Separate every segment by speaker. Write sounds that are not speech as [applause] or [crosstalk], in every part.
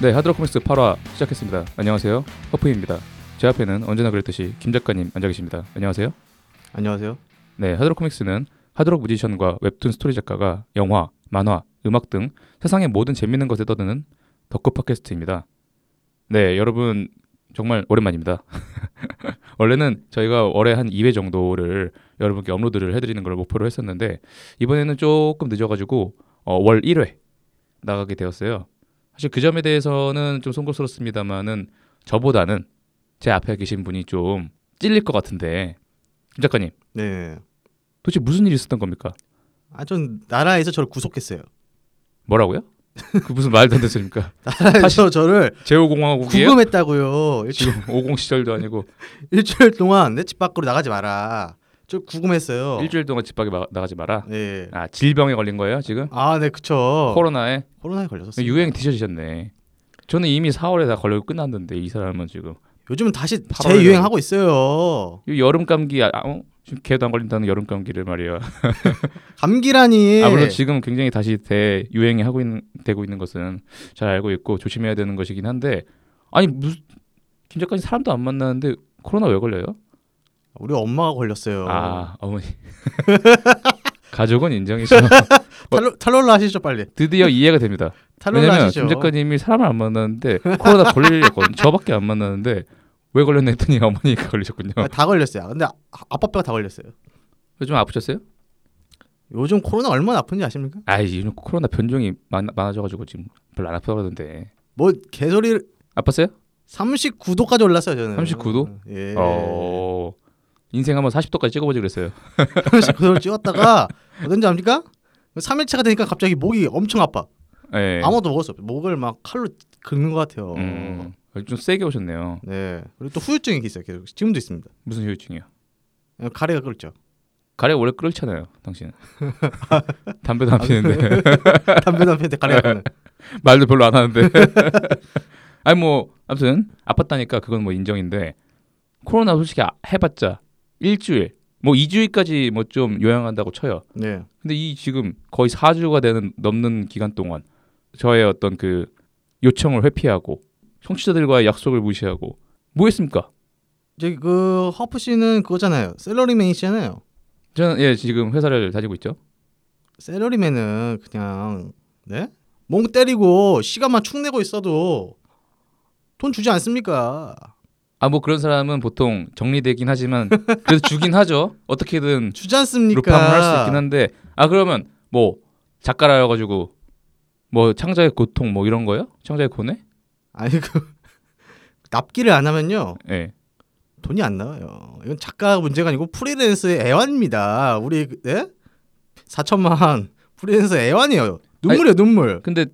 Speaker 1: 네, 하드로코믹스 8화 시작했습니다. 안녕하세요. 허프입니다. 제 앞에는 언제나 그랬듯이 김 작가님 앉아 계십니다. 안녕하세요.
Speaker 2: 안녕하세요.
Speaker 1: 네, 하드로코믹스는 하드록 뮤지션과 웹툰 스토리 작가가 영화, 만화, 음악 등 세상의 모든 재밌는 것에 떠드는 덕후 팟캐스트입니다. 네, 여러분 정말 오랜만입니다. [laughs] 원래는 저희가 월에 한 2회 정도를 여러분께 업로드를 해드리는 걸 목표로 했었는데 이번에는 조금 늦어가지고 어, 월 1회 나가게 되었어요. 사실 그 점에 대해서는 좀 송구스럽습니다만은 저보다는 제 앞에 계신 분이 좀 찔릴 것 같은데 김 작가님
Speaker 2: 네.
Speaker 1: 도대체 무슨 일이 있었던 겁니까?
Speaker 2: 아, 전 나라에서 저를 구속했어요.
Speaker 1: 뭐라고요? 그 무슨 말도 안 됐습니까?
Speaker 2: 나라에서 저를 어,
Speaker 1: 제5공화국이에요?
Speaker 2: 구금했다고요. 일주,
Speaker 1: 지금 50 시절도 아니고
Speaker 2: 일주일 동안 내 집 밖으로 나가지 마라. 저 구금했어요.
Speaker 1: 일주일 동안 집 밖에 마- 나가지 마라.
Speaker 2: 네.
Speaker 1: 아 질병에 걸린 거예요 지금?
Speaker 2: 아, 네, 그쵸.
Speaker 1: 코로나에
Speaker 2: 코로나... 에
Speaker 1: 네,
Speaker 2: 걸렸었어요.
Speaker 1: 유행 뒤처지셨네. 저는 이미 4월에 다 걸리고 끝났는데 이 사람은 지금
Speaker 2: 요즘은 다시
Speaker 1: 팔월에
Speaker 2: 재유행하고 있어요.
Speaker 1: 이 여름 감기 아, 어? 지금 개도 안 걸린다는 여름 감기를 말이야.
Speaker 2: 감기라니.
Speaker 1: 아 물론 지금 굉장히 다시 대유행이 하고 있는 되고 있는 것은 잘 알고 있고 조심해야 되는 것이긴 한데 아니 무슨 김 작가님 사람도 안 만나는데 코로나 왜 걸려요?
Speaker 2: 우리 엄마가 걸렸어요.
Speaker 1: 아 어머니 [laughs] 가족은 인정이죠 [laughs]
Speaker 2: 탈로, 탈로라 하시죠, 빨리.
Speaker 1: 드디어 이해가 됩니다
Speaker 2: 탈로라
Speaker 1: 왜냐면
Speaker 2: 하시죠.
Speaker 1: 김 작가님이 사람을 안 만났는데 코로나 걸리려거든요 [laughs] 저밖에 안 만났는데 왜 걸렸나 했더니 어머니가 [laughs] 걸리셨군요
Speaker 2: 아, 다 걸렸어요. 근데 아, 아빠 뼈가 다 걸렸어요.
Speaker 1: 요즘 아프셨어요?
Speaker 2: 요즘 코로나 얼마나 아픈지 아십니까?
Speaker 1: 아이 요즘 코로나 변종이 많, 많아져가지고 지금 별로 안 아프다고 그러던데
Speaker 2: 뭐 개소리
Speaker 1: 아팠어요?
Speaker 2: 39도까지 올랐어요, 저는.
Speaker 1: 39도?
Speaker 2: 예.
Speaker 1: 어... 인생 한번 40도까지 찍어보지 그랬어요
Speaker 2: 그래서 그걸 찍었다가 어떤지 압니까? 3일차가 되니까 갑자기 목이 엄청 아파.
Speaker 1: 예.
Speaker 2: 아무것도 먹을 수 없어요. 목을 막 칼로 긁는 것 같아요.
Speaker 1: 음, 좀 세게 오셨네요
Speaker 2: 네. 그리고 또 후유증이 있어요. 계속 지금도 있습니다. 어,
Speaker 1: 무슨 후유증이요?
Speaker 2: 가래가 끓죠. [laughs]
Speaker 1: 가래 원래 끓잖아요 당신 담배도 안
Speaker 2: 아,
Speaker 1: 피는데
Speaker 2: 담배 담배한테 가래가 끓는.
Speaker 1: 말도 별로 안 하는데. [laughs] 아니 뭐 아무튼 아팠다니까 그건 뭐 인정인데 코로나 솔직히 아- 해봤자 일주일 뭐 2주일까지 뭐 좀 요양한다고 쳐요.
Speaker 2: 네.
Speaker 1: 근데 이 지금 거의 4주가 되는 넘는 기간 동안 저의 어떤 그 요청을 회피하고 청취자들과의 약속을 무시하고 뭐 했습니까?
Speaker 2: 이제 그 허프 씨는 그거잖아요. 셀러리맨이시잖아요.
Speaker 1: 저는 예 지금 회사를 다니고 있죠.
Speaker 2: 셀러리맨은 그냥 네? 멍 때리고 시간만 축내고 있어도 돈 주지 않습니까?
Speaker 1: 아 뭐 그런 사람은 보통 정리되긴 하지만 그래서 주긴 하죠. 어떻게든
Speaker 2: 주지 않습니까?
Speaker 1: 루팡을 할 수 있긴 한데 아 그러면 뭐 작가라여 가지고 뭐 창작의 고통 뭐 이런 거요? 창작의 고뇌?
Speaker 2: 아니 그 [laughs] 납기를 안 하면요.
Speaker 1: 예.
Speaker 2: 돈이 안 나와요. 이건 작가 문제가 아니고 프리랜서의 애환입니다. 우리 예? 4천만 프리랜서 애환이에요. 눈물이요 눈물.
Speaker 1: 근데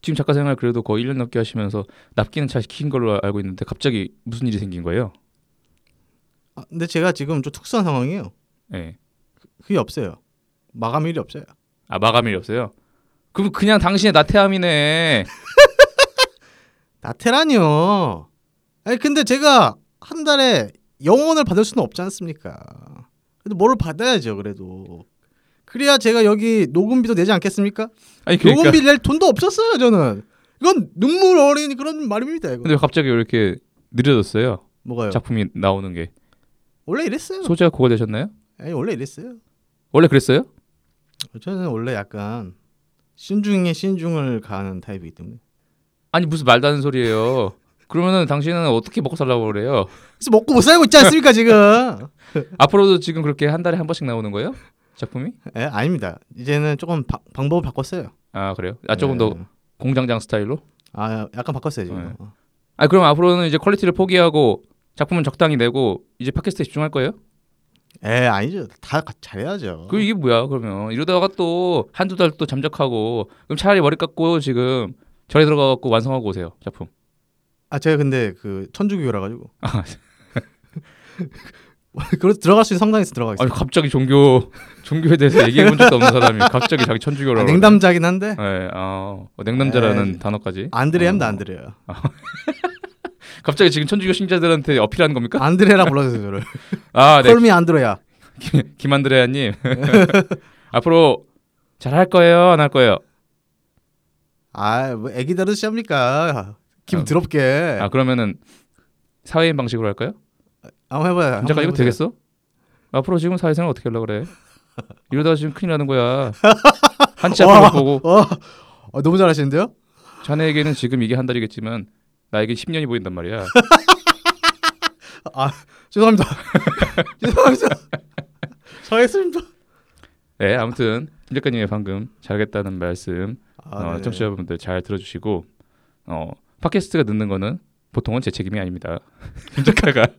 Speaker 1: 지금 작가 생활 그래도 거의 1년 넘게 하시면서 납기는 잘 시킨 걸로 알고 있는데 갑자기 무슨 일이 생긴 거예요?
Speaker 2: 아, 근데 제가 지금 좀 특수한 상황이에요.
Speaker 1: 예.
Speaker 2: 그게 없어요. 마감일이 없어요.
Speaker 1: 아 마감일이 없어요. 그럼 그냥 당신의 나태함이네.
Speaker 2: 나태라니요. 아니 근데 제가 한 달에 영원을 받을 수는 없지 않습니까? 그래도 뭐를 받아야죠. 그래도 그래야 제가 여기 녹음비도 내지 않겠습니까?
Speaker 1: 아니 그러니까
Speaker 2: 녹음비 낼 돈도 없었어요. 저는 이건 눈물 어린 그런 말입니다. 이거
Speaker 1: 근데 왜 갑자기 왜 이렇게 느려졌어요?
Speaker 2: 뭐가요?
Speaker 1: 작품이 나오는 게
Speaker 2: 원래 이랬어요.
Speaker 1: 소재가 고갈되셨나요?
Speaker 2: 아니 원래 이랬어요.
Speaker 1: 원래 그랬어요?
Speaker 2: 저는 원래 약간 신중에 신중을 가하는 타입이기 때문에.
Speaker 1: 아니 무슨 말도 안 되는 소리예요. 그러면은 당신은 어떻게 먹고 살라고 그래요?
Speaker 2: 그래서 먹고 못 살고 있지 않습니까 지금?
Speaker 1: [laughs] 앞으로도 지금 그렇게 한 달에 한 번씩 나오는 거예요? 작품이?
Speaker 2: 예, 아닙니다. 이제는 조금 바- 방법을 바꿨어요.
Speaker 1: 아 그래요? 아 조금 더
Speaker 2: 예.
Speaker 1: 공장장 스타일로?
Speaker 2: 아 약간 바꿨어요 지금.
Speaker 1: 네.
Speaker 2: 어.
Speaker 1: 아 그럼 앞으로는 이제 퀄리티를 포기하고 작품은 적당히 내고 이제 팟캐스트에 집중할 거예요?
Speaker 2: 예 아니죠. 다 가- 잘해야죠.
Speaker 1: 그 이게 뭐야 그러면 이러다가 또 한 두 달 또 잠적하고 그럼 차라리 머리 깎고 지금 절에 들어가 갖고 완성하고 오세요 작품.
Speaker 2: 아 제가 근데 그 천주교라 가지고.
Speaker 1: 아.
Speaker 2: [laughs] 그래서 들어갈 수 있는 성당에서 들어가겠습니다.
Speaker 1: 아니 갑자기 종교 종교에 대해서 얘기해 본 적도 없는 사람이 갑자기 자기
Speaker 2: 아,
Speaker 1: 천주교라고.
Speaker 2: 냉담자긴 네. 한데
Speaker 1: 그러네. 네, 아 어, 냉담자라는
Speaker 2: 에이.
Speaker 1: 단어까지.
Speaker 2: 안드레야입니다 안드레야.
Speaker 1: 갑자기 지금 천주교 신자들한테 어필하는 겁니까?
Speaker 2: 안드레라 불러주세요 저를.
Speaker 1: 아, 네.
Speaker 2: 콜미 안드레야.
Speaker 1: 김-
Speaker 2: [laughs]
Speaker 1: 김한드레아님 앞으로 잘 할 거예요 안 할 거예요
Speaker 2: 아, 뭐, 아뭐 애기 다루시합니까? 기분 더럽게.
Speaker 1: 아 그러면은 사회인 방식으로 할까요?
Speaker 2: 한번
Speaker 1: 잠깐
Speaker 2: 해봐요.
Speaker 1: 이거
Speaker 2: 아, 한번 해보세요.
Speaker 1: 되겠어? 앞으로 지금 사회생활 어떻게 하려고 그래? 이러다가 지금 큰일 나는 거야. 한치 앞을
Speaker 2: 와.
Speaker 1: 못 보고
Speaker 2: 어, 어, 너무 잘하시는데요?
Speaker 1: 자네에게는 지금 이게 한 달이겠지만 나에게 10년이 보인단
Speaker 2: [laughs]
Speaker 1: 말이야.
Speaker 2: 죄송합니다.
Speaker 1: [laughs]
Speaker 2: 죄송합니다. 잘했습니다.
Speaker 1: 네, 아무튼 김 작가님의 방금 잘하겠다는 말씀
Speaker 2: 아,
Speaker 1: 어,
Speaker 2: 네.
Speaker 1: 청취자분들 잘 들어주시고 어, 팟캐스트가 늦는 거는 보통은 제 책임이 아닙니다. [laughs] 김 작가가 [laughs]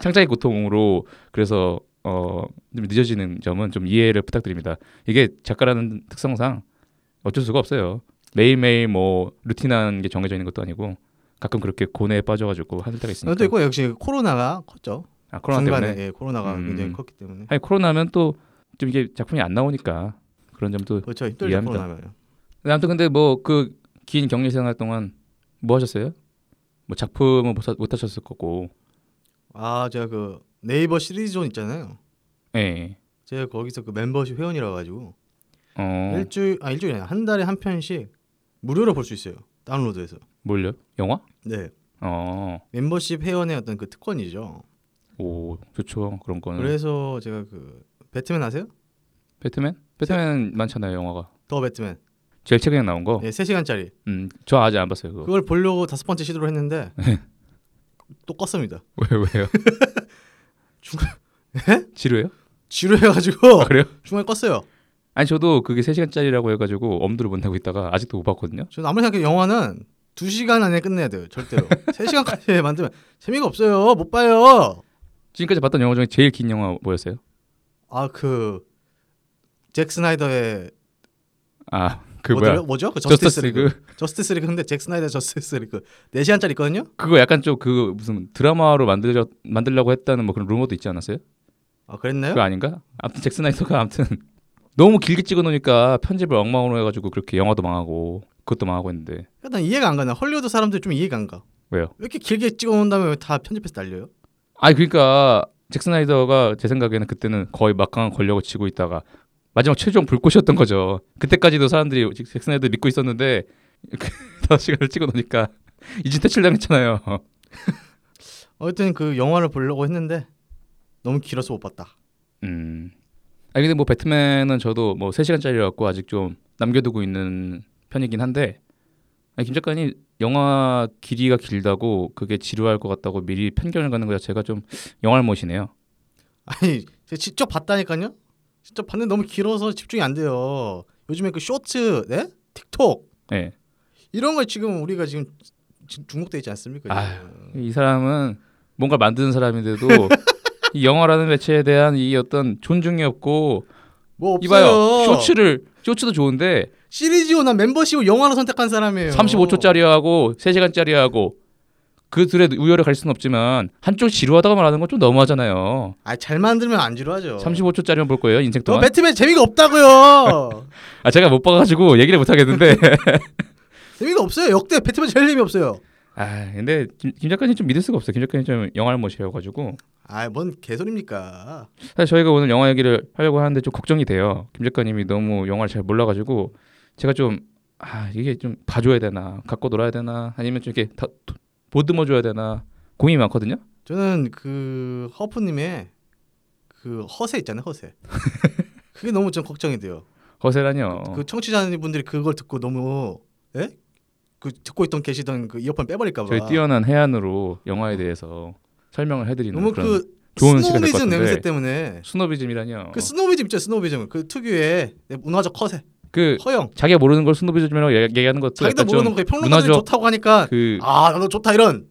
Speaker 1: 창작의 고통으로 그래서 어, 좀 늦어지는 점은 좀 이해를 부탁드립니다. 이게 작가라는 특성상 어쩔 수가 없어요. 매일매일 뭐 루틴한 게 정해져 있는 것도 아니고 가끔 그렇게 고뇌에 빠져가지고 하는 때가 있으니까.
Speaker 2: 또 있고 역시 코로나가 컸죠.
Speaker 1: 아, 코로나
Speaker 2: 아, 중간에
Speaker 1: 때문에.
Speaker 2: 예, 코로나가
Speaker 1: 음.
Speaker 2: 굉장히 컸기 때문에
Speaker 1: 아니 코로나면 또 좀 이게 작품이 안 나오니까 그런 점도.
Speaker 2: 그렇죠. 힘들죠
Speaker 1: 이해합니다.
Speaker 2: 코로나면.
Speaker 1: 네, 아무튼 근데 뭐 그 긴 격리 생활 동안 뭐 하셨어요? 뭐 작품은 못, 하, 못 하셨을 거고.
Speaker 2: 아 제가 그 네이버 시리즈존 있잖아요.
Speaker 1: 예, 예.
Speaker 2: 제가 거기서 그 멤버십 회원이라 가지고
Speaker 1: 어.
Speaker 2: 일주일 아 일주일이 아니라 한 달에 한 편씩 무료로 볼 수 있어요. 다운로드해서.
Speaker 1: 뭘요? 영화?
Speaker 2: 네.
Speaker 1: 어.
Speaker 2: 멤버십 회원의 어떤 그 특권이죠.
Speaker 1: 오, 좋죠. 그런 거는.
Speaker 2: 그래서 제가 그 배트맨 아세요?
Speaker 1: 배트맨? 배트맨 많잖아요, 영화가.
Speaker 2: 더 배트맨.
Speaker 1: 제일 최근에 나온 거.
Speaker 2: 네, 3시간짜리.
Speaker 1: 음. 저 아직 안 봤어요, 그거.
Speaker 2: 그걸 보려고 다섯 번째
Speaker 1: [laughs]
Speaker 2: 시도를 했는데
Speaker 1: 네.
Speaker 2: 또 껐습니다.
Speaker 1: 왜
Speaker 2: [laughs]
Speaker 1: 왜요?
Speaker 2: 예?
Speaker 1: 지루해요?
Speaker 2: 지루해
Speaker 1: [laughs]
Speaker 2: 가지고
Speaker 1: 아, 그래요?
Speaker 2: 중간에 껐어요.
Speaker 1: 아니 저도 그게 3시간짜리라고 해 가지고 엄두를 못 내고 있다가 아직도 못 봤거든요.
Speaker 2: 저는 아무리 생각해도 영화는 두시간 안에 끝내야 돼요.
Speaker 1: [laughs]
Speaker 2: 절대로. 세시간까지 만들면 재미가 없어요. 못 봐요.
Speaker 1: 지금까지 봤던 영화 중에 제일 긴 영화 뭐였어요?
Speaker 2: 아 그 잭 스나이더의
Speaker 1: 아, 그
Speaker 2: 뭐더라?
Speaker 1: 뭐야?
Speaker 2: 뭐죠? 그
Speaker 1: 저스티스
Speaker 2: 저스티스
Speaker 1: 리그.
Speaker 2: 리그. 저스티스 리그 근데 잭 스나이더 저스티스 리그 4시간짜리 있거든요.
Speaker 1: 그거 약간 좀 그 무슨 드라마로 만들려 만들려고 했다는 뭐 그런 루머도 있지 않았어요?
Speaker 2: 아 그랬나요?
Speaker 1: 그거 아닌가? 아무튼 잭 스나이더가 아무튼 [laughs] 너무 길게 찍어 놓으니까 편집을 엉망으로 해가지고 그렇게 영화도 망하고 그것도 망하고 했는데
Speaker 2: 일단 그러니까 이해가 안 가나. 헐리우드 사람들 좀 이해가 안 가.
Speaker 1: 왜요?
Speaker 2: 왜 이렇게 길게 찍어놓은 다음에 왜다 편집해서 날려요?
Speaker 1: 아니 그러니까 잭 스나이더가 제 생각에는 그때는 거의 막강한 권력을 쥐고 있다가 마지막 최종 불꽃이었던 거죠. 그때까지도 사람들이 잭- 잭 스나이더 믿고 있었는데 [laughs] 그 다섯 시간을 찍어 놓으니까 [laughs] 이제 퇴출당했잖아요.
Speaker 2: 어쨌든 그 영화를 보려고 했는데 너무 길어서 못 봤다.
Speaker 1: 음. 아니 근데 뭐 배트맨은 저도 뭐 3시간짜리 갖고 아직 좀 남겨두고 있는 편이긴 한데 아니, 김 작가님 영화 길이가 길다고 그게 지루할 것 같다고 미리 편견을 갖는 것 자체가 좀 영화를 못이네요.
Speaker 2: 아니 제가 직접 봤다니까요. 직접 봤는데 너무 길어서 집중이 안 돼요. 요즘에 그 쇼츠, 네? 틱톡
Speaker 1: 예.
Speaker 2: 이런 거 지금 우리가 지금 지- 중독돼 있지 않습니까? 지금?
Speaker 1: 이 사람은 뭔가 만드는
Speaker 2: [laughs]
Speaker 1: 사람인데도 이 영화라는 매체에 대한 이 어떤 존중이 없고
Speaker 2: 뭐 없어요.
Speaker 1: 이봐요 쇼츠를 쇼츠도 좋은데
Speaker 2: 시리즈오 난 멤버십으로 영화로 선택한 사람이에요.
Speaker 1: 35초짜리하고 3시간짜리하고 그 둘의 우열을 가릴 수는 없지만 한쪽 지루하다고 말하는 건 좀 너무하잖아요.
Speaker 2: 아잘 만들면 안 지루하죠.
Speaker 1: 35초짜리만 볼 거예요 인생
Speaker 2: 너
Speaker 1: 동안.
Speaker 2: 배트맨 재미가 없다고요. [laughs]
Speaker 1: 아 제가 못 봐가지고 [laughs] 얘기를 못 하겠는데.
Speaker 2: 재미가 없어요. 역대 배트맨 제일 재미 없어요.
Speaker 1: 아 근데 김, 김 작가님 좀 믿을 수가 없어요. 김 작가님 좀 영화를 못이어가지고
Speaker 2: 아뭔 개소리입니까?
Speaker 1: 사실 저희가 오늘 영화 얘기를 하려고 하는데 좀 걱정이 돼요. 김 작가님이 너무 영화를 잘 몰라가지고 제가 좀 아 이게 좀 봐줘야 되나 갖고 놀아야 되나 아니면 좀 이렇게 다 도- 보듬어줘야 되나 고민이 많거든요.
Speaker 2: 저는 그 허프님의 그 허세 있잖아요
Speaker 1: [laughs]
Speaker 2: 허세. 그게 너무 좀 걱정이 돼요.
Speaker 1: 허세라뇨.
Speaker 2: 그 청취자분들이 그걸 듣고 너무 예? 그 듣고 있던 계시던 그 이어폰 빼버릴까봐.
Speaker 1: 저희 뛰어난 해안으로 영화에 대해서 설명을 해드리는
Speaker 2: 너무
Speaker 1: 그런
Speaker 2: 그
Speaker 1: 좋은 시간 될것
Speaker 2: 스노비즘
Speaker 1: 같은데. 어.
Speaker 2: 냄새 때문에
Speaker 1: 스노비즘이라뇨.
Speaker 2: 그 스노비즘 있죠 스노비즘 그 특유의 문화적 허세
Speaker 1: 그
Speaker 2: 허영
Speaker 1: 자기가 모르는 걸 스노비즘이라고 얘기- 얘기하는 것도
Speaker 2: 자기도
Speaker 1: 약간 좀
Speaker 2: 모르는 거에 평론가들이
Speaker 1: 문화적
Speaker 2: 좋다고 하니까
Speaker 1: 그
Speaker 2: 아 나도 좋다 이런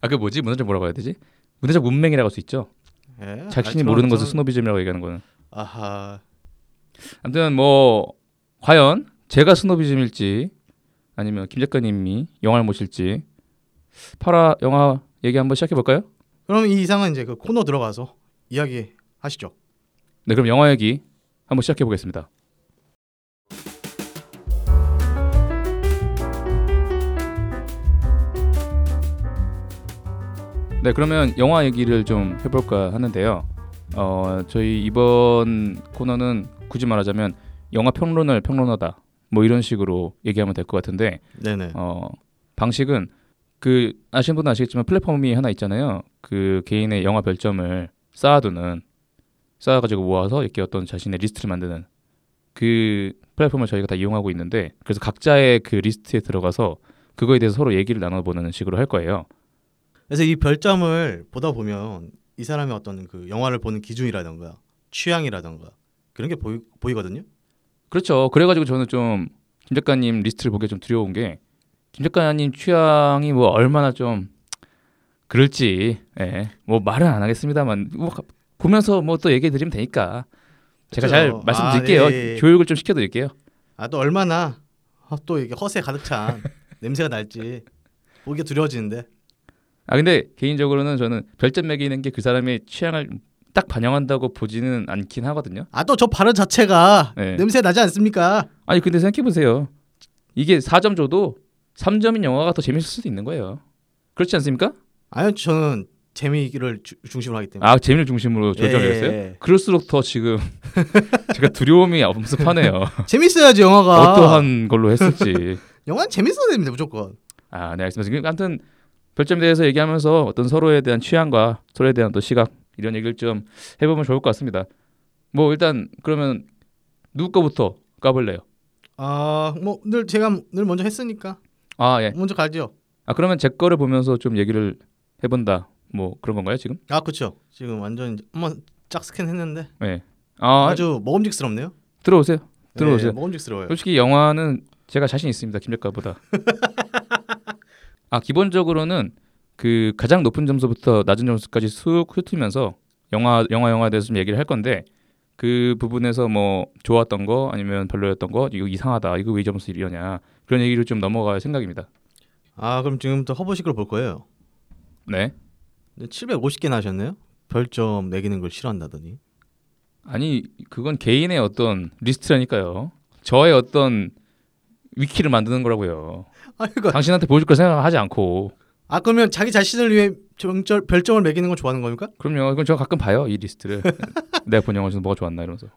Speaker 1: 아 그 뭐지 문화적 뭐라고 해야 되지? 문화적 문맹이라고 할 수 있죠.
Speaker 2: 예,
Speaker 1: 자신이
Speaker 2: 아, 저는-
Speaker 1: 모르는 것을
Speaker 2: 저는-
Speaker 1: 스노비즘이라고 얘기하는 거는.
Speaker 2: 아하
Speaker 1: 아무튼 뭐 과연 제가 스노비즘일지 아니면 김 작가님이 영화를 모실지 파라 영화 얘기 한번 시작해 볼까요?
Speaker 2: 그럼 이 이상은 이제 그 코너 들어가서 이야기 하시죠
Speaker 1: 네 그럼 영화 얘기 한번 시작해 보겠습니다. 네 그러면 영화 얘기를 좀 해볼까 하는데요. 어 저희 이번 코너는 굳이 말하자면 영화 평론을 평론하다 뭐 이런 식으로 얘기하면 될 것 같은데
Speaker 2: 네네
Speaker 1: 어 방식은 그 아시는 분은 아시겠지만 플랫폼이 하나 있잖아요. 그 개인의 영화 별점을 쌓아두는 쌓아가지고 모아서 이렇게 어떤 자신의 리스트를 만드는 그 플랫폼을 저희가 다 이용하고 있는데 그래서 각자의 그 리스트에 들어가서 그거에 대해서 서로 얘기를 나눠보는 식으로 할 거예요.
Speaker 2: 그래서 이 별점을 보다 보면 이 사람의 어떤 그 영화를 보는 기준이라던가 취향이라던가 그런 게 보이, 보이거든요.
Speaker 1: 그렇죠. 그래가지고 저는 좀 김 작가님 리스트를 보기 좀 두려운 게 김 작가님 취향이 뭐 얼마나 좀 그럴지 예. 뭐 말은 안 하겠습니다만 뭐 가- 보면서 뭐 또 얘기해 드리면 되니까 제가 잘
Speaker 2: 그렇죠.
Speaker 1: 말씀드릴게요.
Speaker 2: 아, 네.
Speaker 1: 교육을 좀 시켜드릴게요.
Speaker 2: 아 또 얼마나 아, 또 이게 허세
Speaker 1: [laughs]
Speaker 2: 가득 찬 냄새가 날지 보기가 두려워지는데
Speaker 1: 아 근데 개인적으로는 저는 별점 매기는 게 그 사람의 취향을 딱 반영한다고 보지는 않긴 하거든요.
Speaker 2: 아 또 저 발언 자체가
Speaker 1: 네.
Speaker 2: 냄새 나지 않습니까?
Speaker 1: 아니 근데 생각해 보세요. 이게 4점 줘도 3점인 영화가 더 재밌을 수도 있는 거예요. 그렇지 않습니까?
Speaker 2: 아니요 저는 재미를 주- 중심으로 하기 때문에
Speaker 1: 아 재미를 중심으로
Speaker 2: 네. 예,
Speaker 1: 결정을
Speaker 2: 예,
Speaker 1: 했어요?
Speaker 2: 예.
Speaker 1: 그럴수록 더 지금 [laughs] 제가 두려움이 엄습하네요.
Speaker 2: [laughs] 재밌어야지 영화가
Speaker 1: 어떠한 걸로 했을지.
Speaker 2: 영화는 재밌어야 됩니다 무조건
Speaker 1: 아, 네 알겠습니다. 아무튼 별점에 대해서 얘기하면서 어떤 서로에 대한 취향과 서로에 대한 또 시각 이런 얘기를 좀 해보면 좋을 것 같습니다. 뭐 일단 그러면 누구 거부터 까볼래요?
Speaker 2: 아뭐 늘 제가 늘 먼저 했으니까
Speaker 1: 아 예.
Speaker 2: 먼저 가죠
Speaker 1: 아 그러면 제 거를 보면서 좀 얘기를 해본다. 뭐 그런 건가요 지금?
Speaker 2: 아 그렇죠 지금 완전 한번 쫙 스캔했는데
Speaker 1: 네. 아
Speaker 2: 아주 먹음직스럽네요
Speaker 1: 들어오세요. 들어오세요.
Speaker 2: 예, 먹음직스러워요
Speaker 1: 솔직히 영화는 제가 자신 있습니다. 김 작가보다. 아 기본적으로는 그 가장 높은 점수부터 낮은 점수까지 쑥 훑으면서 영화 영화 영화에 대해서 좀 얘기를 할 건데 그 부분에서 뭐 좋았던 거 아니면 별로였던 거 이거 이상하다 이거 왜 이 점수 이러냐 그런 얘기를 좀 넘어갈 생각입니다.
Speaker 2: 아 그럼 지금부터 허브식으로 볼 거예요
Speaker 1: 네.
Speaker 2: 750개나 하셨네요. 별점 매기는 걸 싫어한다더니.
Speaker 1: 아니 그건 개인의 어떤 리스트라니까요. 저의 어떤 위키를 만드는 거라고요.
Speaker 2: 아 이거
Speaker 1: 당신한테 보여줄 걸 생각하지 않고
Speaker 2: 아 그러면 자기 자신을 위해 정절, 별점을 매기는 건 좋아하는 겁니까?
Speaker 1: 그럼요. 그럼 제가 가끔 봐요 이
Speaker 2: [laughs]
Speaker 1: 리스트를. 내가 본 영화 중에서 뭐가 좋았나 이러면서.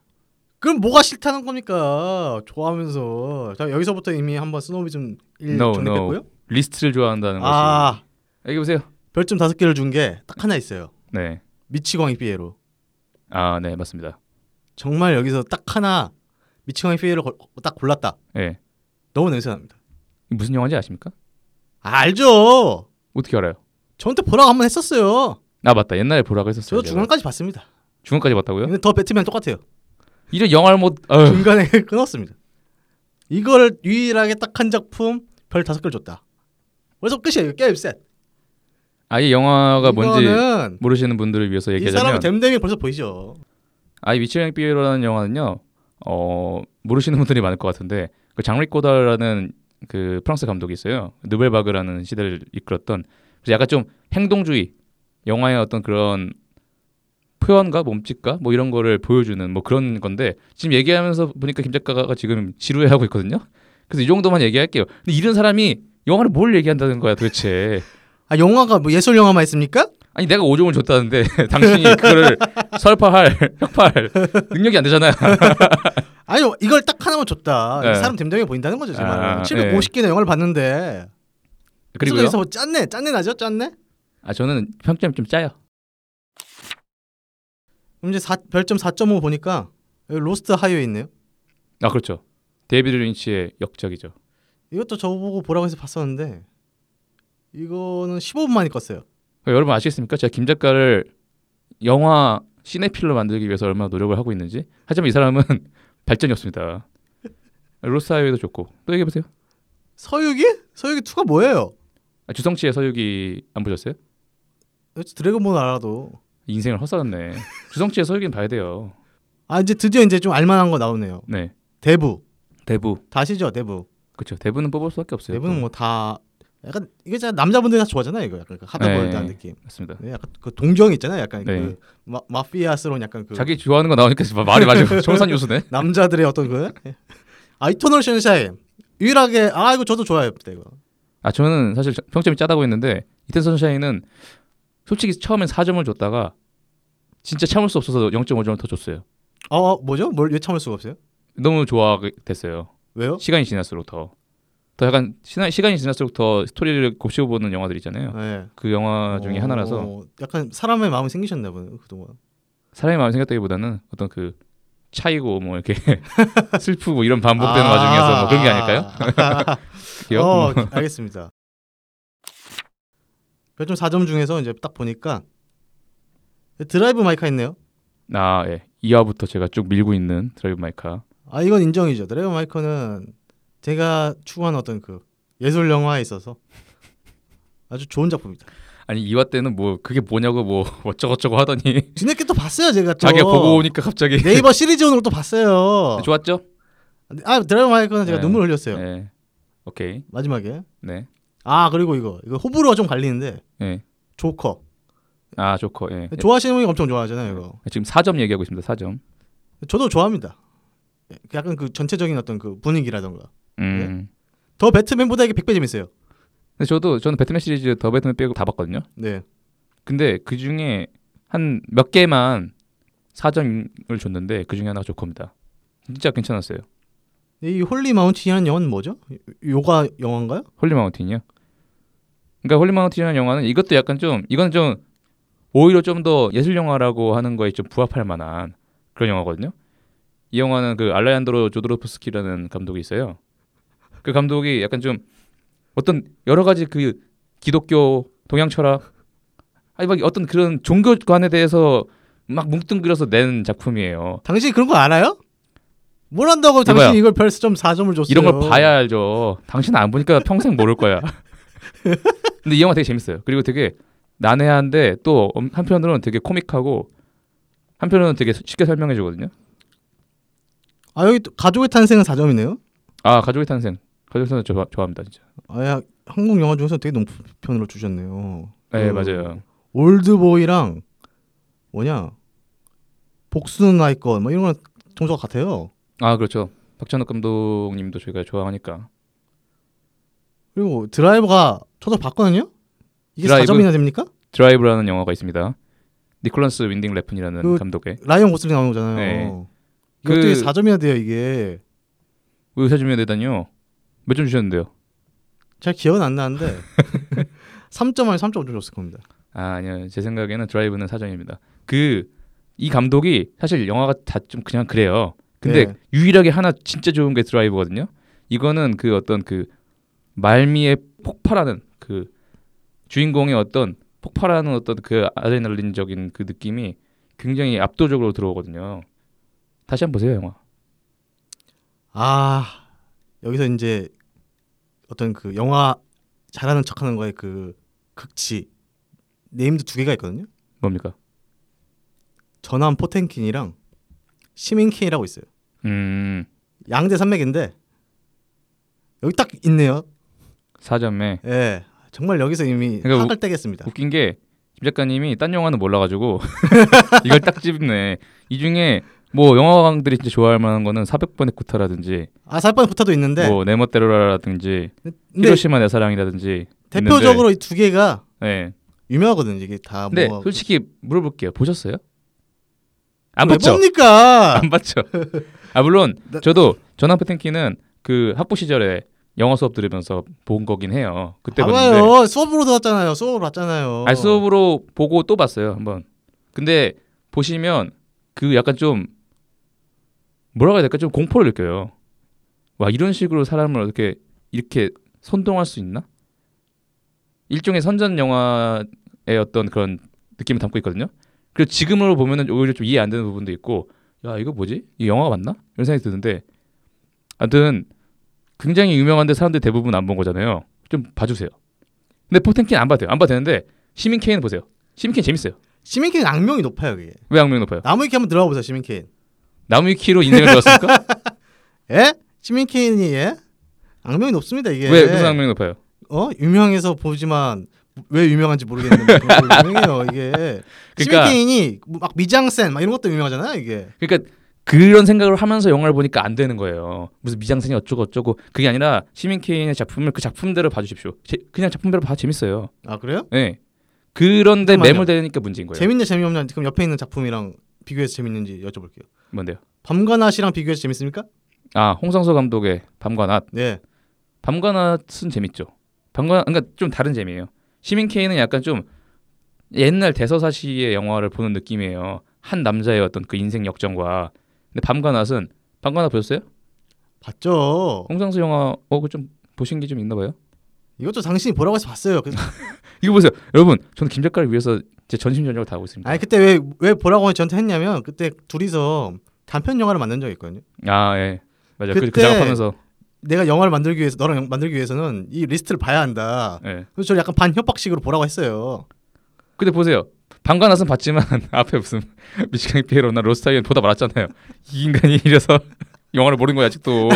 Speaker 2: 그럼 뭐가 싫다는 겁니까? 좋아하면서 자 여기서부터 이미 한번 스노비즘 1
Speaker 1: No, 네,
Speaker 2: 정립했고요.
Speaker 1: 리스트를 좋아한다는 것이.
Speaker 2: 아
Speaker 1: 여기 보세요.
Speaker 2: 별점 다섯 개를 준 게 딱 하나 있어요.
Speaker 1: 네.
Speaker 2: 미치광이 피에로.
Speaker 1: 아, 네, 맞습니다.
Speaker 2: 정말 여기서 딱 하나 미치광이 피에로 걸- 딱 골랐다.
Speaker 1: 예.
Speaker 2: 너무 냄새납니다.
Speaker 1: 무슨 영화인지 아십니까?
Speaker 2: 아, 알죠.
Speaker 1: 어떻게 알아요?
Speaker 2: 저한테 보라고 한번 했었어요.
Speaker 1: 아, 맞다. 옛날에 보라고 했었어요.
Speaker 2: 저도
Speaker 1: 제가.
Speaker 2: 중간까지 봤습니다.
Speaker 1: 중간까지 봤다고요?
Speaker 2: 근데 더 배트맨 똑같아요.
Speaker 1: 이런 영화를 못 어휴.
Speaker 2: 중간에 [laughs] 끊었습니다. 이걸 유일하게 딱 한 작품 별 다섯 개를 줬다. 그래서 끝이에요. 게임 셋.
Speaker 1: 아, 이 영화가 뭔지
Speaker 2: 이거는
Speaker 1: 모르시는 분들을 위해서
Speaker 2: 이 사람의
Speaker 1: 얘기하자면
Speaker 2: 댐댐이 벌써 보이죠.
Speaker 1: 아, 이 미치광이 삐에로라는 영화는요. 어, 모르시는 분들이 많을 것 같은데 그 장릭 고다라는 그 프랑스 감독이 있어요. 누벨바그라는 시대를 이끌었던 그래서 약간 좀 행동주의 영화의 어떤 그런 표현과 몸짓과 뭐 이런 거를 보여주는 뭐 그런 건데 지금 얘기하면서 보니까 김 작가가 지금 지루해하고 있거든요. 그래서 이 정도만 얘기할게요. 근데 이런 사람이 영화를 뭘 얘기한다는 거야 도대체.
Speaker 2: 아 영화가 뭐 예술 영화만 있습니까?
Speaker 1: 아니 내가 5점을 줬다는데 [laughs] 당신이 그거를 설파할 협파할 능력이 안 되잖아요.
Speaker 2: 아니 이걸 딱 하나만 줬다.
Speaker 1: 네.
Speaker 2: 이 사람 댐댐이 보인다는 거죠. 정말
Speaker 1: 아,
Speaker 2: 750개나 영화를 봤는데
Speaker 1: 그리고요.
Speaker 2: 여기서 뭐 짠내 짠내 나죠? 짠내?
Speaker 1: 아 저는 평점이 좀 짜요.
Speaker 2: 그럼 이제 사- 별점 4.5 보니까 여기 로스트 하이웨이 있네요.
Speaker 1: 아 그렇죠. 데이비드 린치의 역작이죠.
Speaker 2: 이것도 저보고 보라고 해서 봤었는데 이거는 15분 만에 껐어요.
Speaker 1: 그러니까 여러분 아시겠습니까? 제가 김 작가를 영화 시네필로 만들기 위해서 얼마나 노력을 하고 있는지. 하지만 이 사람은 [laughs] 발전이 없습니다. 로스하이웨이도 좋고 또 얘기해 보세요.
Speaker 2: 서유기? 서유기 2가 뭐예요?
Speaker 1: 아, 주성치의 서유기 안 보셨어요?
Speaker 2: 드래곤볼 알아도
Speaker 1: 인생을 헛살았네. 주성치의 서유기는 봐야 돼요.
Speaker 2: 아 이제 드디어 이제 좀 알만한 거 나오네요.
Speaker 1: 네.
Speaker 2: 대부
Speaker 1: 대부.
Speaker 2: 다시죠 대부.
Speaker 1: 그렇죠. 대부는 뽑을 수밖에 없어요.
Speaker 2: 대부는 뭐 다 약간 이게 진짜 남자분들이 다 좋아하잖아요 이거 약간 그 하드보일드한
Speaker 1: 네.
Speaker 2: 느낌.
Speaker 1: 맞습니다.
Speaker 2: 네, 약간 그 동경 있잖아요 약간
Speaker 1: 네.
Speaker 2: 그 마, 마피아스러운 약간 그
Speaker 1: 자기 좋아하는 거 나오니까 [laughs] 지금 말이
Speaker 2: [laughs]
Speaker 1: 맞아요. 청산 요소네.
Speaker 2: 남자들의 어떤 그 아, 이터널 션샤인 유일하게 아 이거 저도 좋아요 이거.
Speaker 1: 아 저는 사실 저- 평점이 짜다고 했는데 이텐 선샤인은 솔직히 처음엔 4점을 줬다가 진짜 참을 수 없어서 0.5점을 더 줬어요.
Speaker 2: 어 뭐죠? 뭘 왜 참을 수가 없어요?
Speaker 1: 너무 좋아하게 됐어요.
Speaker 2: 왜요?
Speaker 1: 시간이 지날수록 더. 더 약간 시나, 시간이 지날수록 더 스토리를 곱씹어 보는 영화들 있잖아요.
Speaker 2: 네.
Speaker 1: 그 영화 중에
Speaker 2: 어,
Speaker 1: 하나라서
Speaker 2: 약간 사람의 마음이 생기셨나 보네요 그동안.
Speaker 1: 사람의 마음이 생겼다기보다는 어떤 그 차이고 뭐 이렇게 [laughs] 슬프고 뭐 이런 반복되는
Speaker 2: 아,
Speaker 1: 와중에서 뭐 그런 게 아닐까요?
Speaker 2: [laughs] 아,
Speaker 1: 기억?
Speaker 2: 어,
Speaker 1: 뭐.
Speaker 2: [laughs] 알겠습니다. 별점 4점 중에서 이제 딱 보니까 드라이브 마이카 있네요.
Speaker 1: 아 예. 2화부터 제가 쭉 밀고 있는 드라이브 마이카.
Speaker 2: 아 이건 인정이죠. 드라이브 마이카는 제가 추구하는 어떤 그 예술 영화에 있어서 아주 좋은 작품입니다.
Speaker 1: 아니 2화 때는 뭐 그게 뭐냐고 뭐 [laughs] 어쩌고저쩌고 하더니
Speaker 2: 뒤늦게 또 봤어요 제가 또
Speaker 1: 자기가 보고 오니까 갑자기 [laughs]
Speaker 2: [laughs]
Speaker 1: 네,
Speaker 2: 네이버 시리즈온으로 또 봤어요.
Speaker 1: 좋았죠?
Speaker 2: 아 드라이브 마이카는 제가
Speaker 1: 네.
Speaker 2: 눈물 흘렸어요.
Speaker 1: 네. 오케이.
Speaker 2: 마지막에
Speaker 1: 네.
Speaker 2: 아 그리고 이거 이거 호불호가 좀 갈리는데
Speaker 1: 예.
Speaker 2: 조커
Speaker 1: 아 좋고. 예.
Speaker 2: 좋아하시는 분이 엄청 좋아하잖아요 이거
Speaker 1: 지금 4점 얘기하고 있습니다. 4점.
Speaker 2: 저도 좋아합니다 약간 그 전체적인 어떤 그 분위기라던가
Speaker 1: 음.
Speaker 2: 더 배트맨보다 이게 100배 재밌어요
Speaker 1: 근데 저도 저는 배트맨 시리즈 더 배트맨 빼고 다 봤거든요.
Speaker 2: 네
Speaker 1: 근데 그 중에 한 몇 개만 4점을 줬는데 그 중에 하나가 조커입니다. 진짜 괜찮았어요.
Speaker 2: 이 홀리 마운틴이라는 영화는 뭐죠? 요가 영화인가요?
Speaker 1: 홀리 마운틴이요. 그러니까 홀리 마운틴이라는 영화는 이것도 약간 좀 이건 좀 오히려 좀 더 예술 영화라고 하는 거에 좀 부합할 만한 그런 영화거든요. 이 영화는 그 알라얀드로 조드로프스키라는 감독이 있어요. 그 감독이 약간 좀 어떤 여러 가지 그 기독교 동양 철학 아니 막 어떤 그런 종교관에 대해서 막 뭉뚱그려서 낸 작품이에요.
Speaker 2: 당신 그런 거 알아요? 뭘 안다고
Speaker 1: 이거야.
Speaker 2: 당신 이걸 별점 4점을 줬어요
Speaker 1: 이런 걸 봐야 알죠. 당신 안 보니까 평생 모를
Speaker 2: [laughs]
Speaker 1: 거야. 근데 이 영화 되게 재밌어요. 그리고 되게 난해한데 또 엄- 한편으로는 되게 코믹하고 한편으로는 되게 쉽게 설명해 주거든요.
Speaker 2: 아 여기 또 가족의 탄생은 4점이네요
Speaker 1: 아 가족의 탄생. 가족의 탄생 저 좋아- 좋아합니다 진짜.
Speaker 2: 아야 한국 영화 중에서 되게 높은 편으로 주셨네요
Speaker 1: 네
Speaker 2: 그
Speaker 1: 맞아요.
Speaker 2: 올드보이랑 뭐냐 복수는 아이건 뭐 이런 거랑 동서가 같아요
Speaker 1: 아 그렇죠. 박찬욱 감독님도 저희가 좋아하니까.
Speaker 2: 그리고 드라이버가 저도 봤거든요. 이게
Speaker 1: 드라이브?
Speaker 2: 4점이나 됩니까?
Speaker 1: 드라이브라는 영화가 있습니다. 니콜라스 윈딩 레픈이라는
Speaker 2: 그-
Speaker 1: 감독의
Speaker 2: 라이언 고슬링 나오는 거잖아요.
Speaker 1: 네.
Speaker 2: 이거
Speaker 1: 그-
Speaker 2: 어떻게 4점이나 돼요 이게?
Speaker 1: 의사주면 되다니요. 몇 점 주셨는데요?
Speaker 2: 잘 기억은 안 나는데
Speaker 1: [laughs]
Speaker 2: 3점 아니 3.5점 줬을 겁니다.
Speaker 1: 아 아니요 제 생각에는 드라이브는 사전입니다. 그 이 감독이 사실 영화가 다 좀 그냥 그래요. 근데
Speaker 2: 네.
Speaker 1: 유일하게 하나 진짜 좋은 게 드라이브거든요. 이거는 그 어떤 그 말미에 폭발하는 그 주인공의 어떤 폭발하는 어떤 그 아드레날린적인 그 느낌이 굉장히 압도적으로 들어오거든요. 다시 한번 보세요 영화.
Speaker 2: 아 여기서 이제 어떤 그 영화 잘하는 척하는 거에 그 극치 네임도 두 개가 있거든요.
Speaker 1: 뭡니까?
Speaker 2: 전함 포텐킨이랑 시민킨이라고 있어요.
Speaker 1: 음
Speaker 2: 양대 산맥인데 여기 딱 있네요.
Speaker 1: 사전에
Speaker 2: 예, 정말 여기서 이미
Speaker 1: 그러니까
Speaker 2: 학을 떼겠습니다.
Speaker 1: 웃긴 게 김 작가님이 딴 영화는 몰라가지고 [laughs] 이걸 딱 집네. 이 중에 뭐 영화광들이 진짜 좋아할 만한 거는 400번의 구타라든지
Speaker 2: 아 살뻔 부타도 있는데
Speaker 1: 뭐 네모테로라라든지
Speaker 2: 근데
Speaker 1: 히로시마 내 사랑이라든지
Speaker 2: 대표적으로 이 두 개가
Speaker 1: 네.
Speaker 2: 유명하거든요. 이게 다
Speaker 1: 근데
Speaker 2: 뭐.
Speaker 1: 네, 솔직히 물어볼게요. 보셨어요? 안
Speaker 2: 왜
Speaker 1: 봤죠?
Speaker 2: 뭡니까?
Speaker 1: 안
Speaker 2: [laughs]
Speaker 1: 봤죠. 아 물론
Speaker 2: 아, 나-
Speaker 1: 저도 전화 패팅키는 그 학부 시절에 영어 수업 들으면서 본 거긴 해요. 그때 봤는데
Speaker 2: 봐봐요. 수업으로 들었잖아요. 수업으로 봤잖아요.
Speaker 1: 알 수업으로 보고 또 봤어요 한번. 근데 보시면 그 약간 좀 뭐라고 해야 될까 좀 공포를 느껴요. 와 이런 식으로 사람을 어떻게 이렇게 선동할 수 있나? 일종의 선전 영화의 어떤 그런 느낌을 담고 있거든요. 그리고 지금으로 보면은 오히려 좀 이해 안 되는 부분도 있고, 야 이거 뭐지? 이 영화가 맞나? 이런 생각이 드는데, 아무튼 굉장히 유명한데 사람들 대부분 안 본 거잖아요. 좀 봐주세요. 근데 포텐킨 안 봐도 돼요. 안 봐도 되는데 시민 케인 보세요. 시민 케인 재밌어요.
Speaker 2: 시민케인 악명이 높아요. 그게.
Speaker 1: 왜 악명 높아요?
Speaker 2: 나무위키 한번 들어가 보세요. 시민케인.
Speaker 1: 나무위키로 인생을
Speaker 2: [laughs]
Speaker 1: 배웠습니까?
Speaker 2: 예? 시민케인이 예? 악명이 높습니다. 이게.
Speaker 1: 왜 무슨 악명이 높아요?
Speaker 2: 어? 유명해서 보지만 왜 유명한지
Speaker 1: [laughs]
Speaker 2: 모르겠는데 그런 걸로 유명해요. 이게.
Speaker 1: 그러니까-
Speaker 2: 시민케인이 막 미장센 막 이런 것도 유명하잖아요. 이게.
Speaker 1: 그러니까 그런 생각을 하면서 영화를 보니까 안 되는 거예요. 무슨 미장센이 어쩌고 어쩌고 그게 아니라 시민 케인의 작품을 그 작품대로 봐주십시오. 제- 그냥 작품대로 봐 재밌어요.
Speaker 2: 아 그래요?
Speaker 1: 예. 그런데
Speaker 2: 잠깐만요.
Speaker 1: 매몰되니까 문제인 거예요.
Speaker 2: 재밌냐 재미없냐 그럼 옆에 있는 작품이랑 비교해서 재밌는지 여쭤볼게요.
Speaker 1: 뭔데요?
Speaker 2: 밤과 낮이랑 비교해서 재밌습니까?
Speaker 1: 아 홍상수 감독의 밤과 낮.
Speaker 2: 네.
Speaker 1: 밤과낮은 재밌죠. 밤과 그러니까 좀 다른 재미예요. 시민 케이는 약간 좀 옛날 대서사시의 영화를 보는 느낌이에요. 한 남자의 어떤 그 인생 역정과 근데 밤과낮은 밤과낮 보셨어요?
Speaker 2: 봤죠.
Speaker 1: 홍상수 영화 어그좀 보신 게 좀 있나 봐요.
Speaker 2: 이것도 당신이 보라고 해서 봤어요. 그래서
Speaker 1: 이거 보세요, 여러분. 저는 김 작가를 위해서 제 전심전력을 다하고 있습니다.
Speaker 2: 아니 그때 왜 왜 보라고 저한테 했냐면 그때 둘이서 단편 영화를 만든 적이 있거든요.
Speaker 1: 아 예, 맞아. 그, 그
Speaker 2: 그때-
Speaker 1: 작업하면서
Speaker 2: 내가 영화를 만들기 위해서 너랑 영- 만들기 위해서는 이 리스트를 봐야 한다.
Speaker 1: 예.
Speaker 2: 그래서 저를 약간 반협박식으로 보라고 했어요. [laughs]
Speaker 1: 근데 보세요. 밤과낮은 봤지만 [laughs] 앞에 무슨 미치광이 피에로나 로스타이언 보다 말았잖아요. 이 인간이 이래서 [laughs] 영화를 모르는 거야 아직도.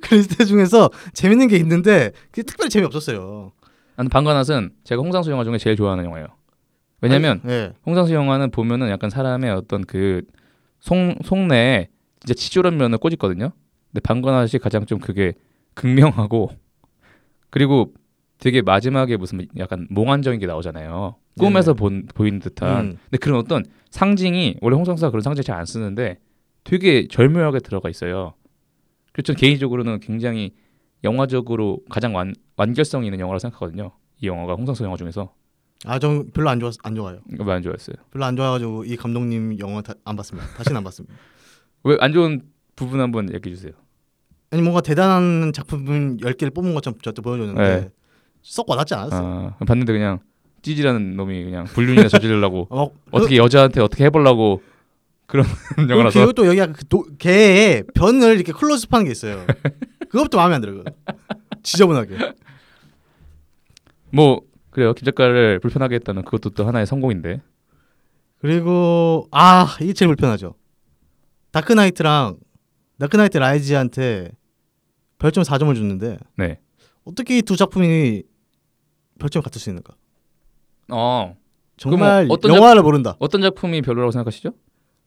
Speaker 2: 그 리스트 중에서 재밌는 게 있는데 그게 특별히 재미없었어요.
Speaker 1: 나는 방관낫은 제가 홍상수 영화 중에 제일 좋아하는 영화예요. 왜냐면
Speaker 2: 아니, 예.
Speaker 1: 홍상수 영화는 보면은 약간 사람의 어떤 그 속, 속내에 진짜 치졸한 면을 꼬집거든요. 근데 방관낫이 가장 좀 그게 극명하고 [laughs] 그리고 되게 마지막에 무슨 약간 몽환적인 게 나오잖아요. 꿈에서 본, 보인 듯한.
Speaker 2: 음.
Speaker 1: 근데 그런 어떤 상징이 원래 홍상수가 그런 상징 을 잘 안 쓰는데 되게 절묘하게 들어가 있어요. 그래서 저는 개인적으로는 굉장히 영화적으로 가장 완, 완결성 있는 영화라고 생각하거든요. 이 영화가 홍상수 영화 중에서
Speaker 2: 아전 별로 안 좋아 안 좋아요.
Speaker 1: 이거 왜안 좋아했어요?
Speaker 2: 별로 안 좋아가지고 이 감독님 영화 다, 안 봤습니다. 다시는 안 봤습니다.
Speaker 1: 왜 안 좋은 부분 한번 얘기해 주세요.
Speaker 2: 아니 뭔가 대단한 작품 10개를 뽑은 것처럼 저한테 보여줬는데
Speaker 1: 네.
Speaker 2: 썩 와닿지 않았어요.
Speaker 1: 아, 봤는데 그냥 찌질하는 놈이 그냥 불륜이나 [laughs] 저지르려고
Speaker 2: 어,
Speaker 1: 어떻게 여자한테 어떻게 해보려고 그런 [laughs] 영화라서
Speaker 2: 그리고 또 여기 그 도, 개의 변을 이렇게 클로즈업하는 게 있어요. 그것도 마음에 안 들어요. 지저분하게.
Speaker 1: 뭐 그래요 김 작가를 불편하게 했다는 그것도 또 하나의 성공인데
Speaker 2: 그리고 아 이게 제일 불편하죠. 다크나이트랑 다크나이트 라이즈한테 별점 4점을 줬는데
Speaker 1: 네.
Speaker 2: 어떻게 이 두 작품이 별점 같을 수 있는가?
Speaker 1: 어
Speaker 2: 정말
Speaker 1: 그럼 어떤 작-
Speaker 2: 영화를 모른다.
Speaker 1: 어떤 작품이 별로라고 생각하시죠?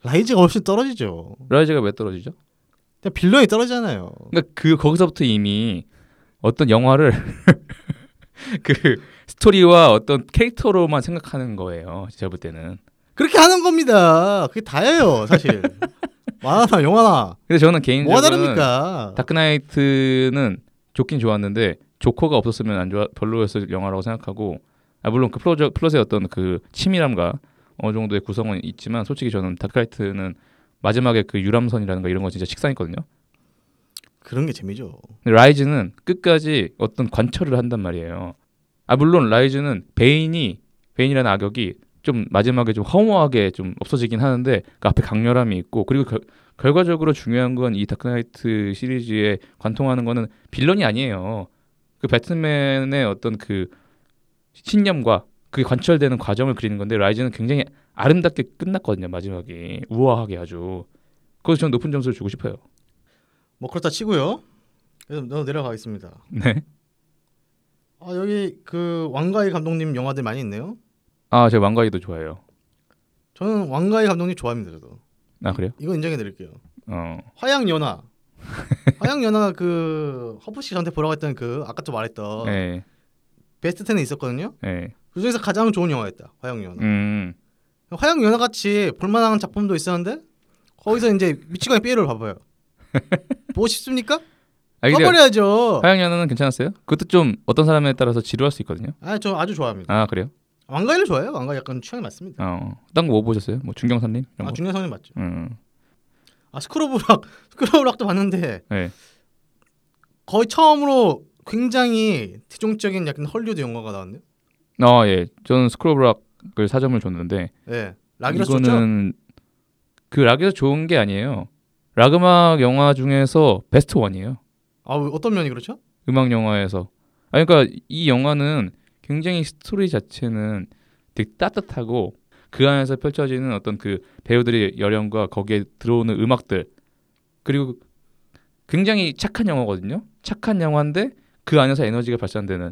Speaker 2: 라이즈가 훨씬 떨어지죠.
Speaker 1: 라이즈가 왜 떨어지죠?
Speaker 2: 그냥 빌런이 떨어지잖아요.
Speaker 1: 그러니까 그 거기서부터 이미 어떤 영화를 [laughs] 그 스토리와 어떤 캐릭터로만 생각하는 거예요. 제가 볼 때는.
Speaker 2: 그렇게 하는 겁니다. 그게 다예요,
Speaker 1: [laughs]
Speaker 2: 사실. 만화나 영화나
Speaker 1: 근데 저는
Speaker 2: 뭐가
Speaker 1: 개인적으로는
Speaker 2: 다릅니까?
Speaker 1: 다크나이트는 좋긴 좋았는데 조커가 없었으면 안 좋아 별로였을 영화라고 생각하고 아 물론 그 플롯, 플롯의 어떤 그 치밀함과 어느 정도의 구성은 있지만 솔직히 저는 다크나이트는 마지막에 그 유람선이라는 거 이런 거 진짜 식상했거든요.
Speaker 2: 그런 게 재미죠.
Speaker 1: 근데 라이즈는 끝까지 어떤 관철을 한단 말이에요. 아 물론 라이즈는 베인이 베인이라는 악역이 좀 마지막에 좀 허무하게 좀 없어지긴 하는데 그 앞에 강렬함이 있고 그리고 결, 결과적으로 중요한 건 이 다크나이트 시리즈에 관통하는 거는 빌런이 아니에요. 그 배트맨의 어떤 그 신념과 그게 관철되는 과정을 그리는 건데 라이즈는 굉장히 아름답게 끝났거든요 마지막이 우아하게 아주 그래서 저는 높은 점수를 주고 싶어요.
Speaker 2: 뭐 그렇다 치고요. 그래서 너 내려가겠습니다.
Speaker 1: 네.
Speaker 2: 아 여기 그 왕가희 감독님 영화들 많이 있네요.
Speaker 1: 아 제가 왕가이도 좋아해요.
Speaker 2: 저는 왕가희 감독님 좋아합니다. 저도
Speaker 1: 아 그래요?
Speaker 2: 이건 인정해 드릴게요.
Speaker 1: 어. [laughs]
Speaker 2: 화양연화. 화양연화 그 허프 씨 저한테 보라고 했던 그 아까도 말했던
Speaker 1: 예.
Speaker 2: 베스트 10에 있었거든요.
Speaker 1: 예.
Speaker 2: 그 중에서 가장 좋은 영화였다. 화양연화.
Speaker 1: 음.
Speaker 2: 화양연화 같이 볼만한 작품도 있었는데 거기서 이제 미치광이
Speaker 1: [laughs]
Speaker 2: 삐에로를 봐봐요. 보고 싶습니까?
Speaker 1: 아 근데
Speaker 2: 꺼버려야죠.
Speaker 1: 화양연화는 괜찮았어요? 그것도 좀 어떤 사람에 따라서 지루할 수 있거든요.
Speaker 2: 아 저 아주 좋아합니다.
Speaker 1: 아 그래요?
Speaker 2: 왕가이를 좋아해요. 왕가이 약간 취향이 맞습니다.
Speaker 1: 어. 딴거 뭐 보셨어요? 뭐 중경산림 이런
Speaker 2: 아
Speaker 1: 거.
Speaker 2: 중년 성인 맞죠.
Speaker 1: 음.
Speaker 2: 아 스크로브락 [laughs] 스크로브락도 봤는데
Speaker 1: 예.
Speaker 2: 거의 처음으로 굉장히 대중적인 약간 헐리우드 영화가 나왔네요.
Speaker 1: 아 예. 저는 스크로브락을 사점을 줬는데
Speaker 2: 예. 락이라서 좋죠.
Speaker 1: 이거는 그 락에서 좋은 게 아니에요. 락 음악 영화 중에서 베스트 원이에요.
Speaker 2: 아 어떤 면이 그렇죠?
Speaker 1: 음악 영화에서. 아 그러니까 이 영화는 굉장히 스토리 자체는 되게 따뜻하고 그 안에서 펼쳐지는 어떤 그 배우들의 열연과 거기에 들어오는 음악들 그리고 굉장히 착한 영화거든요. 착한 영화인데 그 안에서 에너지가 발산되는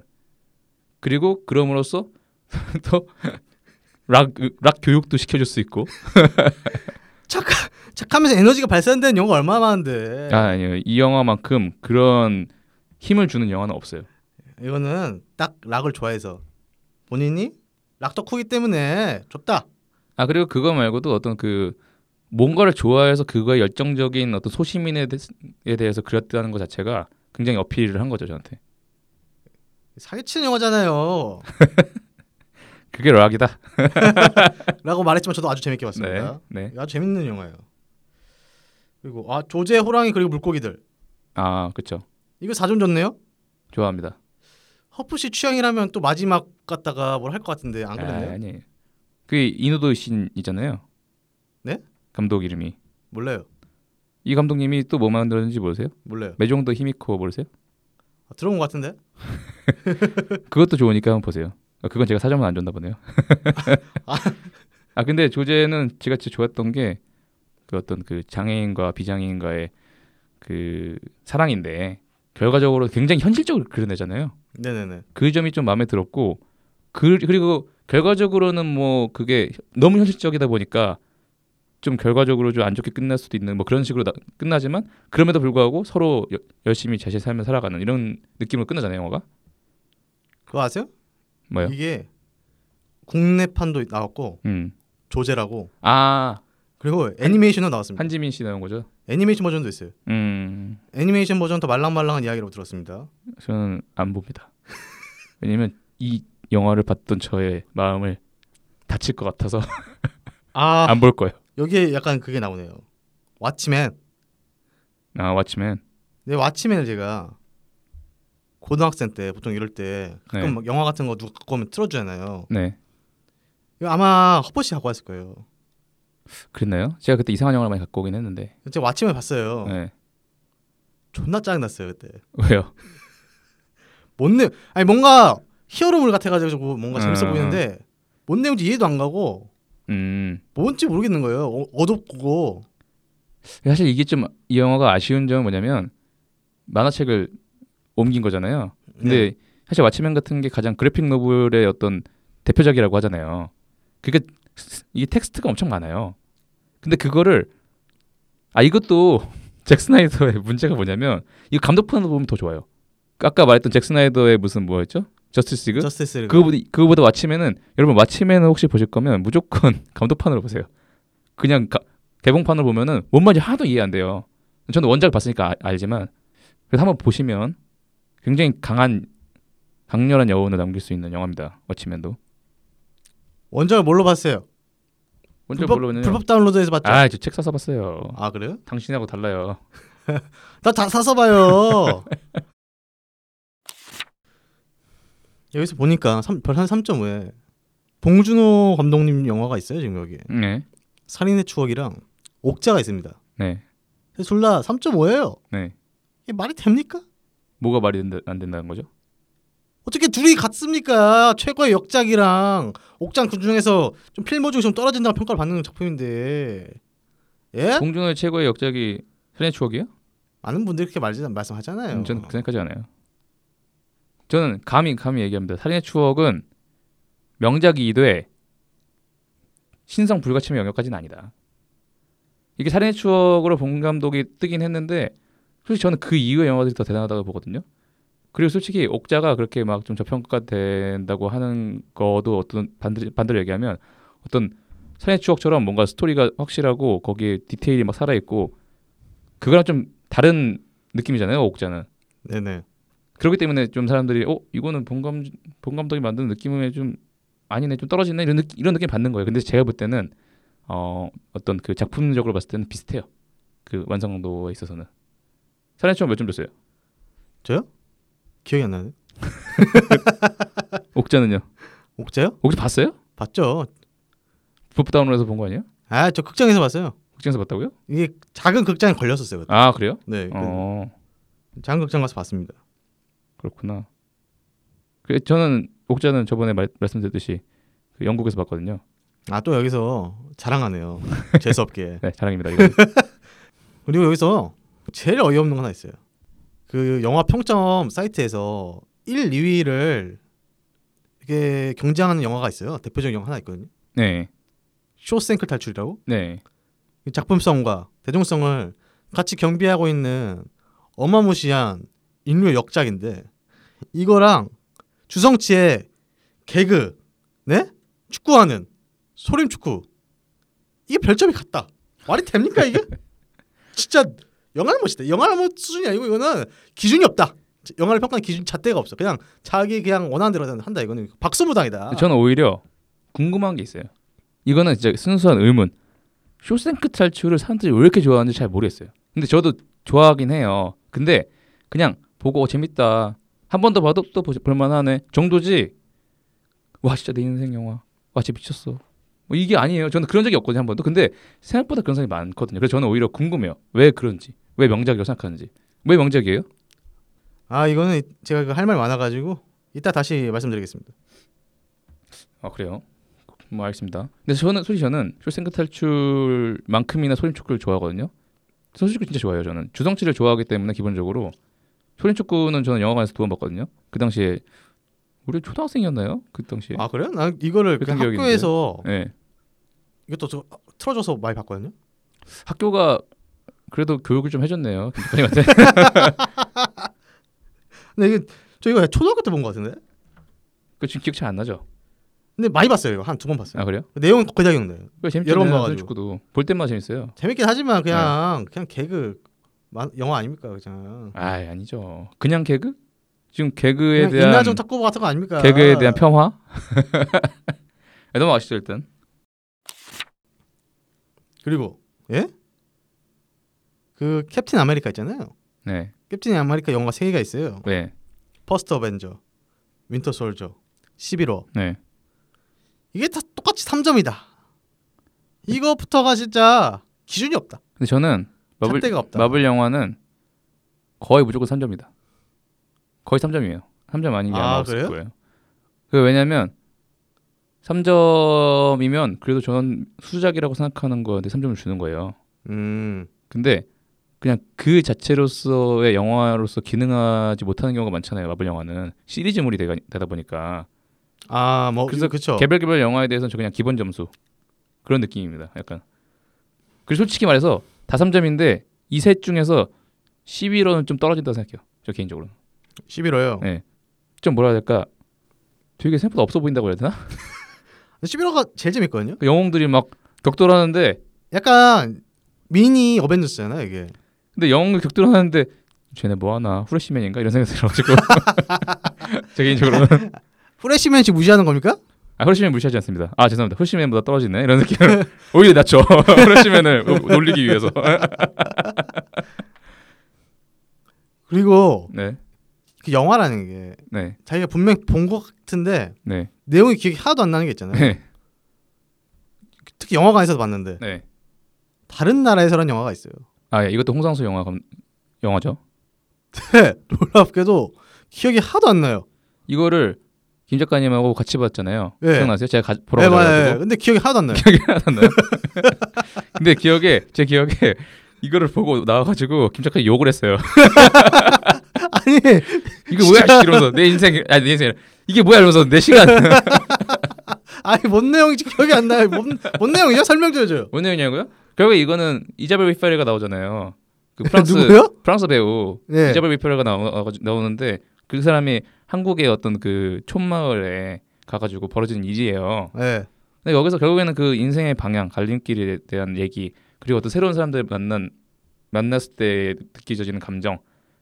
Speaker 1: 그리고 그럼으로써 [laughs] 또락 락 교육도 시켜줄 수 있고
Speaker 2: 착하면서 에너지가 발산되는 영화 얼마나 많은데
Speaker 1: 아 아니요 이 영화만큼 그런 힘을 주는 영화는 없어요.
Speaker 2: 이거는 딱 락을 좋아해서 본인이 락 덕후기 때문에 좋다.
Speaker 1: 아 그리고 그거 말고도 어떤 그 뭔가를 좋아해서 그거에 열정적인 어떤 소시민에 대- 에 대해서 그렸다는 것 자체가 굉장히 어필을 한 거죠 저한테.
Speaker 2: 사기치는
Speaker 1: [laughs]
Speaker 2: 영화잖아요.
Speaker 1: 그게 락이다.
Speaker 2: 라고 말했지만 저도 아주 재밌게 봤습니다.
Speaker 1: 네. 네.
Speaker 2: 아주 재밌는 영화예요. 그리고 아 조제 호랑이 그리고 물고기들
Speaker 1: 아 그렇죠.
Speaker 2: 이거 사전 줬네요.
Speaker 1: 좋아합니다.
Speaker 2: 허프 씨 취향이라면 또 마지막 갔다가 뭘 할 것 같은데 안 그랬나요?
Speaker 1: 아, 아니. 그 이노도 신이잖아요.
Speaker 2: 네?
Speaker 1: 감독 이름이.
Speaker 2: 몰라요.
Speaker 1: 이 감독님이 또 뭐 만들었는지 모르세요?
Speaker 2: 몰라요.
Speaker 1: 매종도 히미코 모르세요?
Speaker 2: 아, 들어온 것 같은데?
Speaker 1: 그것도 좋으니까 한번 보세요. 아, 그건 제가 사정을 안 줬나 보네요. 아 근데 조제는 제가 진짜 좋았던 게 그 어떤 그 장애인과 비장애인과의 그 사랑인데 결과적으로 굉장히 현실적으로 그려내잖아요.
Speaker 2: 네네네.
Speaker 1: 그 점이 좀 마음에 들었고 그 그리고 결과적으로는 뭐 그게 너무 현실적이다 보니까 좀 결과적으로 좀 안 좋게 끝날 수도 있는 뭐 그런 식으로 나- 끝나지만 그럼에도 불구하고 서로 여- 열심히 자신의 삶을 살아가는 이런 느낌으로 끝나잖아요 영화가
Speaker 2: 그거 아세요?
Speaker 1: 뭐요?
Speaker 2: 이게 국내판도 나왔고
Speaker 1: 음.
Speaker 2: 조제라고
Speaker 1: 아
Speaker 2: 그리고 애니메이션도 나왔습니다.
Speaker 1: 한지민 씨 나온 거죠?
Speaker 2: 애니메이션 버전도 있어요.
Speaker 1: 음
Speaker 2: 애니메이션 버전 더 말랑말랑한 이야기라고 들었습니다.
Speaker 1: 저는 안 봅니다. 왜냐면 이 영화를 봤던 저의 마음을 다칠 것 같아서
Speaker 2: 아
Speaker 1: 안 볼 거예요.
Speaker 2: 여기에 약간 그게 나오네요. 왓츠맨.
Speaker 1: 아 왓츠맨
Speaker 2: 네 왓츠맨을 제가 고등학생 때 보통 이럴 때 가끔
Speaker 1: 네.
Speaker 2: 막 영화 같은 거 누가 갖고 오면 틀어주잖아요.
Speaker 1: 네
Speaker 2: 이거 아마 허퍼 씨 갖고 왔을 거예요.
Speaker 1: 그랬나요? 제가 그때 이상한 영화를 많이 갖고 오긴 했는데
Speaker 2: 제가 왓츠맨 봤어요.
Speaker 1: 네 [laughs]
Speaker 2: 존나 짜증났어요 그때.
Speaker 1: 왜요?
Speaker 2: 못 내. 아니 뭔가 히어로물 같아가지고 뭔가 재밌어
Speaker 1: 음.
Speaker 2: 보이는데 뭔 내용인지 이해도 안 가고
Speaker 1: 음
Speaker 2: 뭔지 모르겠는 거예요. 어, 어둡고
Speaker 1: 사실 이게 좀 이 영화가 아쉬운 점은 뭐냐면 만화책을 옮긴 거잖아요.
Speaker 2: 네.
Speaker 1: 근데 사실 왓츠맨 같은 게 가장 그래픽 노블의 어떤 대표작이라고 하잖아요. 그게 이게 텍스트가 엄청 많아요. 근데 그거를 아 이것도 [laughs] 잭 스나이더의 문제가 뭐냐면 이 감독판으로 보면 더 좋아요. 아까 말했던 잭 스나이더의 무슨 뭐였죠? 저스티스 리그?
Speaker 2: 저스티스 리그.
Speaker 1: 네. 그거보다 그거보다 왓츠맨은 여러분 왓츠맨을 혹시 보실 거면 무조건 [laughs] 감독판으로 보세요. 그냥 가- 개봉판으로 보면은 뭔 말인지 하나도 이해 안 돼요. 저는 원작 봤으니까 아- 알지만 그래서 한번 보시면 굉장히 강한 강렬한 여운을 남길 수 있는 영화입니다. 왓츠맨도
Speaker 2: 원작을 뭘로 봤어요?
Speaker 1: 원작
Speaker 2: 불법,
Speaker 1: 물론
Speaker 2: 불법 다운로드에서 봤죠. 아,
Speaker 1: 아저 책 사서 봤어요.
Speaker 2: 그래요?
Speaker 1: 당신하고 달라요.
Speaker 2: 나 다 사서
Speaker 1: [laughs]
Speaker 2: 봐요. 여기서 보니까 별한 3.5에 봉준호 감독님 영화가 있어요 지금 여기. 에
Speaker 1: 네,
Speaker 2: 살인의 추억이랑 옥자가 있습니다.
Speaker 1: 네,
Speaker 2: 둘 다 3.5예요.
Speaker 1: 네.
Speaker 2: 이게 말이 됩니까?
Speaker 1: 뭐가 말이 된다- 안 된다는 거죠?
Speaker 2: 어떻게 둘이 같습니까? 최고의 역작이랑 옥장 그 중에서 좀 필모 중에 좀 떨어진다고 평가를 받는 작품인데 예?
Speaker 1: 봉준호의 최고의 역작이 살인의 추억이요?
Speaker 2: 많은 분들이 그렇게 말지, 말씀하잖아요.
Speaker 1: 음, 저는 그 생각하지 않아요. 저는 감히 감히 얘기합니다. 살인의 추억은 명작이기도해 신성 불가침의 영역까지는 아니다. 이게 살인의 추억으로 봉 감독이 뜨긴 했는데 솔직히 저는 그 이후의 영화들이 더 대단하다고 보거든요. 그리고 솔직히 옥자가 그렇게 막 좀 저평가된다고 하는 것도 어떤 반대로, 반대로 얘기하면 어떤 살인의 추억처럼 뭔가 스토리가 확실하고 거기에 디테일이 막 살아 있고 그거랑 좀 다른 느낌이잖아요 옥자는.
Speaker 2: 네네.
Speaker 1: 그렇기 때문에 좀 사람들이 어 이거는 본감 본 감독이 만든 느낌에 좀 아니네 좀 떨어지네 이런 느낌 이런 느낌 받는 거예요. 근데 제가 볼 때는 어 어떤 그 작품적으로 봤을 때는 비슷해요. 그 완성도에 있어서는 사례 처음 몇점 줬어요?
Speaker 2: 기억이 안 나네.
Speaker 1: 옥자는요?
Speaker 2: 옥자요?
Speaker 1: 옥자 봤어요?
Speaker 2: 봤죠.
Speaker 1: 부프 다운로드에서 본 거 아니에요?
Speaker 2: 아, 저 극장에서 봤어요.
Speaker 1: 옥자에서 봤다고요?
Speaker 2: 이게 작은 극장에 걸렸었어요. 그때.
Speaker 1: 아 그래요?
Speaker 2: 네. 그
Speaker 1: 어
Speaker 2: 작은 극장 가서 봤습니다.
Speaker 1: 그렇구나. 그 저는 옥자는 저번에 말, 말씀드렸듯이 그 영국에서 봤거든요.
Speaker 2: 아, 또 여기서 자랑하네요. 재수 없게.
Speaker 1: 네 자랑입니다. 이거.
Speaker 2: 그리고 여기서 제일 어이없는 거 하나 있어요. 그 영화 평점 사이트에서 1, 2위를 이게 경쟁하는 영화가 있어요. 대표적인 영화 하나 있거든요.
Speaker 1: 네
Speaker 2: 쇼생크 탈출이라고.
Speaker 1: 네.
Speaker 2: 이 작품성과 대중성을 같이 경비하고 있는 어마무시한 인류의 역작인데 이거랑 주성치의 개그, 네? 축구하는 소림 축구 이게 별점이 같다. 말이 됩니까 이게? 진짜 영화는 멋있다. 영화는 뭐 수준이 아니고 이거는 기준이 없다. 영화를 평가하는 기준 잣대가 없어. 그냥 자기 그냥 원하는 대로 한다. 이거는 박수무당이다.
Speaker 1: 저는 오히려 궁금한 게 있어요. 이거는 진짜 순수한 의문. 쇼생크 탈출을 사람들이 왜 이렇게 좋아하는지 잘 모르겠어요. 근데 저도 좋아하긴 해요. 근데 그냥 보고 어, 재밌다. 한 번 더 봐도 또 보- 볼만하네 정도지. 와 진짜 내 인생 영화. 와 진짜 미쳤어. 뭐 이게 아니에요. 저는 그런 적이 없거든요 한 번도. 근데 생각보다 그런 사람이 많거든요. 그래서 저는 오히려 궁금해요. 왜 그런지. 왜 명작이라고 생각하는지. 왜 명작이에요?
Speaker 2: 아 이거는 제가 할 말 많아가지고 이따 다시 말씀드리겠습니다.
Speaker 1: 아 그래요? 뭐 알겠습니다. 근데 저는 솔직히 저는 쇼생크 탈출만큼이나 소림축구를 좋아하거든요. 소림축구 진짜 좋아해요. 저는 주성치를 좋아하기 때문에 기본적으로 소림축구는 저는 영화관에서 두 번 봤거든요. 그 당시에 우리 초등학생이었나요? 그 당시에.
Speaker 2: 아 어. 그래요? 나 이거를
Speaker 1: 같은
Speaker 2: 그냥 학교에서
Speaker 1: 네.
Speaker 2: 이것도 저 틀어줘서 많이 봤거든요.
Speaker 1: 학교가 그래도 교육을 좀 해줬네요. 김작가님한테.
Speaker 2: 근데 이게 저희가 초등학교 때 본 것 같은데.
Speaker 1: [laughs] 그 지금 기억 잘 안 나죠?
Speaker 2: 근데 많이 봤어요. 이거 한 두 번 봤어요.
Speaker 1: 아 그래요?
Speaker 2: 내용 거의 다 기억나요.
Speaker 1: 그거
Speaker 2: 여러 번
Speaker 1: 재밌잖아요.
Speaker 2: 봐가지고.
Speaker 1: 소림축구도 볼 때마다 재밌어요.
Speaker 2: 재밌긴 하지만 그냥
Speaker 1: 네.
Speaker 2: 그냥 개그 마- 영화 아닙니까 그냥.
Speaker 1: 아 아니죠. 그냥 개그? 지금 개그에
Speaker 2: 그냥
Speaker 1: 대한
Speaker 2: 인나정 탁구 같은 거 아닙니까?
Speaker 1: 개그에 대한 평화? [laughs] 네, 넘어가시죠 일단.
Speaker 2: 그리고 예? 그 캡틴 아메리카 있잖아요.
Speaker 1: 네,
Speaker 2: 캡틴 아메리카 영화 세 개가 있어요.
Speaker 1: 네,
Speaker 2: 퍼스트 어벤져, 윈터 솔저, 11호.
Speaker 1: 네.
Speaker 2: 이게 다 똑같이 3점이다. 이거부터가 진짜 기준이 없다.
Speaker 1: 근데 저는 마블
Speaker 2: 잣대가 없다.
Speaker 1: 마블 영화는 거의 무조건 3점이다. 거의 3점이에요. 3점 아닌 게
Speaker 2: 아,
Speaker 1: 아마 없을
Speaker 2: 그래요?
Speaker 1: 거예요. 그 왜냐면 3점이면 그래도 저는 수작이라고 생각하는 거한테 3점을 주는 거예요.
Speaker 2: 음.
Speaker 1: 근데 그냥 그 자체로서의 영화로서 기능하지 못하는 경우가 많잖아요. 마블 영화는 시리즈물이 되가- 되다 보니까
Speaker 2: 아, 뭐
Speaker 1: 그래서
Speaker 2: 그래서 그쵸
Speaker 1: 개별 개별 영화에 대해서는 저 그냥 기본 점수 그런 느낌입니다. 약간 그리고 솔직히 말해서 다 3점인데 이 셋 중에서 11호는 좀 떨어진다고 생각해요. 저 개인적으로는
Speaker 2: 11호요.
Speaker 1: 네. 좀 뭐라 해야 될까 되게 생각보다 없어 보인다고 해야 되나? [laughs]
Speaker 2: 11호가 제일 재밌거든요.
Speaker 1: 그 영웅들이 막 격돌하는데
Speaker 2: 약간 미니 어벤져스잖아요, 이게.
Speaker 1: 근데 영웅들 격돌하는데 쟤네 뭐 하나 후레시맨인가 이런 생각이 들어가지고 [laughs] 제 개인적으로는
Speaker 2: 프레시맨씨 무시하는 겁니까?
Speaker 1: 아 후레시맨 무시하지 않습니다. 아 죄송합니다. 후레시맨보다 떨어지네 이런 느낌을 [laughs] 오히려 낮죠. 후레시맨을 놀리기 위해서. [laughs]
Speaker 2: 그리고
Speaker 1: 네,
Speaker 2: 그 영화라는 게
Speaker 1: 네,
Speaker 2: 자기가 분명 본 것 같은데
Speaker 1: 네.
Speaker 2: 내용이 기억이 하나도 안 나는 게 있잖아요.
Speaker 1: 네.
Speaker 2: 특히 영화관에서 봤는데
Speaker 1: 네.
Speaker 2: 다른 나라에서라는 영화가 있어요. [laughs]
Speaker 1: 아, 예, 이것도 홍상수 영화 감, 영화죠.
Speaker 2: 네, 놀랍게도 기억이 하나도 안 나요.
Speaker 1: 이거를 김 작가님하고 같이 봤잖아요.
Speaker 2: 예.
Speaker 1: 기억나세요? 제가 가, 보러
Speaker 2: 네, 맞아요.
Speaker 1: 가지고 네.
Speaker 2: 근데 기억이 하나도 안 나요.
Speaker 1: [laughs] 근데 기억에 제 기억에 이거를 보고 나와가지고 김 작가 님 욕을 했어요.
Speaker 2: [laughs] 아니
Speaker 1: [laughs] 이거 뭐야? 씨, 이러면서 내 인생 아니 내 인생 아니라 이게 뭐야? 이러면서 내 시간 [laughs]
Speaker 2: 아니 뭔 내용인지 기억이 안 나요. 뭔, 뭔 내용이죠? 설명 좀 해줘요.
Speaker 1: 뭔 내용이냐고요? 결국에 이거는 이자벨 위파레가 나오잖아요. 그 프랑스
Speaker 2: 네, 누구요?
Speaker 1: 프랑스 배우
Speaker 2: 네.
Speaker 1: 이자벨 위파레가 나오, 나오는데 그 사람이 한국의 어떤 그 촌마을에 가가지고 벌어지는 일이에요.
Speaker 2: 네.
Speaker 1: 근데 여기서 결국에는 그 인생의 방향, 갈림길에 대한 얘기, 그리고 어떤 새로운 사람들 만난 만났을 때 느끼져지는 감정.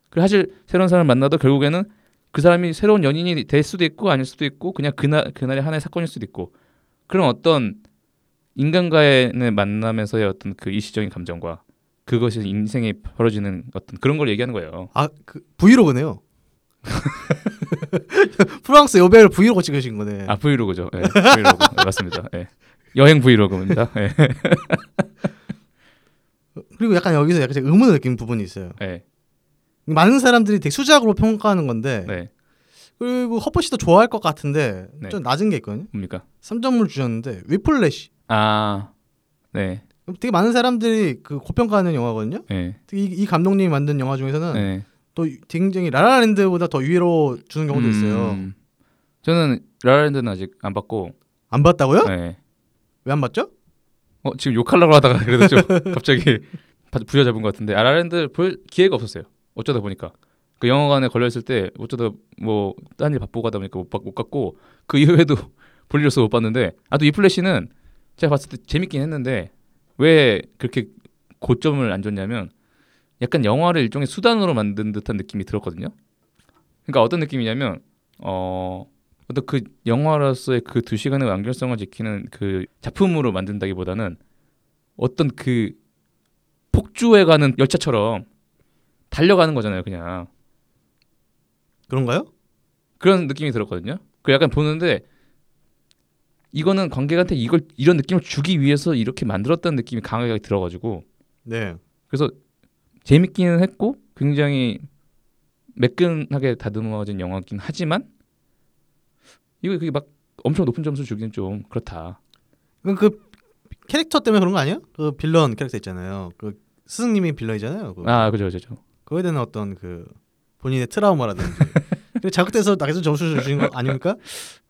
Speaker 1: 그리고 사실 새로운 사람을 만나도 결국에는 그 사람이 새로운 연인이 될 수도 있고 아닐 수도 있고 그냥 그날 그날의 하나의 사건일 수도 있고 그런 어떤 인간과의 만남에서의 어떤 그 일시적인 감정과 그것이 인생에 벌어지는 어떤 그런 걸 얘기하는 거예요.
Speaker 2: 아그 브이로그네요. [laughs] 프랑스 여배우를 브이로그 찍으신 거네.
Speaker 1: 아 브이로그죠. 예, 브이로그 예, 맞습니다. 예. 여행 브이로그입니다. 예,
Speaker 2: 그리고 약간 여기서 약간 제가 의문을 느낀 부분이 있어요.
Speaker 1: 예,
Speaker 2: 많은 사람들이 되게 수작으로 평가하는 건데
Speaker 1: 네.
Speaker 2: 그리고 허퍼 씨도 좋아할 것 같은데
Speaker 1: 네.
Speaker 2: 좀 낮은 게 있거든요.
Speaker 1: 뭡니까?
Speaker 2: 3점을 주셨는데 위플래시
Speaker 1: 아, 네,
Speaker 2: 되게 많은 사람들이 그 고평가하는 영화거든요.
Speaker 1: 예.
Speaker 2: 특히 이, 이 감독님이 만든 영화 중에서는
Speaker 1: 네.
Speaker 2: 또 굉장히 라라랜드보다 더 위로 주는 경우도 있어요.
Speaker 1: 음. 저는 라라랜드는 아직 안 봤고.
Speaker 2: 안 봤다고요?
Speaker 1: 네.
Speaker 2: 왜 안 봤죠?
Speaker 1: 어 지금 욕하려고 하다가 [laughs] 그래도 좀 갑자기 바- 부여잡은 것 같은데 아, 라라랜드 볼 기회가 없었어요. 어쩌다 보니까 그 영화관에 걸려 있을 때 어쩌다 뭐 딴 일 바쁘고 하다 보니까 못, 봤- 못 갔고 그 이후에도 [laughs] 볼일 없어 못 봤는데 아 또 이 플래시는 제가 봤을 때 재밌긴 했는데 왜 그렇게 고점을 안 줬냐면 약간 영화를 일종의 수단으로 만든 듯한 느낌이 들었거든요. 그러니까 어떤 느낌이냐면 어 어떤 그 영화로서의 그 두 시간의 완결성을 지키는 그 작품으로 만든다기보다는 어떤 그 폭주해 가는 열차처럼 달려가는 거잖아요, 그냥.
Speaker 2: 그런가요?
Speaker 1: 그런 느낌이 들었거든요. 그 약간 보는데 이거는 관객한테 이걸 이런 느낌을 주기 위해서 이렇게 만들었다는 느낌이 강하게 들어가지고
Speaker 2: 네.
Speaker 1: 그래서 재밌기는 했고 굉장히 매끈하게 다듬어진 영화긴 하지만 이거 그게 막 엄청 높은 점수 주기는 좀 그렇다.
Speaker 2: 그럼 그 캐릭터 때문에 그런 거 아니에요? 그 빌런 캐릭터 있잖아요. 그 스승님이 빌런이잖아요. 그
Speaker 1: 아 그죠 그죠.
Speaker 2: 거기에 대한 어떤 그 본인의
Speaker 1: [laughs]
Speaker 2: 트라우마라든지 그 자극돼서 나에서 점수를 주신 거 아닙니까?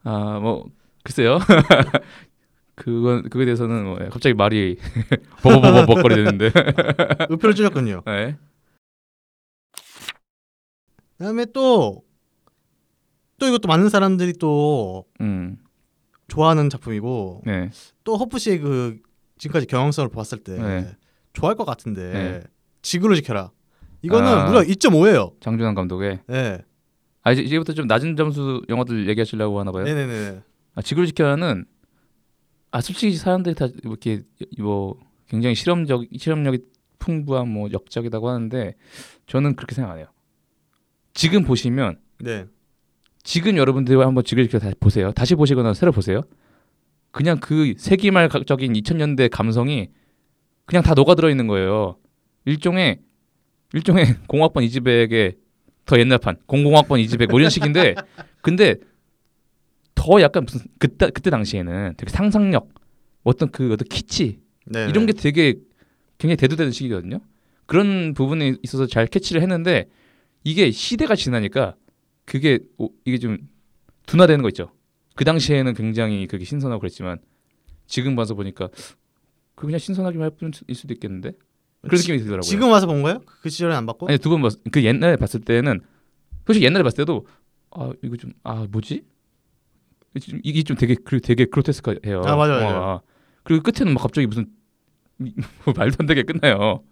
Speaker 1: 아 뭐 글쎄요. [laughs] 그건 그거에 대해서는 뭐 갑자기 말이 [laughs] 버버버버거리 되는데. [laughs]
Speaker 2: 의표를 주셨군요.
Speaker 1: 네.
Speaker 2: 그다음에 또 또 이것도 많은 사람들이 또
Speaker 1: 음.
Speaker 2: 좋아하는 작품이고
Speaker 1: 네.
Speaker 2: 또 허프 씨의 그 지금까지 경향성을 봤을 때
Speaker 1: 네.
Speaker 2: 좋아할 것 같은데
Speaker 1: 네.
Speaker 2: 지구를 지켜라 이거는
Speaker 1: 아.
Speaker 2: 무려 2.5예요.
Speaker 1: 장준환 감독의
Speaker 2: 네,
Speaker 1: 아 이제, 이제부터 좀 낮은 점수 영화들 얘기하시려고 하나 봐요.
Speaker 2: 네네네.
Speaker 1: 아, 지구를 지켜라는 아 솔직히 사람들이 다 이렇게 뭐 굉장히 실험적 실험력이 풍부한 뭐 역작이라고 하는데 저는 그렇게 생각 안 해요. 지금 보시면
Speaker 2: 네,
Speaker 1: 지금 여러분들이 한번 지구를 지켜 다시 보세요. 다시 보시거나 새로 보세요. 그냥 그 세기말적인 2000년대 감성이 그냥 다 녹아들어 있는 거예요. 일종의 일종의 [laughs] 공학번 이지백의 더 옛날판 공공학번 이지백 뭐 이런 식인데 근데 더 약간 무슨 그때 그때 당시에는 되게 상상력 어떤 그 어떤 키치
Speaker 2: 네.
Speaker 1: 이런 게 되게 굉장히 대두되는 시기거든요. 그런 부분에 있어서 잘 캐치를 했는데 이게 시대가 지나니까 그게 오- 이게 좀 둔화되는 거 있죠. 그 당시에는 굉장히 그게 신선하고 그랬지만 지금 봐서 보니까 그 그냥 신선하기만 할 뿐일 수도 있겠는데 그런 느낌이 들더라고요.
Speaker 2: 지금 와서 본 거예요? 그 시절에 안 봤고?
Speaker 1: 아니 두 번 봤. 그 옛날에 봤을 때는 솔직히 옛날에 봤을 때도 아 이거 좀 아 뭐지? 좀- 이게 좀 되게 그 되게 그로테스크해요.
Speaker 2: 아, 맞아요,
Speaker 1: 영화가. 그리고 끝에는 막 갑자기 무슨 [laughs] 말도 안 되게 끝나요.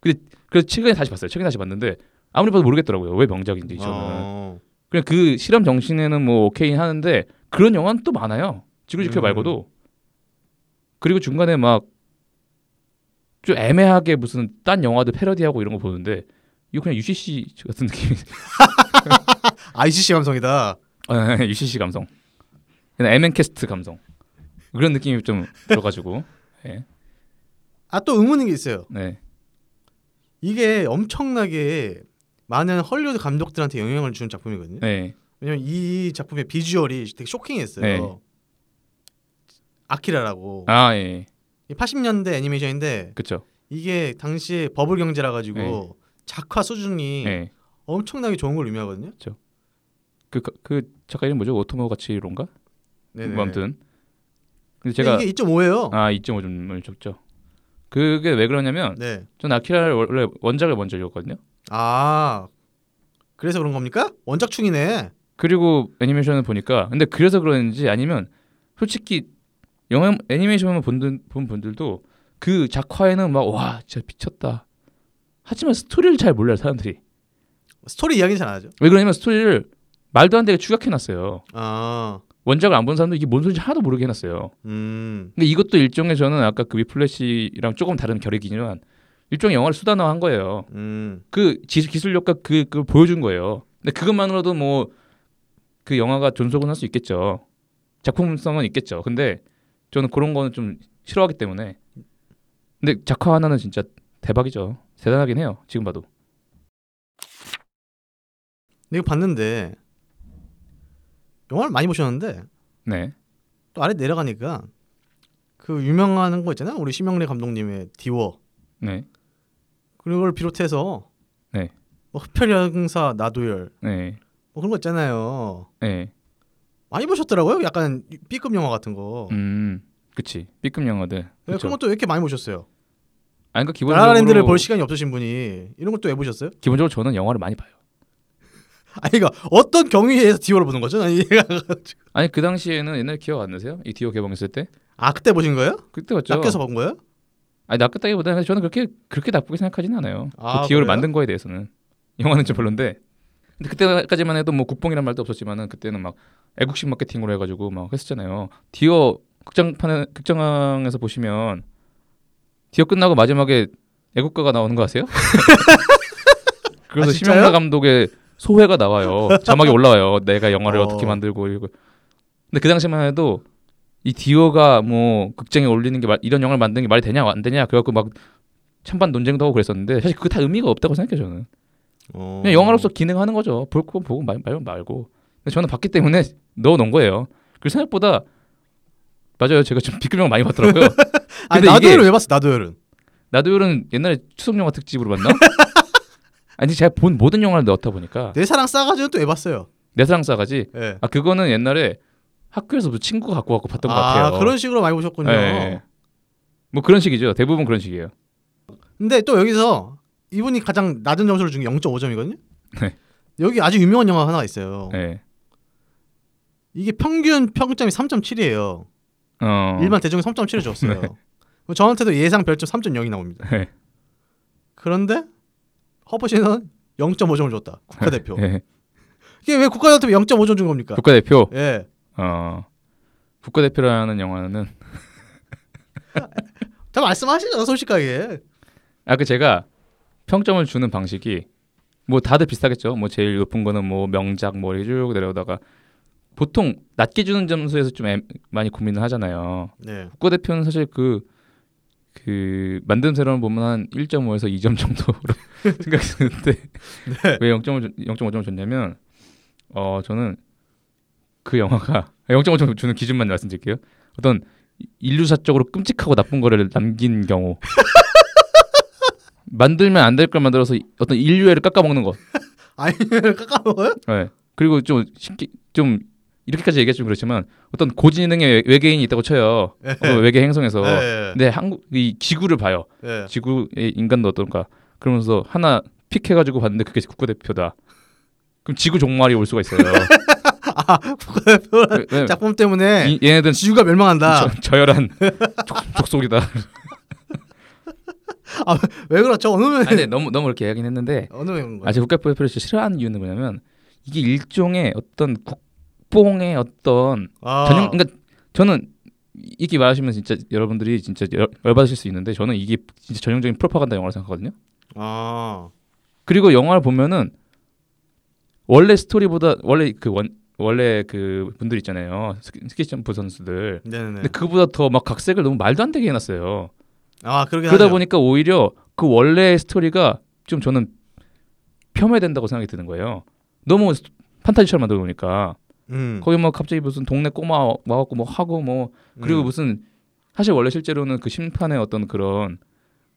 Speaker 1: 근데 그래서 최근에 다시 봤어요. 최근에 다시 봤는데 아무리 봐도 모르겠더라고요. 왜 명작인지 저는.
Speaker 2: 어.
Speaker 1: 그냥 그 실험 정신에는 뭐 오케이 하는데 그런 영화는 또 많아요. 지구지표
Speaker 2: 음.
Speaker 1: 말고도 그리고 중간에 막 좀 애매하게 무슨 딴 영화들 패러디하고 이런 거 보는데 이거 그냥 UCC 같은 느낌이 [laughs]
Speaker 2: ICC 아, 감성이다.
Speaker 1: 아, UCC 감성 그냥 MN 캐스트 감성 그런 느낌이 좀 들어가지고
Speaker 2: 아 또 의문인 게 있어요.
Speaker 1: 네
Speaker 2: 이게 엄청나게 많은 헐리우드 감독들한테 영향을 준 작품이거든요.
Speaker 1: 네.
Speaker 2: 왜냐면 이 작품의 비주얼이 되게 쇼킹했어요.
Speaker 1: 네.
Speaker 2: 아키라라고
Speaker 1: 아 예.
Speaker 2: 80년대 애니메이션인데
Speaker 1: 그렇죠.
Speaker 2: 이게 당시에 버블 경제라 가지고
Speaker 1: 네.
Speaker 2: 작화 수준이
Speaker 1: 예.
Speaker 2: 엄청나게 좋은 걸 의미하거든요.
Speaker 1: 그그 작가 이름 뭐죠? 오토모 가치로인가?
Speaker 2: 네네.
Speaker 1: 뭐 아무튼 근데
Speaker 2: 근데
Speaker 1: 제가
Speaker 2: 이게 2.5예요.
Speaker 1: 아 2.5점을 줬죠. 그게 왜 그러냐면
Speaker 2: 네.
Speaker 1: 전 아키라를 원래 원작을 먼저 읽었거든요.
Speaker 2: 아 그래서 그런 겁니까? 원작충이네.
Speaker 1: 그리고 애니메이션을 보니까 근데 그래서 그런지 아니면 솔직히 영화 애니메이션만 본든- 본 분들도 그 작화에는 막 와 진짜 미쳤다. 하지만 스토리를 잘 몰라요 사람들이.
Speaker 2: 스토리 이야기는 잘 안 하죠.
Speaker 1: 왜 그러냐면 스토리를 말도 안 되게 추격해놨어요.
Speaker 2: 아,
Speaker 1: 원작을 안 본 사람도 이게 뭔 소리인지 하나도 모르게 해놨어요.
Speaker 2: 음,
Speaker 1: 근데 이것도 일종의 저는 아까 그 위플래시랑 조금 다른 결이기지만 일종의 영화를 수단화한 거예요.
Speaker 2: 음,
Speaker 1: 그 지- 기술력과 그, 그걸 보여준 거예요. 근데 그것만으로도 뭐 그 영화가 존속은 할 수 있겠죠. 작품성은 있겠죠. 근데 저는 그런 거는 좀 싫어하기 때문에. 근데 작화 하나는 진짜 대박이죠. 대단하긴 해요. 지금 봐도.
Speaker 2: 근데 이거 봤는데 영화를 많이 보셨는데
Speaker 1: 네.
Speaker 2: 또 아래 내려가니까 그 유명한 거 있잖아요. 우리 심영래 감독님의 디워
Speaker 1: 네.
Speaker 2: 그걸 비롯해서
Speaker 1: 네.
Speaker 2: 뭐 흡혈 형사 나도열
Speaker 1: 네.
Speaker 2: 뭐 그런 거 있잖아요.
Speaker 1: 네.
Speaker 2: 많이 보셨더라고요. 약간 B급 영화 같은 거.
Speaker 1: 음. 그치. B급 영화들.
Speaker 2: 어. 네,
Speaker 1: 그쵸.
Speaker 2: 그런 것도 왜 이렇게 많이 보셨어요?
Speaker 1: 아니, 그러니까 기본적으로.
Speaker 2: 라라랜드를 볼 시간이 없으신 분이 이런 것도 왜 보셨어요? [laughs]
Speaker 1: 기본적으로 저는 영화를 많이 봐요.
Speaker 2: 아니 그러니까 어떤 경위에서 디워를 보는 거죠? [laughs] 난 이해가 안 가요.
Speaker 1: 아니, 그 당시에는 옛날 기억 안 나세요? 이 디오 개봉했을 때?
Speaker 2: 아 그때 보신 거예요?
Speaker 1: 그때 봤죠.
Speaker 2: 낚여서 본 거예요?
Speaker 1: 아니 나쁘다기보다는 저는 그렇게 그렇게 나쁘게 생각하진 않아요.
Speaker 2: 아,
Speaker 1: 그 기호를
Speaker 2: 그래요?
Speaker 1: 만든 거에 대해서는 영화는 좀 별론데 근데 그때까지만 해도 뭐 국뽕이란 말도 없었지만은 그때는 막 애국식 마케팅으로 해가지고 막 했었잖아요. 디어 극장판에 극장에서 보시면 디어 끝나고 마지막에 애국가가 나오는 거
Speaker 2: [laughs]
Speaker 1: 아세요? 그래서
Speaker 2: 아, 진짜요?
Speaker 1: 심영래 감독의 소회가
Speaker 2: [laughs]
Speaker 1: 나와요. 자막이 올라와요. 내가 영화를
Speaker 2: 어.
Speaker 1: 어... 떻게 만들고 이거. 근데 그 당시만 해도 이 디오가 뭐 극장에 올리는 게 말- 이런 영화를 만드는 게 말이 되냐 안 되냐 그래갖고 막 찬반 논쟁도 하고 그랬었는데 사실 그게 다 의미가 없다고 생각해요 저는.
Speaker 2: 어.
Speaker 1: 그냥 영화로서 기능하는 거죠. 볼 거 보고 말, 말면 말고. 근데 저는 봤기 때문에 넣어 놓은 거예요. 그리고 생각보다 맞아요. 제가 좀 비급영 많이
Speaker 2: [laughs]
Speaker 1: 봤더라고요.
Speaker 2: 아니
Speaker 1: 근데
Speaker 2: 나도열을
Speaker 1: 이게-
Speaker 2: 왜 봤어? 나도열은.
Speaker 1: 나도열은 옛날에 추석 영화 특집으로
Speaker 2: [laughs]
Speaker 1: 봤나? 아니 제가 본 모든 영화를 넣었다 보니까
Speaker 2: 내 사랑 싸가지는 또 왜 봤어요?
Speaker 1: 내 사랑 싸가지.
Speaker 2: 예.
Speaker 1: 아 그거는 옛날에 학교에서 무슨 친구가 갖고 갖고 봤던 것
Speaker 2: 아,
Speaker 1: 같아요.
Speaker 2: 그런 식으로 많이 보셨군요.
Speaker 1: 예, 예. 뭐 그런 식이죠. 대부분 그런 식이에요.
Speaker 2: 근데 또 여기서 이분이 가장 낮은 점수를 준 게 0.5점이거든요.
Speaker 1: 네.
Speaker 2: 여기 아주 유명한 영화 하나가 있어요.
Speaker 1: 예.
Speaker 2: 이게 평균 평점이 3.7이에요.
Speaker 1: 어. 네.
Speaker 2: 일반 대중이 3.7을 줬어요. 그럼 저한테도 예상 별점 3.0이 나옵니다.
Speaker 1: [laughs] 예.
Speaker 2: 그런데 허버씨는 0.5점을 줬다. 국가대표. 그러니까
Speaker 1: 예.
Speaker 2: 이게 왜 국가대표 0.5점 준 겁니까?
Speaker 1: 국가대표.
Speaker 2: 예.
Speaker 1: 어. 국가대표라는 영화는
Speaker 2: 다 말씀하시죠, 솔직하게.
Speaker 1: 아까 그 제가 평점을 주는 방식이 뭐 다들 비슷하겠죠. 뭐 제일 높은 거는 뭐 명작 뭐 이렇게 쭉 내려오다가 보통 낮게 주는 점수에서 좀 애- 많이 고민을 하잖아요.
Speaker 2: 네.
Speaker 1: 국가대표는 사실 그, 그 만듦새로는 보면 한 1.5에서 2점 정도로 [laughs] 생각했는데 왜 0.5, 0.5점을 줬냐면 어 저는 그 영화가 0.5점 주는 기준만 말씀드릴게요. 어떤 인류사적으로 끔찍하고 나쁜 거를 남긴 경우 [laughs] 만들면 안 될 걸 만들어서 어떤 인류애를 깎아먹는 것
Speaker 2: 아이를 [laughs] 깎아먹어요?
Speaker 1: 네. 그리고 좀 쉽게 좀 이렇게까지 얘기하면 좀 그렇지만 어떤 고지능의 외- 외계인이 있다고 쳐요.
Speaker 2: 예.
Speaker 1: 어, 외계 행성에서
Speaker 2: 예.
Speaker 1: 근데 네, 한국 이 지구를 봐요.
Speaker 2: 예.
Speaker 1: 지구의 인간도 어떤가. 그러면서 하나 픽해가지고 봤는데 그게 국가대표다. 그럼 지구 종말이 올 수가
Speaker 2: [laughs]
Speaker 1: 있어요.
Speaker 2: 아, 국가대표라는 아.
Speaker 1: 왜- 왜-
Speaker 2: 작품 때문에
Speaker 1: 네. 이- 얘네들은
Speaker 2: 지구가 멸망한다.
Speaker 1: 저,
Speaker 2: [laughs]
Speaker 1: 저열한 족- 족속이다.
Speaker 2: 아, 왜 그렇죠? 어느
Speaker 1: 아니,
Speaker 2: 면
Speaker 1: 근데 너무 너무 이렇게 이야기는 했는데
Speaker 2: 어느 면인 거예요?
Speaker 1: 아직 국가대표를 진짜 싫어하는 이유는 뭐냐면 이게 일종의 어떤 국뽕의 어떤
Speaker 2: 아,
Speaker 1: 전형 그러니까 저는 이- 이렇게 말하시면 진짜 여러분들이 진짜 열- 열받으실 수 있는데 저는 이게 진짜 전형적인 프로파간다 영화라고 생각하거든요.
Speaker 2: 아,
Speaker 1: 그리고 영화를 보면은 원래 스토리보다 원래 그 원, 원래 그 분들 있잖아요 스키- 스키점프 선수들
Speaker 2: 네네네.
Speaker 1: 근데 그보다 더 막 각색을 너무 말도 안 되게 해놨어요
Speaker 2: 아, 그러게
Speaker 1: 그러다
Speaker 2: 하죠.
Speaker 1: 보니까 오히려 그 원래의 스토리가 좀 저는 폄훼된다고 생각이 드는 거예요 너무 스- 판타지처럼 만들어 놓으니까
Speaker 2: 음,
Speaker 1: 거기 뭐 갑자기 무슨 동네 꼬마 와- 와갖고 뭐 하고 뭐 그리고
Speaker 2: 음.
Speaker 1: 무슨 사실 원래 실제로는 그 심판의 어떤 그런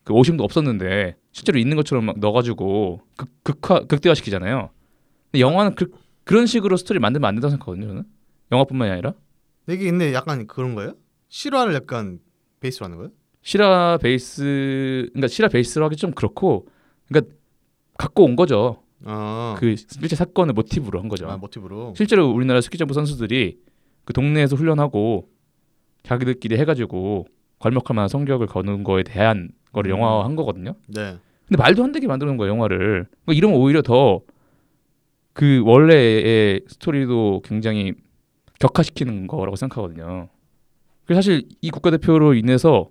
Speaker 1: 그 오심도 없었는데 실제로 있는 것처럼 막 넣어가지고 극, 극화 극대화시키잖아요. 근데 영화는 그, 그런 식으로 스토리 만들면 안 된다고 생각하거든요. 저는 영화뿐만이 아니라
Speaker 2: 이게 근데 약간 그런 거예요? 실화를 약간 베이스로 하는 거예요?
Speaker 1: 실화 베이스 그러니까 실화 베이스로 하기 좀 그렇고 그러니까 갖고 온 거죠.
Speaker 2: 아,
Speaker 1: 그 실제 사건을 모티브로 한 거죠.
Speaker 2: 아, 모티브로.
Speaker 1: 실제로 우리나라 스키점프 선수들이 그 동네에서 훈련하고 자기들끼리 해가지고 괄목할 만한 성격을 거는 거에 대한 거를
Speaker 2: 음.
Speaker 1: 영화화한 거거든요.
Speaker 2: 네.
Speaker 1: 근데 말도 안 되게 만드는 거야 영화를. 그러니까 이러면 오히려 더 그 원래의 스토리도 굉장히 격화시키는 거라고 생각하거든요. 그래서 사실 이 국가대표로 인해서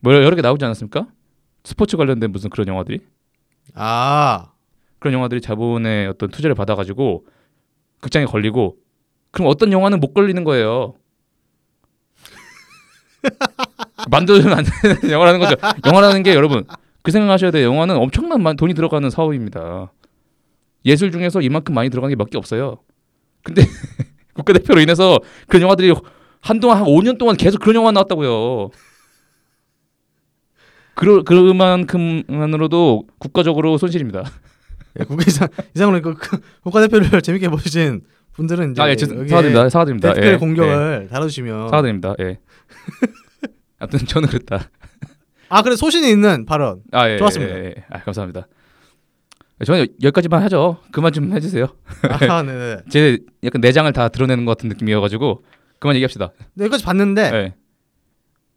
Speaker 1: 뭐 여러 개 나오지 않았습니까? 스포츠 관련된 무슨 그런 영화들이
Speaker 2: 아,
Speaker 1: 그런 영화들이 자본의 어떤 투자를 받아가지고 극장에 걸리고 그럼 어떤 영화는 못 걸리는 거예요. 만들면 안 되는 영화라는 거죠. 영화라는 게 여러분 그 생각하셔야 돼요. 영화는 엄청난 만- 돈이 들어가는 사업입니다. 예술 중에서 이만큼 많이 들어간 게 몇 개 없어요. 근데 [laughs] 국가대표로 인해서 그런 영화들이 한동안 한 5년 동안 계속 그런 영화 나왔다고요. 그러, 그만큼만으로도 국가적으로 손실입니다.
Speaker 2: 예, 국가 이상 이상으로 그, 그 국가대표를 [laughs] 재밌게 보신 분들은 이제
Speaker 1: 아, 예, 죄-
Speaker 2: 여기에
Speaker 1: 사과드립니다. 사과드립니다.
Speaker 2: 댓글
Speaker 1: 예,
Speaker 2: 공격을 어.
Speaker 1: 예,
Speaker 2: 달아주시면
Speaker 1: 사과드립니다.
Speaker 2: [laughs]
Speaker 1: 예. 아무튼 저는 그랬다.
Speaker 2: 아 그래 소신이 있는 발언
Speaker 1: 아, 예,
Speaker 2: 좋았습니다.
Speaker 1: 예, 예. 아, 감사합니다. 저는 여- 여기까지만 하죠. 그만 좀 해주세요.
Speaker 2: 아 네네
Speaker 1: 제
Speaker 2: 네,
Speaker 1: 약간 내장을 다 드러내는 것 같은 느낌이어가지고 그만 얘기합시다.
Speaker 2: 근데 여기까지 봤는데
Speaker 1: 예.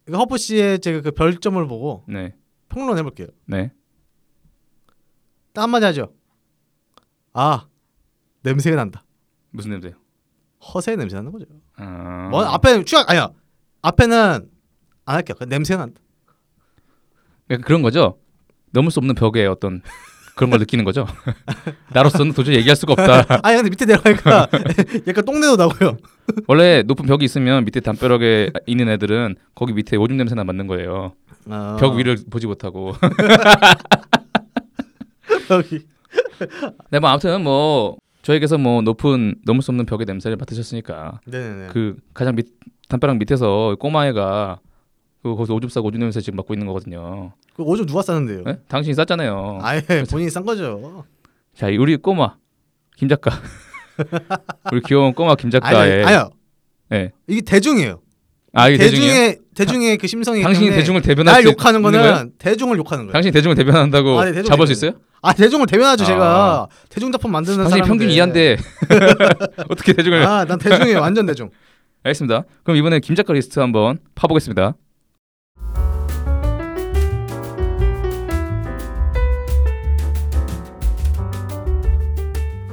Speaker 2: 그러니까 허브 씨의 제가 그 별점을 보고
Speaker 1: 네.
Speaker 2: 평론해 볼게요.
Speaker 1: 네.
Speaker 2: 딱 한마디 하죠. 아 냄새가 난다.
Speaker 1: 무슨 냄새요?
Speaker 2: 허세 냄새 나는 거죠.
Speaker 1: 아.
Speaker 2: 뭐 앞에 추악 아니야. 앞에는 안 할게요. 그냥 냄새
Speaker 1: [laughs]
Speaker 2: 난다.
Speaker 1: 약간 그런 거죠. 넘을 수 없는 벽에 어떤 그런 걸 느끼는 거죠. [laughs] 나로서는 도저히 얘기할 수가 없다.
Speaker 2: 아니 근데
Speaker 1: [laughs]
Speaker 2: 밑에 내려가니까 약간 똥내도 나고요.
Speaker 1: 원래 높은 벽이 있으면 밑에 담벼락에 있는 애들은 거기 밑에 오줌 냄새나 맡는 거예요.
Speaker 2: 아,
Speaker 1: 벽
Speaker 2: [laughs]
Speaker 1: 위를 보지 못하고.
Speaker 2: 여기.
Speaker 1: 네, 뭐 아무튼 뭐 저에게서 뭐 높은 넘을 수 없는 벽의 냄새를 맡으셨으니까
Speaker 2: 네네네.
Speaker 1: 그 가장 밑 담벼락 밑에서 꼬마애가 그 거기서 오줌 싸고 오줌 냄새 지금 맡고 있는 거거든요.
Speaker 2: 그 오줌 누가 싸는데요?
Speaker 1: 네? 당신이 쌌잖아요.
Speaker 2: 아예
Speaker 1: 그렇죠.
Speaker 2: 본인이 싼 거죠.
Speaker 1: 자, 이 우리 꼬마 김
Speaker 2: [laughs]
Speaker 1: 작가. 우리 귀여운 꼬마 김 작가의
Speaker 2: 아니, 아니요.
Speaker 1: 네.
Speaker 2: 이게 대중이에요.
Speaker 1: 예. 아, 이게 대중이에요?
Speaker 2: 대중의 대중의 그 심성이
Speaker 1: 당신이
Speaker 2: 때문에
Speaker 1: 대중을
Speaker 2: 날
Speaker 1: 대변할 수
Speaker 2: 욕하는
Speaker 1: 있는
Speaker 2: 거는
Speaker 1: 거예요?
Speaker 2: 대중을 욕하는 거예요.
Speaker 1: 당신이 대중을 대변한다고
Speaker 2: 아, 네, 대중
Speaker 1: 잡을 수
Speaker 2: 대변.
Speaker 1: 있어요?
Speaker 2: 아 대중을 대변하죠
Speaker 1: 아.
Speaker 2: 제가 대중 작품 만드는
Speaker 1: 당신이
Speaker 2: 사람
Speaker 1: 평균 이한데
Speaker 2: 네.
Speaker 1: [laughs] 어떻게 대중을
Speaker 2: 아난
Speaker 1: [laughs]
Speaker 2: 대중이에요 완전 대중.
Speaker 1: 알겠습니다. 그럼 이번에 김 작가 리스트 한번 파보겠습니다.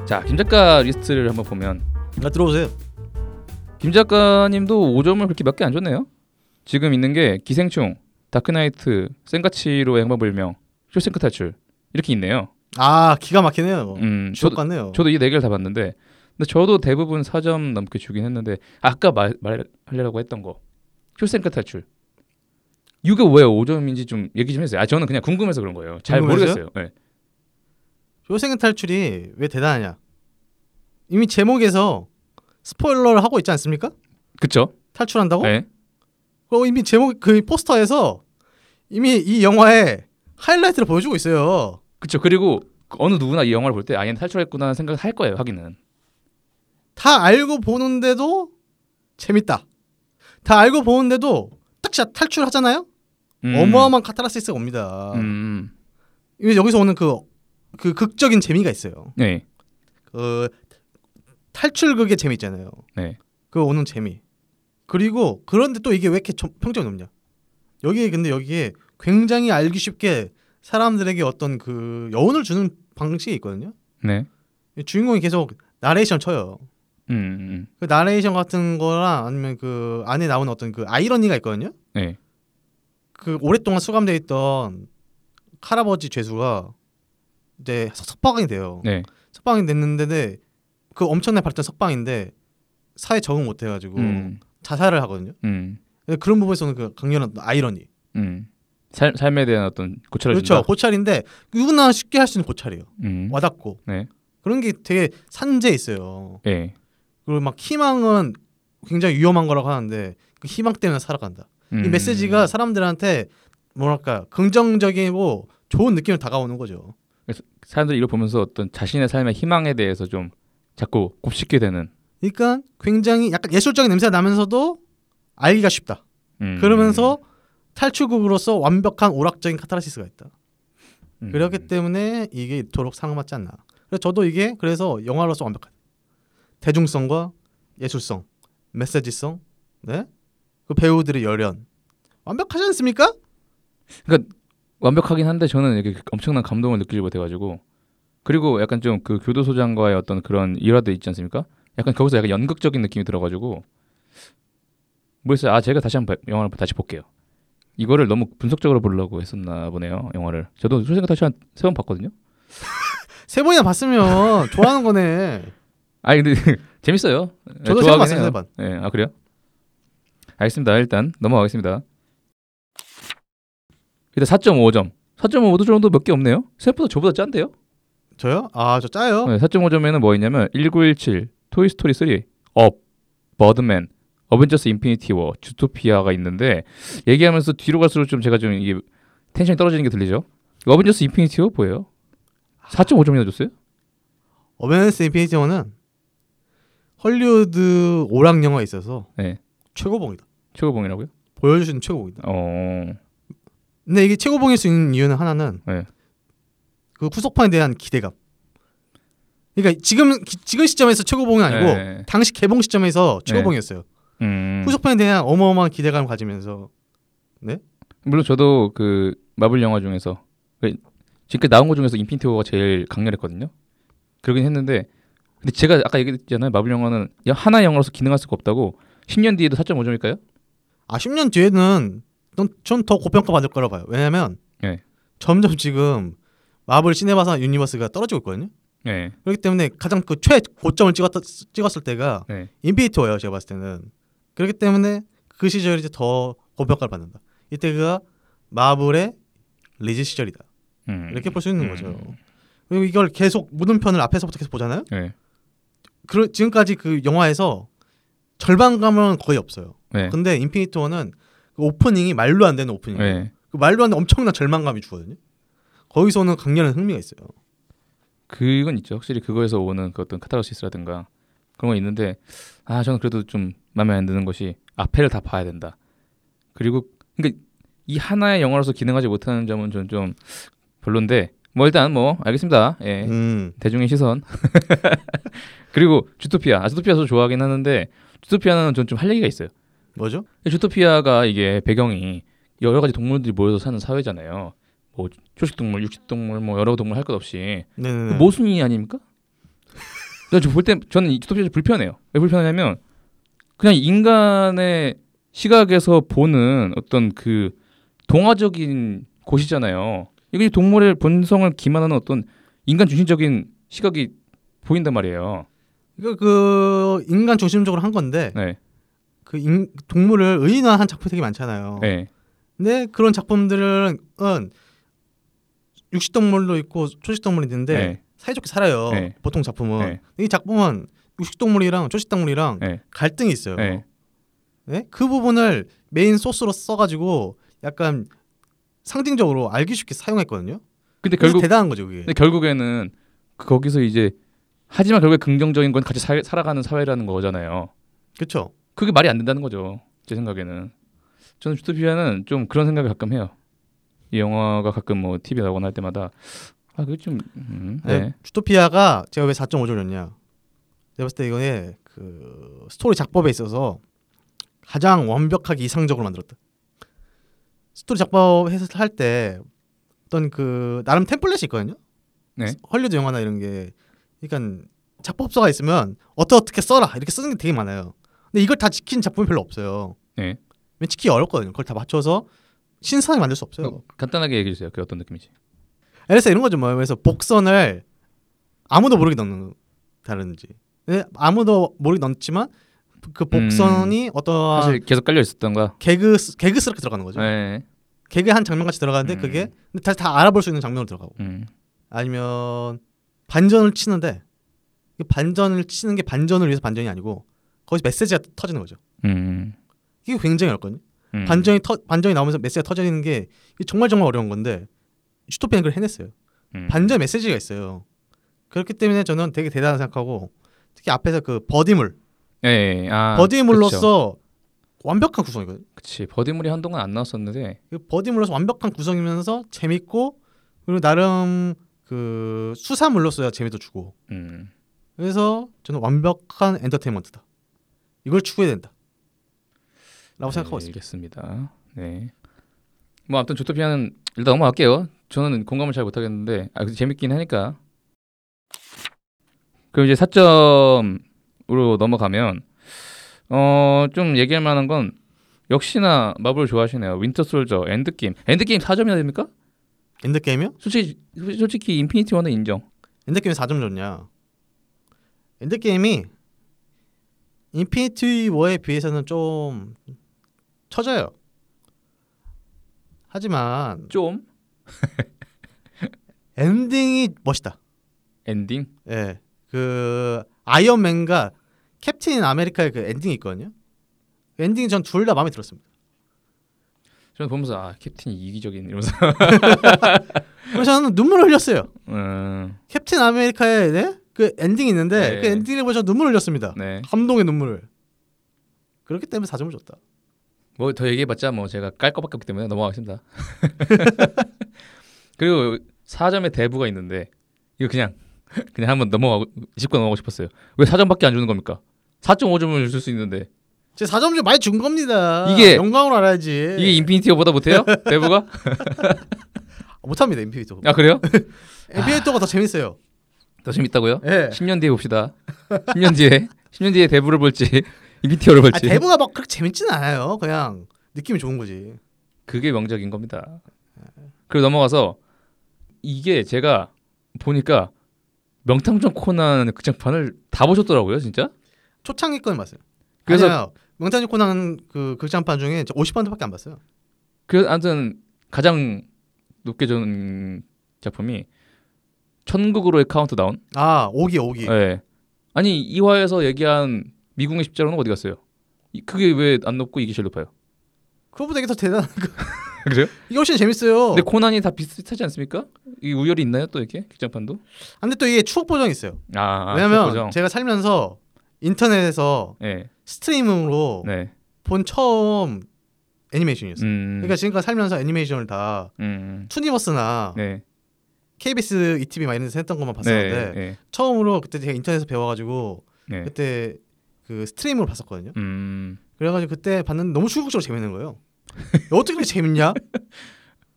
Speaker 1: 자, 김 작가 리스트를 한번 보면
Speaker 2: 나 들어오세요.
Speaker 1: 김 작가님도 5점을 그렇게 몇 개 안 줬네요. 지금 있는 게 기생충, 다크나이트, 생가치로의 행방불명, 쇼생크 탈출 이렇게 있네요.
Speaker 2: 아 기가 막히네요.
Speaker 1: 음,
Speaker 2: 주옥
Speaker 1: 저도,
Speaker 2: 같네요.
Speaker 1: 저도 이 네 개를 다 봤는데, 근데 저도 대부분 4점 넘게 주긴 했는데 아까 말 말하려고 했던 거 쇼생크 탈출 이게 왜 5점인지 좀 얘기 좀 해주세요. 아 저는 그냥 궁금해서 그런 거예요. 잘
Speaker 2: 궁금해서요?
Speaker 1: 모르겠어요. 네.
Speaker 2: 요생의 탈출이 왜 대단하냐? 이미 제목에서 스포일러를 하고 있지 않습니까?
Speaker 1: 그쵸?
Speaker 2: 탈출한다고?
Speaker 1: 네.
Speaker 2: 그럼 이미 제목 그 포스터에서 이미 이 영화의 하이라이트를 보여주고 있어요.
Speaker 1: 그쵸. 그리고 어느 누구나 이 영화를 볼 때 아얘는 탈출했구나 하는 생각을 할 거예요. 하기는.
Speaker 2: 다 알고 보는데도 재밌다. 다 알고 보는데도 딱샷 탈출하잖아요.
Speaker 1: 음.
Speaker 2: 어마어마한 카타르시스가 옵니다.
Speaker 1: 음.
Speaker 2: 이게 여기서 오는 그, 그 극적인 재미가 있어요.
Speaker 1: 네.
Speaker 2: 그 탈출극의 재미 있잖아요.
Speaker 1: 네.
Speaker 2: 그 오는 재미. 그리고 그런데 또 이게 왜 이렇게 점- 평점이 높냐? 여기에 근데 여기에 굉장히 알기 쉽게 사람들에게 어떤 그 여운을 주는 방식이 있거든요.
Speaker 1: 네.
Speaker 2: 이 주인공이 계속 나레이션 쳐요.
Speaker 1: 음, 음.
Speaker 2: 그 나레이션 같은 거랑 아니면 그 안에 나오는 어떤 그 아이러니가 있거든요.
Speaker 1: 네.
Speaker 2: 그 오랫동안 수감돼 있던 할아버지 죄수가 이제 석- 석방이 돼요.
Speaker 1: 네.
Speaker 2: 석방이 됐는데 그 엄청나게 발전 석방인데 사회 적응 못 해가지고
Speaker 1: 음.
Speaker 2: 자살을 하거든요.
Speaker 1: 음.
Speaker 2: 근데 그런 부분에서는 그 강렬한 아이러니.
Speaker 1: 음. 삶, 삶에 대한 어떤 고찰을
Speaker 2: 그렇죠.
Speaker 1: 준다.
Speaker 2: 고찰인데 누구나 쉽게 할 수 있는 고찰이에요.
Speaker 1: 음.
Speaker 2: 와닿고.
Speaker 1: 네.
Speaker 2: 그런 게 되게 산재 있어요.
Speaker 1: 예.
Speaker 2: 그리고 막 희망은 굉장히 위험한 거라고 하는데 그 희망 때문에 살아간다. 이
Speaker 1: 음.
Speaker 2: 메시지가 사람들한테 뭐랄까 긍정적이고 좋은 느낌으로 다가오는 거죠.
Speaker 1: 사람들이 이걸 보면서 어떤 자신의 삶의 희망에 대해서 좀 자꾸 곱씹게 되는
Speaker 2: 그러니까 굉장히 약간 예술적인 냄새가 나면서도 알기가 쉽다.
Speaker 1: 음.
Speaker 2: 그러면서 탈출국으로서 완벽한 오락적인 카타르시스가 있다.
Speaker 1: 음.
Speaker 2: 그렇기 때문에 이게 이토록 상맞지 않나. 그래서 저도 이게 그래서 영화로서 완벽한 대중성과 예술성, 메시지성, 네? 그 배우들의 열연 완벽하지 않습니까?
Speaker 1: 완벽하긴 한데 저는 이렇게 엄청난 감동을 느끼지 못해가지고 그리고 약간 좀 그 교도소장과의 어떤 그런 일화도 있지 않습니까? 약간 거기서 약간 연극적인 느낌이 들어가지고 모르겠어요. 아 제가 다시 한번 봐- 영화를 다시 볼게요. 이거를 너무 분석적으로 보려고 했었나 보네요. 영화를 저도 그 소생각 다시 한 세 번 봤거든요.
Speaker 2: 세 번이나 봤으면 좋아하는 거네. [laughs]
Speaker 1: 아 근데 [laughs] 재밌어요. 예,
Speaker 2: 저도
Speaker 1: 좋아하긴
Speaker 2: 봤어요,
Speaker 1: 해요.
Speaker 2: 세 번.
Speaker 1: 예, 아 그래요? 알겠습니다. 일단 넘어가겠습니다. 일단 4.5점. 4.5도 정도 몇 개 없네요. 생각보다 저보다 짠데요?
Speaker 2: 저요? 아, 저 짜요.
Speaker 1: 네, 4.5점에는 뭐 있냐면 1917, 토이스토리 3, 업, 버드맨, 어벤져스 인피니티 워, 주토피아가 있는데 얘기하면서 뒤로 갈수록 좀 제가 좀 이게 텐션이 떨어지는 게 들리죠? 어벤져스 인피니티 워 뭐예요? 4.5점이나 줬어요?
Speaker 2: 어벤져스 인피니티 워는 헐리우드 오락 영화에 있어서
Speaker 1: 네.
Speaker 2: 최고봉이다.
Speaker 1: 최고봉이라고요?
Speaker 2: 보여주는 최고봉이다.
Speaker 1: 어.
Speaker 2: 근데 이게 최고봉일 수 있는 이유는 하나는
Speaker 1: 네.
Speaker 2: 그 후속판에 대한 기대감. 그러니까 지금 기- 지금 시점에서 최고봉이 아니고
Speaker 1: 네.
Speaker 2: 당시 개봉 시점에서 최고봉이었어요.
Speaker 1: 음.
Speaker 2: 후속판에 대한 어마어마한 기대감을 가지면서 네?
Speaker 1: 물론 저도 그 마블 영화 중에서 그 지금까지 나온 것 중에서 인피니티 워가 제일 강렬했거든요. 그러긴 했는데 근데 제가 아까 얘기했잖아요. 마블 영화는 야, 하나 영화로서 기능할 수가 없다고 10년 뒤에도 4.5점일까요?
Speaker 2: 아 10년 뒤에는 전 더 고평가 받을 거라 봐요. 왜냐면
Speaker 1: 예.
Speaker 2: 점점 지금 마블 시네마사 유니버스가 떨어지고 있거든요.
Speaker 1: 네.
Speaker 2: 그렇기 때문에 가장 그 최고점을 찍었, 찍었을 때가
Speaker 1: 네.
Speaker 2: 인피니티 워예요 제가 봤을 때는 그렇기 때문에 그 시절이 이제 더 고평가를 받는다 이때가 마블의 리즈 시절이다
Speaker 1: 음.
Speaker 2: 이렇게 볼 수 있는
Speaker 1: 음.
Speaker 2: 거죠 그리고 이걸 계속 모든 편을 앞에서부터 계속 보잖아요
Speaker 1: 네.
Speaker 2: 그 지금까지 그 영화에서 절망감은 거의 없어요
Speaker 1: 네.
Speaker 2: 근데 인피니티 워는 그 오프닝이 말로 안 되는 오프닝 이에요
Speaker 1: 네.
Speaker 2: 그 말로 안 되는 엄청난 절망감이 주거든요 거기서는 강렬한 흥미가 있어요
Speaker 1: 그건 있죠. 확실히 그거에서 오는 그 어떤 카타르시스라든가 그런 건 있는데 아 저는 그래도 좀 마음에 안 드는 것이 앞에를 다 봐야 된다. 그리고 그러니까 이 하나의 영화로서 기능하지 못하는 점은 저는 좀 별론데 뭐 일단 뭐 알겠습니다. 예.
Speaker 2: 음
Speaker 1: 대중의 시선 [laughs] 그리고 주토피아 아, 주토피아 저도 좋아하긴 하는데 주토피아는 전 좀 할 얘기가 있어요.
Speaker 2: 뭐죠
Speaker 1: 주토피아가 이게 배경이 여러 가지 동물들이 모여서 사는 사회잖아요. 뭐 초식 동물, 육식 동물, 뭐 여러 동물 할 것 없이 그
Speaker 2: 네네네
Speaker 1: 모순이 아닙니까? 저볼때 저는 이 주토피아 불편해요. 왜 불편하냐면 그냥 인간의 시각에서 보는 어떤 그 동화적인 곳이잖아요. 이게 동물의 본성을 기만하는 어떤 인간 중심적인 시각이 보인단 말이에요.
Speaker 2: 이거 그 인간 중심적으로 한 건데
Speaker 1: 네,
Speaker 2: 그 인- 동물을 의인화한 작품이 되게 많잖아요.
Speaker 1: 네,
Speaker 2: 근데 그런 작품들은 육식 동물도 있고 초식 동물이 있는데
Speaker 1: 네.
Speaker 2: 사이좋게 살아요.
Speaker 1: 네.
Speaker 2: 보통 작품은
Speaker 1: 네.
Speaker 2: 이 작품은 육식 동물이랑 초식 동물이랑
Speaker 1: 네.
Speaker 2: 갈등이 있어요.
Speaker 1: 네.
Speaker 2: 네? 그 부분을 메인 소스로 써가지고 약간 상징적으로 알기 쉽게 사용했거든요.
Speaker 1: 근데
Speaker 2: 그래서
Speaker 1: 결국
Speaker 2: 대단한 거죠 그게.
Speaker 1: 근데 결국에는 그- 거기서 이제 하지만 결국에 긍정적인 건 같이 살, 살아가는 사회라는 거잖아요.
Speaker 2: 그렇죠.
Speaker 1: 그게 말이 안 된다는 거죠. 제 생각에는. 저는 주토피아는 좀 그런 생각을 가끔 해요. 이 영화가 가끔 뭐 TV에 나오거나 할 때마다 아 그게 좀 음, 네.
Speaker 2: 주토피아가 제가 왜 4.5점이었냐? 내가 봤을 때 이거는 그 스토리 작법에 있어서 가장 완벽하게 이상적으로 만들었다. 스토리 작법 해서 할 때 어떤 그 나름 템플릿이 있거든요.
Speaker 1: 네.
Speaker 2: 헐리우드 영화나 이런 게 그러니까 작법서가 있으면 어떻게 어떻게 써라 이렇게 쓰는 게 되게 많아요. 근데 이걸 다 지킨 작품이 별로 없어요.
Speaker 1: 네.
Speaker 2: 왜냐면 지키기 어렵거든요. 그걸 다 맞춰서 신선하게 만들 수 없어요.
Speaker 1: 어, 간단하게 얘기해 주세요. 그게 어떤 느낌인지.
Speaker 2: LSA 이런 거죠 뭐 그래서 복선을 아무도 모르게 넣는 다른지 네, 아무도 모르게 넣지만 그 복선이 어떠한
Speaker 1: 음. 사실 계속 깔려 있었던가.
Speaker 2: 개그 개그스럽게 들어가는 거죠
Speaker 1: 네.
Speaker 2: 개그 한 장면 같이 들어가는데
Speaker 1: 음.
Speaker 2: 그게 근데 다시 다 알아볼 수 있는 장면으로 들어가고
Speaker 1: 음.
Speaker 2: 아니면 반전을 치는데 이 반전을 치는 게 반전을 위해서 반전이 아니고 거기서 메시지가 터지는 거죠
Speaker 1: 음.
Speaker 2: 이게 굉장히 어렵거든요
Speaker 1: 음.
Speaker 2: 반전이 터, 반전이 나오면서 메시지가 터지는 게 이게 정말 정말 어려운 건데 슈토피는 그걸 해냈어요.
Speaker 1: 음.
Speaker 2: 반전 메시지가 있어요. 그렇기 때문에 저는 되게 대단하다 생각하고 특히 앞에서 그 버디물,
Speaker 1: 예, 예. 아, 그쵸.
Speaker 2: 버디물로서 완벽한 구성이거든요.
Speaker 1: 그치. 버디물이 한동안 안 나왔었는데
Speaker 2: 그 버디물로서 완벽한 구성이면서 재밌고 그리고 나름 그 수사물로서야 재미도 주고
Speaker 1: 음.
Speaker 2: 그래서 저는 완벽한 엔터테인먼트다. 이걸 추구해야 된다.
Speaker 1: 네.
Speaker 2: 라고 생각하고 있습니다.
Speaker 1: 알겠습니다. 네. 뭐 아무튼 주토피아는 일단 넘어갈게요. 저는 공감을 잘 못하겠는데 아 근데 재밌긴 하니까. 그럼 이제 4점으로 넘어가면 어좀 얘기할 만한 건 역시나 마블 좋아하시네요. 윈터 솔저, 엔드 게임. 엔드 게임 4점이나 됩니까?
Speaker 2: 엔드게임이요?
Speaker 1: 솔직히 솔직히 인피니티 워는 인정.
Speaker 2: 엔드게임이 4점 줬냐? 엔드게임이 인피니티 워에 비해서는 좀 처져요. 하지만
Speaker 1: 좀
Speaker 2: 엔딩이 멋있다.
Speaker 1: 엔딩.
Speaker 2: 예. 그 아이언맨과 캡틴 아메리카의 그 엔딩이 있거든요. 그 엔딩이 전 둘 다 마음에 들었습니다.
Speaker 1: 저는 보면서 아 캡틴이 이기적인 이러면서. [laughs]
Speaker 2: 그래서 저는 눈물을 흘렸어요.
Speaker 1: 음,
Speaker 2: 캡틴 아메리카의 네? 그 엔딩이 있는데
Speaker 1: 네.
Speaker 2: 그 엔딩을 보고 저는 눈물을 흘렸습니다.
Speaker 1: 네.
Speaker 2: 감동의 눈물을. 그렇기 때문에 4점을 줬다.
Speaker 1: 뭐 더 얘기해봤자 뭐 제가 깔 것밖에 없기 때문에 넘어가겠습니다. [laughs] 그리고 4점의 대부가 있는데 이거 그냥 [laughs] 그냥 한번 넘어가고 짚고 넘어가고 싶었어요. 왜 4점밖에 안 주는 겁니까? 4.5점을 줄 수 있는데
Speaker 2: 제 4점 좀 많이 준 겁니다.
Speaker 1: 이게-
Speaker 2: 영광으로 알아야지.
Speaker 1: 이게 인피니티 워보다 못해요? 대부가?
Speaker 2: 못합니다 인피니토.
Speaker 1: 아 그래요?
Speaker 2: 인피니토가 더 재밌어요.
Speaker 1: 더 재밌다고요? [laughs]
Speaker 2: 예.
Speaker 1: 10년 뒤에 봅시다. 10년 뒤에 10년 뒤에 대부를 볼지 [laughs] 인피니티어를
Speaker 2: 아,
Speaker 1: 볼지
Speaker 2: 대부가 막 그렇게 재밌진 않아요. 그냥 느낌이 좋은 거지.
Speaker 1: 그게 명작인 겁니다. 그리고 넘어가서 이게 제가 보니까 명탐정 코난 극장판을 다 보셨더라고요, 진짜?
Speaker 2: 초창기권 봤어요.
Speaker 1: 그래서-
Speaker 2: 아니요. 명탄이 코난 그 극장판 중에 저 50판도밖에 안 봤어요.
Speaker 1: 그 아무튼 가장 높게 준 작품이 천국으로의 카운트다운.
Speaker 2: 아 5기 5기.
Speaker 1: 예. 아니 이화에서 얘기한 미궁의 십자로는 어디 갔어요? 이- 그게 왜 안 높고 이게 제일
Speaker 2: [laughs]
Speaker 1: 높아요?
Speaker 2: 그거보다 이게 더 대단한.
Speaker 1: 그래요?
Speaker 2: 이게 훨씬 재밌어요.
Speaker 1: 근데 코난이 다 비슷하지 않습니까? 이 우열이 있나요 또 이렇게 극장판도?
Speaker 2: 아, 근데 또 이게 추억 보정이 있어요.
Speaker 1: 아, 아,
Speaker 2: 왜냐면
Speaker 1: 그거죠.
Speaker 2: 제가 살면서 인터넷에서
Speaker 1: 예,
Speaker 2: 스트리밍으로
Speaker 1: 네,
Speaker 2: 본 처음 애니메이션이었어요.
Speaker 1: 음,
Speaker 2: 그러니까 아. 지금까지 살면서 애니메이션을 다
Speaker 1: 음,
Speaker 2: 투니버스나
Speaker 1: 네,
Speaker 2: KBS ETV E 막 이런 데서 했던 것만
Speaker 1: 네,
Speaker 2: 봤었는데
Speaker 1: 네,
Speaker 2: 처음으로 그때 제가 인터넷에서 배워가지고
Speaker 1: 네,
Speaker 2: 그때 그 스트리밍으로 봤었거든요.
Speaker 1: 음,
Speaker 2: 그래가지고 그때 봤는데 너무 충격적으로 재밌는 거예요. 어떻게 그렇게 재밌냐?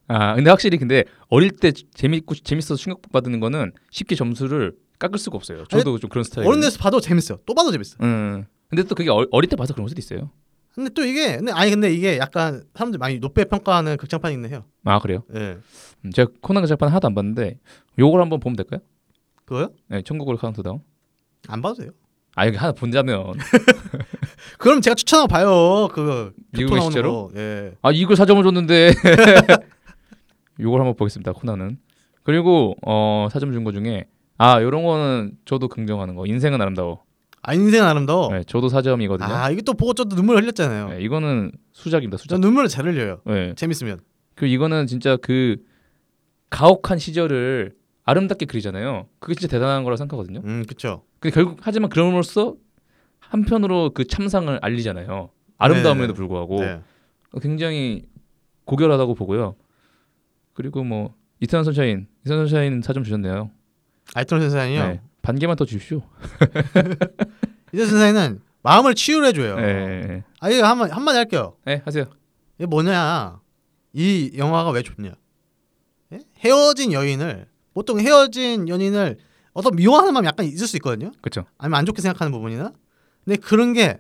Speaker 1: 아, 근데 확실히 근데 어릴 때 재밌고 재밌어서 충격 받는 거는 쉽게 점수를 깎을 수가 없어요. [laughs] 저도 좀 그런 스타일.
Speaker 2: 어른 돼서 봐도 재밌어요. 또 봐도 재밌어. 요
Speaker 1: 음, 근데 또 그게 어, 어릴 때 봐서 그런 것도 있어요.
Speaker 2: 근데 또 이게 근데 아니 근데 이게 약간 사람들 이 많이 높게 평가하는 극장판이 있네 해요.
Speaker 1: 아 그래요?
Speaker 2: 예.
Speaker 1: 음, 제가 코난 극장판 하나도 안 봤는데 요걸 한번 보면 될까요?
Speaker 2: 그거요?
Speaker 1: 네, 천국으로 카운트다운.
Speaker 2: 안 봐도 돼요.
Speaker 1: 아 여기 하나 본다면
Speaker 2: 그럼 제가 추천하고 봐요. 그
Speaker 1: 미국의
Speaker 2: 교토 나오는
Speaker 1: 시제로?
Speaker 2: 거. 예.
Speaker 1: 아 이걸 사점을 줬는데 [laughs] 요걸 한번 보겠습니다 코난은 그리고 어 사점 준 거 중에 아 요런 거는 저도 긍정하는 거 인생은 아름다워
Speaker 2: 아 인생 은 아름다워.
Speaker 1: 네, 저도 사점이거든요
Speaker 2: 아 이게 또 보고 저도 눈물 흘렸잖아요.
Speaker 1: 네, 이거는 수작입니다
Speaker 2: 어. 저
Speaker 1: 수작
Speaker 2: 눈물을 잘 흘려요.
Speaker 1: 네.
Speaker 2: 재밌으면.
Speaker 1: 그리고 이거는 진짜 그 가혹한 시절을 아름답게 그리잖아요 그게 진짜 대단한 거라 생각하거든요
Speaker 2: 음 그쵸.
Speaker 1: 근데 결국 하지만 그럼으로써 한편으로 그 참상을 알리잖아요 아름다움에도
Speaker 2: 네네.
Speaker 1: 불구하고
Speaker 2: 네.
Speaker 1: 굉장히 고결하다고 보고요. 그리고 뭐 이태원 선샤인, 이태원 선샤인 사점 주셨네요.
Speaker 2: 아이톤 선생이요.
Speaker 1: 네, 반 개만 더 주십시오.
Speaker 2: 이제 선생은 마음을 치유해 줘요.
Speaker 1: 네, 네,
Speaker 2: 아 이거 한마 한마디 할게요.
Speaker 1: 네, 하세요.
Speaker 2: 이게 뭐냐? 이 영화가 왜 좋냐? 예? 헤어진 여인을 보통 헤어진 연인을 어떤 미워하는 마음이 약간 있을 수 있거든요.
Speaker 1: 그렇죠.
Speaker 2: 아니면 안 좋게 생각하는 부분이나. 근데 그런 게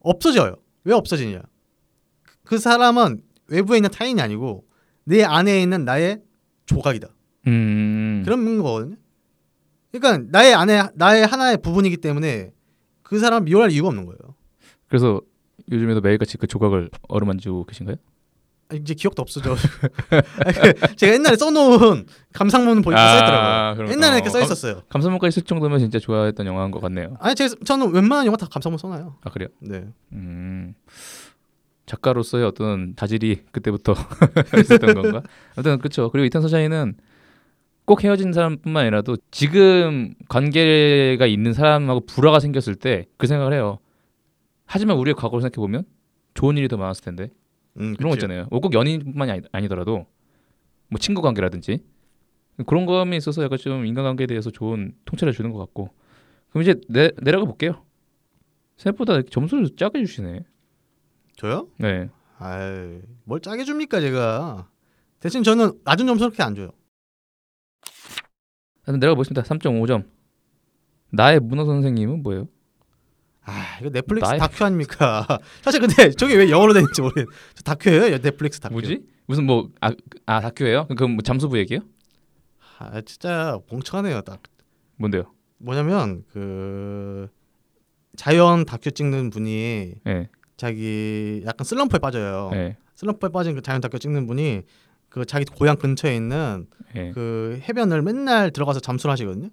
Speaker 2: 없어져요. 왜 없어지냐? 그 사람은 외부에 있는 타인이 아니고 내 안에 있는 나의 조각이다.
Speaker 1: 음,
Speaker 2: 그런 거거든요. 그러니까 나의 안에 나의 하나의 부분이기 때문에 그 사람 미워할 이유가 없는 거예요.
Speaker 1: 그래서 요즘에도 매일같이 그 조각을 어루만지고 계신가요?
Speaker 2: 아, 이제 기억도 없어져. [laughs] 아, 그 제가 옛날에 써놓은 감상문 보니까
Speaker 1: 아,
Speaker 2: 써있더라고요.
Speaker 1: 그럼-
Speaker 2: 옛날에
Speaker 1: 어,
Speaker 2: 이렇게
Speaker 1: 감-
Speaker 2: 써있었어요.
Speaker 1: 감사문까지 쓸 정도면 진짜 좋아했던 영화인 것 같네요.
Speaker 2: 아니 제가 저는 웬만한 영화 다 감상문 써놔요.
Speaker 1: 아 그래요?
Speaker 2: 네.
Speaker 1: 음, 작가로서의 어떤 자질이 그때부터 [laughs] 있었던 건가? 아무튼 그렇죠. 그리고 이탄 서샤이는 꼭 헤어진 사람뿐만 아니라도 지금 관계가 있는 사람하고 불화가 생겼을 때 그 생각을 해요. 하지만 우리의 과거를 생각해 보면 좋은 일이 더 많았을 텐데
Speaker 2: 음,
Speaker 1: 그런 거
Speaker 2: 그치.
Speaker 1: 있잖아요. 뭐꼭 연인뿐만이 아니, 아니더라도 뭐 친구 관계라든지 그런 거에 있어서 약간 좀 인간관계에 대해서 좋은 통찰을 주는 것 같고 그럼 이제 내, 내려가 볼게요. 생각보다 점수를 짜게 주시네.
Speaker 2: 저요?
Speaker 1: 네.
Speaker 2: 아이, 뭘 짜게 줍니까 제가. 대신 저는 낮은 점수 그렇게 안 줘요.
Speaker 1: 하여튼 내려가 보겠습니다. 3.5점. 나의 문어 선생님은 뭐예요?
Speaker 2: 아 이거 넷플릭스
Speaker 1: 나의-
Speaker 2: 다큐 아닙니까? [laughs] 사실 근데 저게 왜 영어로 되는지 모르겠. 저 다큐예요, 넷플릭스 다큐.
Speaker 1: 뭐지? 무슨 뭐 아 아, 다큐예요? 그럼 뭐 잠수부 얘기예요?
Speaker 2: 아 진짜 멍청하네요. 딱
Speaker 1: 뭔데요?
Speaker 2: 뭐냐면 그 자연 다큐 찍는 분이
Speaker 1: 예. 네.
Speaker 2: 자기 약간 슬럼프에 빠져요.
Speaker 1: 예. 네.
Speaker 2: 슬럼프에 빠진 그 자연 다큐 찍는 분이 그 자기 고향 근처에 있는
Speaker 1: 예.
Speaker 2: 그 해변을 맨날 들어가서 잠수를 하시거든요.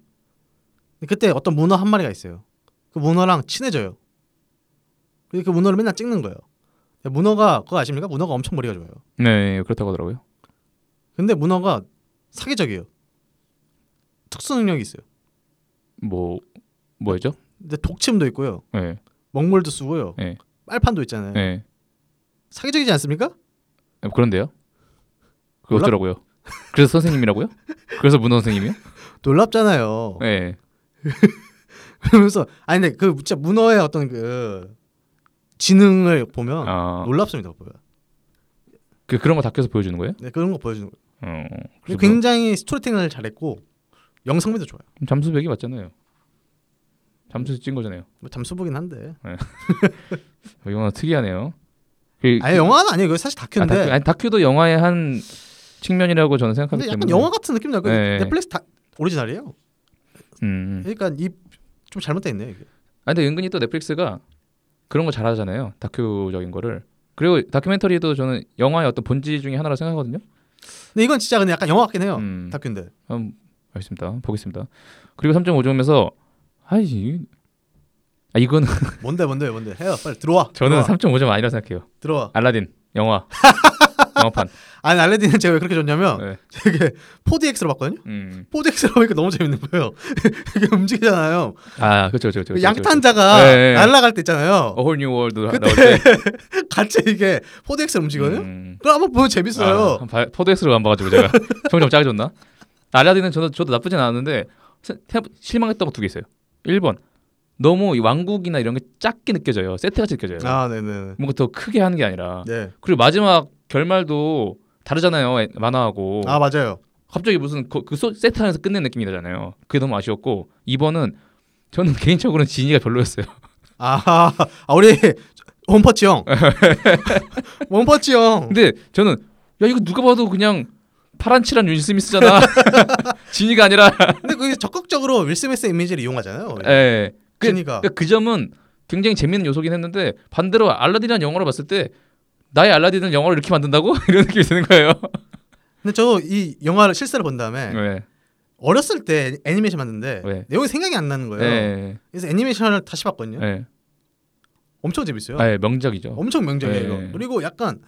Speaker 2: 근데 그때 어떤 문어 한 마리가 있어요. 그 문어랑 친해져요. 그래서 그 문어를 맨날 찍는 거예요. 근데 문어가 그거 아십니까? 문어가 엄청 머리가 좋아요.
Speaker 1: 네, 그렇다고 하더라고요.
Speaker 2: 근데 문어가 사기적이에요. 특수 능력이 있어요.
Speaker 1: 뭐 뭐였죠?
Speaker 2: 근데 독침도 있고요.
Speaker 1: 예. 네.
Speaker 2: 먹물도 쓰고요.
Speaker 1: 예. 네.
Speaker 2: 빨판도 있잖아요. 사기적이지 않습니까?
Speaker 1: 아, 그런데요? 그
Speaker 2: 몰라?
Speaker 1: 어쩌라고요? 그래서 선생님이라고요? 그래서 문어 선생님이요?
Speaker 2: 놀랍잖아요.
Speaker 1: 예.
Speaker 2: 그러면서 아니 근데 그 진짜 문어의 어떤 그 지능을 보면
Speaker 1: 아,
Speaker 2: 놀랍습니다. 보여.
Speaker 1: 그 그런 거 다큐에서 보여주는 거예요?
Speaker 2: 네, 그런 거 보여주는 거.
Speaker 1: 어,
Speaker 2: 근데
Speaker 1: 그래서
Speaker 2: 굉장히 스토리텔링을 잘했고 영상미도 좋아요.
Speaker 1: 뭐 잠수배기 맞잖아요. 잠수에서 찍은 거잖아요.
Speaker 2: 뭐 잠수보긴 한데.
Speaker 1: 어, 영화 특이하네요. 그,
Speaker 2: 아니 영화는 아니에요. 이거 사실
Speaker 1: 아,
Speaker 2: 다큐인데.
Speaker 1: 다큐, 아니, 다큐도 영화의 한 측면이라고 저는 생각하기
Speaker 2: 근데 약간
Speaker 1: 때문에.
Speaker 2: 영화 같은 느낌 나고
Speaker 1: 네.
Speaker 2: 넷플릭스 다 오리지널이에요.
Speaker 1: 음.
Speaker 2: 그러니까 이 좀 잘못돼 있네요. 이게.
Speaker 1: 아 근데 은근히 또 넷플릭스가 그런 거 잘하잖아요. 다큐적인 거를. 그리고 다큐멘터리도 저는 영화의 어떤 본질 중에 하나라 고 생각하거든요.
Speaker 2: 근데 이건 진짜 근데 약간 영화 같긴 해요.
Speaker 1: 음.
Speaker 2: 다큐인데.
Speaker 1: 음, 알겠습니다. 보겠습니다. 그리고 3.5점에서 아이 아 이건 [laughs]
Speaker 2: 뭔데 뭔데 뭔데 해요. 빨리 들어와.
Speaker 1: 저는
Speaker 2: 들어와.
Speaker 1: 3.5점 아니라 생각해요.
Speaker 2: 들어와.
Speaker 1: 알라딘
Speaker 2: [laughs]
Speaker 1: 영화 영화판.
Speaker 2: 아니 알레딘은 제가 왜 그렇게 줬냐면
Speaker 1: 네.
Speaker 2: 되게 [laughs] 4DX로 봤거든요.
Speaker 1: 음.
Speaker 2: 4DX로 보니까 너무 재밌는 거예요. [laughs] 이게 움직이잖아요.
Speaker 1: 아 그렇죠 그렇죠
Speaker 2: 그
Speaker 1: 그렇죠.
Speaker 2: 양탄자가
Speaker 1: 네, 네.
Speaker 2: 날아갈 때 있잖아요.
Speaker 1: 어홀뉴 월드 나올
Speaker 2: 그때
Speaker 1: 때.
Speaker 2: [laughs] 같이 이게 4DX로 움직이거든요.
Speaker 1: 음.
Speaker 2: 그럼 한번 보면 재밌어요.
Speaker 1: 아, 바- 포드엑스로 안 봐가지고 [laughs] 제가 정점 짜게 줬나? 알라딘은 저도 저도 나쁘진 않았는데 세- 세- 실망했던 거 두 개 있어요. 1번 너무 이 왕국이나 이런 게 작게 느껴져요. 세트같이 느껴져요.
Speaker 2: 아, 네네.
Speaker 1: 뭔가 더 크게 하는 게 아니라
Speaker 2: 네.
Speaker 1: 그리고 마지막 결말도 다르잖아요. 애- 만화하고
Speaker 2: 아 맞아요.
Speaker 1: 갑자기 무슨 그, 그 소- 세트 안에서 끝낸 느낌이 나잖아요. 그게 너무 아쉬웠고 2번은 저는 [laughs] 개인적으로는 진이가 별로였어요.
Speaker 2: 아, [laughs] 아 우리
Speaker 1: [laughs]
Speaker 2: 원퍼치 형. 원퍼치 형.
Speaker 1: 근데 저는 야 이거 누가 봐도 그냥 파란 칠한 윌 스미스잖아. [laughs] 진이가 아니라
Speaker 2: 근데 그게 적극적으로 윌 스미스 이미지를 이용하잖아요.
Speaker 1: 예. 그,
Speaker 2: 네. 진이가.
Speaker 1: 그러니까 그 점은 굉장히 재밌는 요소긴 했는데 반대로 알라딘이라는 영화를 봤을 때 나의 알라딘을 영화로 이렇게 만든다고 [laughs] 이런 느낌이 드는 거예요.
Speaker 2: 근데 저 이 영화를 실사를 본 다음에
Speaker 1: 네.
Speaker 2: 어렸을 때 애니메이션 봤는데
Speaker 1: 네.
Speaker 2: 내용이 생각이 안 나는 거예요.
Speaker 1: 네.
Speaker 2: 그래서 애니메이션을 다시 봤거든요.
Speaker 1: 네.
Speaker 2: 엄청 재밌어요.
Speaker 1: 아, 예, 명작이죠.
Speaker 2: 엄청 명작이에요.
Speaker 1: 네.
Speaker 2: 이거. 그리고 약간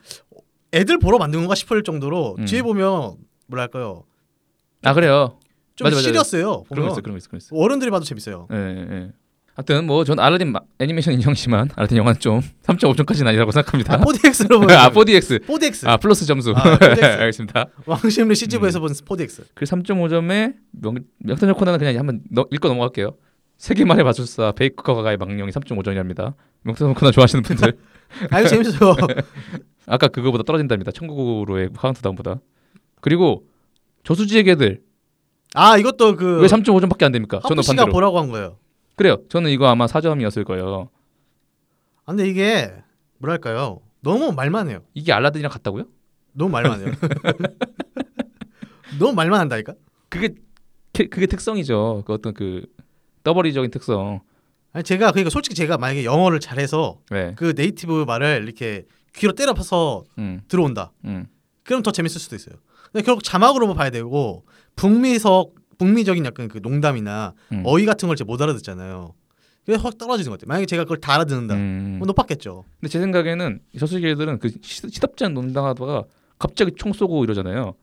Speaker 2: 애들 보러 만든 건가 싶을 정도로
Speaker 1: 음.
Speaker 2: 뒤에 보면 뭐랄까요?
Speaker 1: 아 그래요.
Speaker 2: 좀
Speaker 1: 맞아, 맞아,
Speaker 2: 시리어스예요.
Speaker 1: 그런 거
Speaker 2: 보면
Speaker 1: 있어, 그런 거 있어, 그런 거 있어.
Speaker 2: 어른들이 봐도 재밌어요.
Speaker 1: [laughs] 예, 예. 하여튼 뭐 전 알라딘 마- 애니메이션 인형이지만 알라딘 영화는 좀 3.5점까지는 아니라고 [laughs] 생각합니다.
Speaker 2: 아, 4DX로 보면
Speaker 1: 아, 4DX.
Speaker 2: 4DX.
Speaker 1: 아, 플러스 점수. [laughs]
Speaker 2: 아, 4DX.
Speaker 1: 알겠습니다.
Speaker 2: 왕심리 CGV에서 본 4DX.
Speaker 1: 그 3.5점에 명탐정 코난은 그냥 한번 너, 읽고 넘어갈게요. 세계만의 마술사 베이커가의 망령이 3.5점이랍니다. 명탐정 코난 좋아하시는 분들
Speaker 2: 아
Speaker 1: [laughs]
Speaker 2: 이거 재밌어요.
Speaker 1: 아까 그거보다 떨어진답니다. 천국으로의 카운트다운보다. 그리고 저수지의 개들
Speaker 2: 아 이것도 그
Speaker 1: 왜 3.5점밖에 안 됩니까?
Speaker 2: 하프
Speaker 1: 저는
Speaker 2: 씨가
Speaker 1: 반대로.
Speaker 2: 보라고 한 거예요.
Speaker 1: 그래요. 저는 이거 아마 4점이었을 거예요.
Speaker 2: 아, 근데 이게 뭐랄까요? 너무 말만 해요.
Speaker 1: 이게 알라딘이랑 같다고요?
Speaker 2: 너무 말만
Speaker 1: [laughs]
Speaker 2: 해요. 너무 말만 한다니까.
Speaker 1: 그게 캐- 그게 특성이죠. 그 어떤 그 떠버리적인 특성.
Speaker 2: 아니 제가 그러니까 솔직히 제가 만약에 영어를 잘해서
Speaker 1: 네.
Speaker 2: 그 네이티브 말을 이렇게 귀로 때려 파서
Speaker 1: 음.
Speaker 2: 들어온다.
Speaker 1: 음.
Speaker 2: 그럼 더 재밌을 수도 있어요. 근데 결국 자막으로만 뭐 봐야 되고 북미석 북미적인 약간 그 농담이나
Speaker 1: 음.
Speaker 2: 어휘 같은 걸 제가 못 알아듣잖아요. 그래서 확 떨어지는 것 같아요. 만약에 제가 그걸 다 알아듣는다.
Speaker 1: 음.
Speaker 2: 그럼 높았겠죠.
Speaker 1: 근데 제 생각에는 이 저수지개들은 그 시- 시답지 않은 농담하다가 갑자기 총 쏘고 이러잖아요.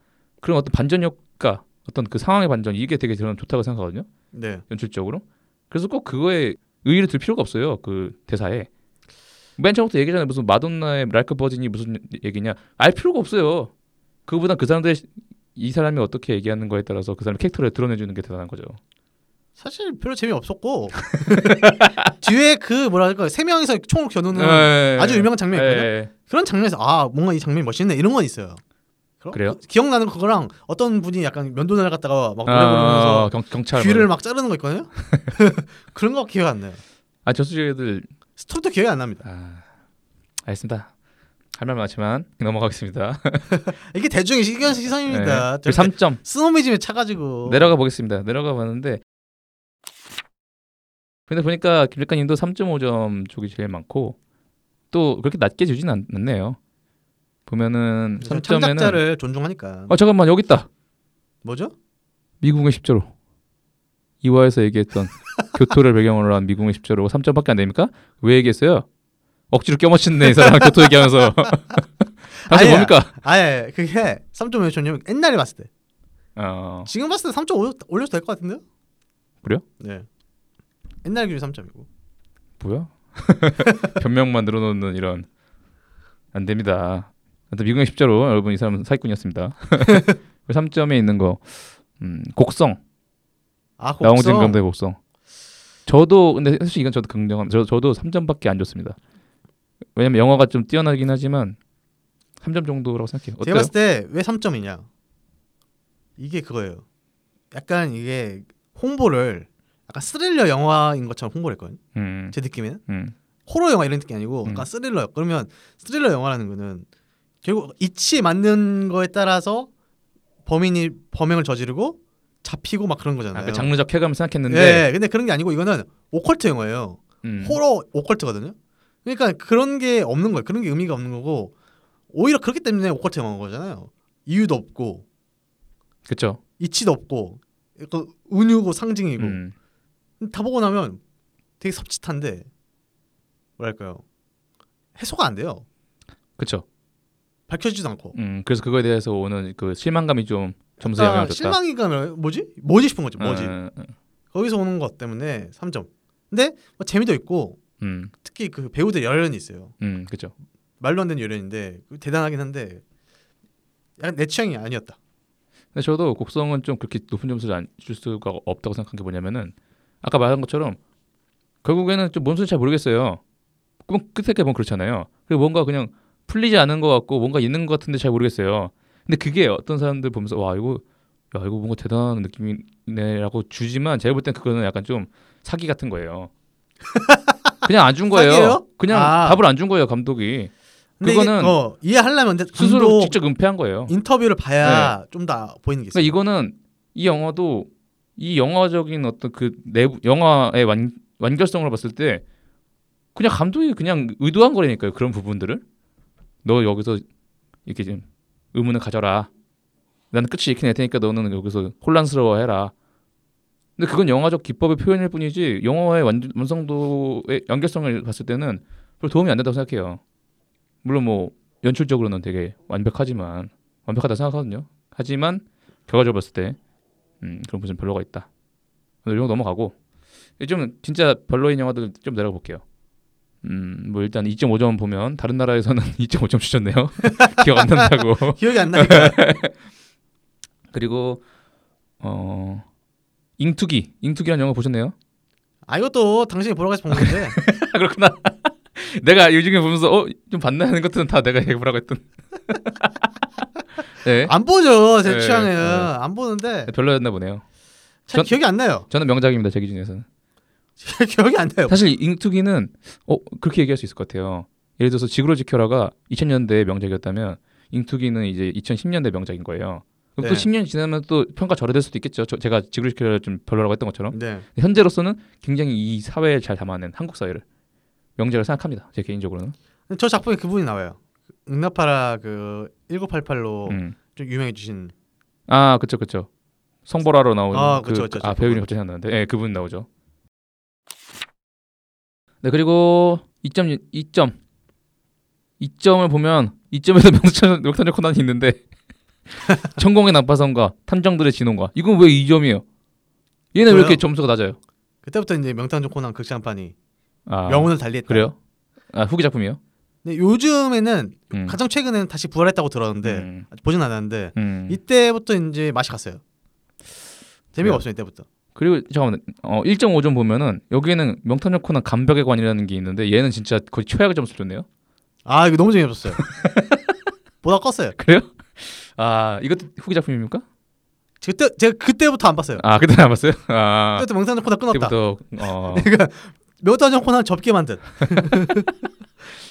Speaker 1: 그런 어떤 반전 효과, 어떤 그 상황의 반전 이게 되게 저는 좋다고 생각하거든요.
Speaker 2: 네.
Speaker 1: 연출적으로. 그래서 꼭 그거에 의의를 둘 필요가 없어요. 그 대사에. 맨 처음부터 얘기잖아요. 무슨 마돈나의 랄크 버진이 무슨 얘기냐. 알 필요가 없어요. 그보다 그 사람들 이 사람이 어떻게 얘기하는 거에 따라서 그 사람의 캐릭터를 드러내주는 게 대단한 거죠.
Speaker 2: 사실 별로
Speaker 1: [laughs]
Speaker 2: 재미 없었고 [laughs] 뒤에 그 뭐랄까 세 명이서 총을 겨누는 음.
Speaker 1: 네.
Speaker 2: 아주 유명한 장면이 있거든요.
Speaker 1: 예,
Speaker 2: 그런 장면에서 아 뭔가 이 장면이 멋있네 이런 건 있어요. 그럼
Speaker 1: 그래요?
Speaker 2: 그- 기억나는 그거랑 어떤 분이 약간 면도날 갔다가 막
Speaker 1: 예.
Speaker 2: 어, 노래 부르면서
Speaker 1: 아, 경, 경찰.
Speaker 2: 귀를 막 자르는 거 있거든요. [laughs] 그런 거 기억 안 나요.
Speaker 1: 아 저수지들
Speaker 2: 스토리도 기억이 안 납니다.
Speaker 1: 아, 알겠습니다. 할 말 많지만 [laughs] 넘어가겠습니다. 예.
Speaker 2: 이게 대중의 시선 시선입니다. 저렇게
Speaker 1: 3점
Speaker 2: 스노미즘에 차가지고
Speaker 1: 네. 내려가 보겠습니다. 내려가 봤는데 근데 보니까 김작가님도 3.5점 쪽이 제일 많고 또 그렇게 낮게 주진 않, 않네요. 보면은 3점에는
Speaker 2: 창작자를 존중하니까
Speaker 1: 어 잠깐만 여기 있다.
Speaker 2: 뭐죠?
Speaker 1: 미궁의 십자로 이화에서
Speaker 2: [laughs]
Speaker 1: 얘기했던 교토를 배경으로 한 미궁의 십자로 3점밖에 안 됩니까? 왜 얘기했어요? 억지로 껴맞추네 이 사람 교토
Speaker 2: [laughs]
Speaker 1: 얘기하면서 당신
Speaker 2: 아니야.
Speaker 1: 뭡니까?
Speaker 2: 아예 그게 3.5초냐면 옛날에 봤을 때
Speaker 1: 어,
Speaker 2: 지금 봤을 때 3.5 올려도 될 것 같은데요?
Speaker 1: 그래요?
Speaker 2: 네. 옛날 기준 3점이고.
Speaker 1: 뭐야? [laughs] 변명만 늘어놓는 이런 안 됩니다. 아무튼 미국의 십자로 여러분 이 사람은
Speaker 2: [laughs]
Speaker 1: 사기꾼이었습니다. [laughs] 3점에 있는 거 음, 곡성,
Speaker 2: 아, 곡성.
Speaker 1: 나홍진 감독의 곡성. 저도 근데 사실 이건 저도 긍정함. 저 저도 3점밖에 안 줬습니다. 왜냐면 영화가 좀 뛰어나긴 하지만 3점 정도라고 생각해요.
Speaker 2: 제가
Speaker 1: 어때요?
Speaker 2: 봤을 때 왜 3점이냐? 이게 그거예요. 약간 이게 홍보를 약간 스릴러 영화인 것처럼 홍보를 했거든요.
Speaker 1: 음,
Speaker 2: 제 느낌에는
Speaker 1: 음,
Speaker 2: 호러 영화 이런 느낌이 아니고 약간
Speaker 1: 음.
Speaker 2: 스릴러. 그러면 스릴러 영화라는 거는 결국 이치에 맞는 거에 따라서 범인이 범행을 저지르고 잡히고 막 그런 거잖아요.
Speaker 1: 아, 그 장르적 쾌감을 생각했는데
Speaker 2: 예, 근데 그런 게 아니고 이거는 오컬트 영화예요.
Speaker 1: 음,
Speaker 2: 호러 오컬트거든요. 그러니까 그런 게 없는 거예요. 그런 게 의미가 없는 거고 오히려 그렇기 때문에 오컬트 영화인 거잖아요. 이유도 없고
Speaker 1: 그쵸.
Speaker 2: 이치도 없고 약간 은유고 상징이고
Speaker 1: 음,
Speaker 2: 다 보고 나면 되게 섭짓한데 뭐랄까요 해소가 안 돼요.
Speaker 1: 그쵸.
Speaker 2: 밝혀지지도 않고
Speaker 1: 음, 그래서 그거에 대해서 오는 그 실망감이 좀 점수 에 영향을
Speaker 2: 약간
Speaker 1: 줬다.
Speaker 2: 아, 실망이감이 뭐지? 뭐지 싶은 거죠. 뭐지?
Speaker 1: 음,
Speaker 2: 거기서 오는 것 때문에 3점. 근데 뭐 재미도 있고
Speaker 1: 음,
Speaker 2: 특히 그 배우들 열연이 있어요.
Speaker 1: 음, 그쵸.
Speaker 2: 말로 안 되는 열연인데 그 대단하긴 한데 약간 내 취향이 아니었다.
Speaker 1: 근데 저도 곡성은 좀 그렇게 높은 점수를 안 줄 수가 없다고 생각한 게 뭐냐면은 아까 말한 것처럼 결국에는 좀 뭔 소리인지 잘 모르겠어요. 그럼 끝에 게 보면 그렇잖아요. 그리고 뭔가 그냥 풀리지 않은 것 같고 뭔가 있는 것 같은데 잘 모르겠어요. 근데 그게 어떤 사람들 보면서 와 이거 야 이거 뭔가 대단한 느낌이네라고 주지만 제가 볼 땐 그거는 약간 좀 사기 같은
Speaker 2: [laughs]
Speaker 1: 거예요. 그냥 안 준 거예요.
Speaker 2: 사기예요?
Speaker 1: 그냥
Speaker 2: 아.
Speaker 1: 답을 안 준 거예요 감독이.
Speaker 2: 근데 이게,
Speaker 1: 그거는
Speaker 2: 어, 이해하려면
Speaker 1: 스스로
Speaker 2: 스스로
Speaker 1: 직접 네. 은폐한 거예요.
Speaker 2: 인터뷰를 봐야 좀 더 보이는 게
Speaker 1: 그러니까
Speaker 2: 있어요.
Speaker 1: 이거는 이 영화도 이 영화적인 어떤 그 내부 영화의 완, 완결성으로 봤을 때 그냥 감독이 그냥 의도한 거라니까요. 그런 부분들을 너 여기서 이렇게 좀 의문을 가져라. 나는 끝이 이렇게 낼 테니까 너는 여기서 혼란스러워해라. 근데 그건 영화적 기법의 표현일 뿐이지 영화의 완- 완성도의 연결성을 봤을 때는 별로 도움이 안 된다고 생각해요. 물론 뭐 연출적으로는 되게 완벽하지만 완벽하다 고 생각하거든요. 하지만 결과적으로 봤을 때 음, 그런 부분 좀 별로가 있다. 오늘 이거 넘어가고 이좀 진짜 별로인 영화들 좀 내려가 볼게요. 음, 뭐 일단 2.5점 보면 다른 나라에서는 [laughs] 2.5점 주셨네요. 기억 안 난다고.
Speaker 2: 기억이 안 나니까
Speaker 1: 그리고 어 잉투기 잉투기라는 영화 보셨네요?
Speaker 2: 아 이것도 당신이 보러 가서 본 건데
Speaker 1: 아, 그렇구나. 내가 요즘에 보면서 어좀 봤나 하는 것들은 다 내가 얘기하라고 했던. [laughs] [laughs] 네.
Speaker 2: 안 보죠 제
Speaker 1: 네,
Speaker 2: 취향에는
Speaker 1: 네.
Speaker 2: 안 보는데
Speaker 1: 별로였나 보네요.
Speaker 2: 잘
Speaker 1: 전-
Speaker 2: 기억이 안 나요. [laughs]
Speaker 1: 저는 명작입니다. 제 기준에서는.
Speaker 2: 잘 기억이 안 나요.
Speaker 1: 사실 잉투기는 어 그렇게 얘기할 수 있을 것 같아요. 예를 들어서 지구를 지켜라가 2000년대 명작이었다면 잉투기는 이제 2010년대 명작인 거예요. 그럼 또
Speaker 2: 네.
Speaker 1: 10년 지나면 또 평가 절하될 수도 있겠죠. 저- 제가 지구를 지켜라 좀 별로라고 했던 것처럼.
Speaker 2: 네.
Speaker 1: 현재로서는 굉장히 이 사회를 잘 담아낸 한국 사회를 명작을 생각합니다. 제 개인적으로는.
Speaker 2: 근데 저 작품에 그분이 나와요. 응나파라 그 1988로
Speaker 1: 음.
Speaker 2: 좀 유명해지신
Speaker 1: 아, 그쵸, 그쵸. 성보라로 나오는
Speaker 2: 아,
Speaker 1: 그,
Speaker 2: 그쵸, 그쵸,
Speaker 1: 아
Speaker 2: 그쵸.
Speaker 1: 배우님 갑자기 생각나는데, 예, 그분 나오죠. 네, 그리고 2점, 2점, 2점을 보면 2점에서 [laughs] 명탄 명탄적 코난이 있는데 [laughs] 천공의 난파선과 탐정들의 진원과 이건 왜 2점이에요? 얘는 왜
Speaker 2: 왜요?
Speaker 1: 이렇게 점수가 낮아요?
Speaker 2: 그때부터 이제 명탐정 코난 극장판이
Speaker 1: 아,
Speaker 2: 명운을 달리했다.
Speaker 1: 그래요? 아, 후기 작품이요?
Speaker 2: 근데 요즘에는
Speaker 1: 음.
Speaker 2: 가장 최근에는 다시 부활했다고 들었는데
Speaker 1: 음,
Speaker 2: 아직 보진 않았는데
Speaker 1: 음.
Speaker 2: 네. 이때부터 이제 맛이 갔어요. 재미가
Speaker 1: 그래요?
Speaker 2: 없어요 이때부터.
Speaker 1: 그리고 잠깐만 어 1.5점 보면은 여기에는 명탐정 코난 감벽의 관이라는 게 있는데 얘는 진짜 거의 최악의 점수를 줬네요.
Speaker 2: 아 이거 너무
Speaker 1: [laughs]
Speaker 2: 재미없었어요. 보다 껐어요.
Speaker 1: 그래요? 아 이것도 후기 작품입니까?
Speaker 2: 그때 제가 그때부터 안 봤어요.
Speaker 1: 아 그때 안 봤어요? 아
Speaker 2: 그때부터 명탐정 코난 끊었다.
Speaker 1: 그때부터
Speaker 2: [laughs]
Speaker 1: 어,
Speaker 2: 명탐정 코난 접게 만든. [laughs]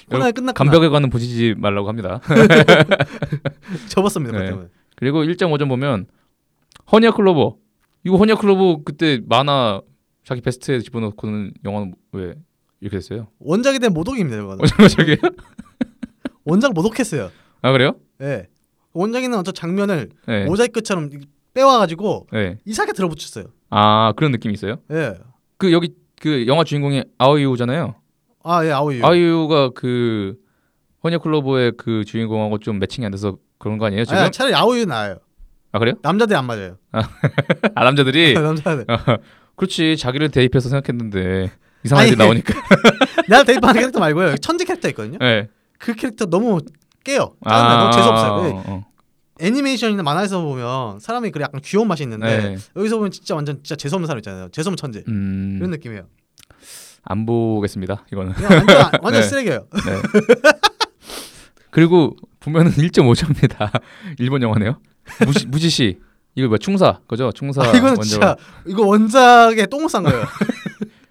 Speaker 2: 코난이
Speaker 1: [laughs]
Speaker 2: 끝났구나.
Speaker 1: 감벽에 관은 보시지 말라고 합니다. [laughs]
Speaker 2: 접었습니다.
Speaker 1: 네.
Speaker 2: 그때문
Speaker 1: 그리고 1.5점 보면 허니아 클로버 이거 허니아 클로버 그때 만화 자기 베스트에 집어넣고는 영화는 왜 이렇게 됐어요?
Speaker 2: 원작에 대한 모독입니다. 이거는.
Speaker 1: 어. 저기
Speaker 2: 원작 모독했어요.
Speaker 1: 아 그래요?
Speaker 2: 예. 원작에는 어떤 장면을
Speaker 1: 네.
Speaker 2: 모자이크처럼 빼와가지고
Speaker 1: 네.
Speaker 2: 이상하게 들어붙였어요.
Speaker 1: 아 그런 느낌이 있어요?
Speaker 2: 예.
Speaker 1: 그 여기 그 영화 주인공이 아오이오잖아요.
Speaker 2: 아 예 아오이.
Speaker 1: 아이유가 그 허니 클로버의 그 주인공하고 좀 매칭이 안 돼서 그런 거 아니에요 지금?
Speaker 2: 아, 차라리 아오이 나아요.
Speaker 1: 아 그래요?
Speaker 2: 남자들 안 맞아요.
Speaker 1: 아 남자들이
Speaker 2: [laughs] 남자들.
Speaker 1: 어. 그렇지 자기를 대입해서 생각했는데 이상한 애들
Speaker 2: 아니. [laughs]
Speaker 1: 나오니까
Speaker 2: 내가 대입하는 캐릭터 말고요. 여기 천재 캐릭터 있거든요.
Speaker 1: 네.
Speaker 2: 그 캐릭터 너무 깨요. 짜증나. 너무 재수 없어요. 네. 예.
Speaker 1: 어, 어.
Speaker 2: 애니메이션이나 만화에서 보면 사람이 그래 약간 귀여운 맛이 있는데
Speaker 1: 네.
Speaker 2: 여기서 보면 진짜 완전 진짜 재수 없는 사람 있잖아요. 재수 없는 천재
Speaker 1: 음.
Speaker 2: 이런 느낌이에요.
Speaker 1: 안 보겠습니다. 이거는.
Speaker 2: 그냥 완전 완전
Speaker 1: 네.
Speaker 2: 쓰레기예요.
Speaker 1: 그리고 보면은 [laughs] 1.5점입니다. 일본 영화네요. 무지 무지시 이거 뭐야 충사 그죠? 충사
Speaker 2: 아, [laughs] 이거는
Speaker 1: 원작.
Speaker 2: 진짜 이거 원작에 똥을 싼 거예요.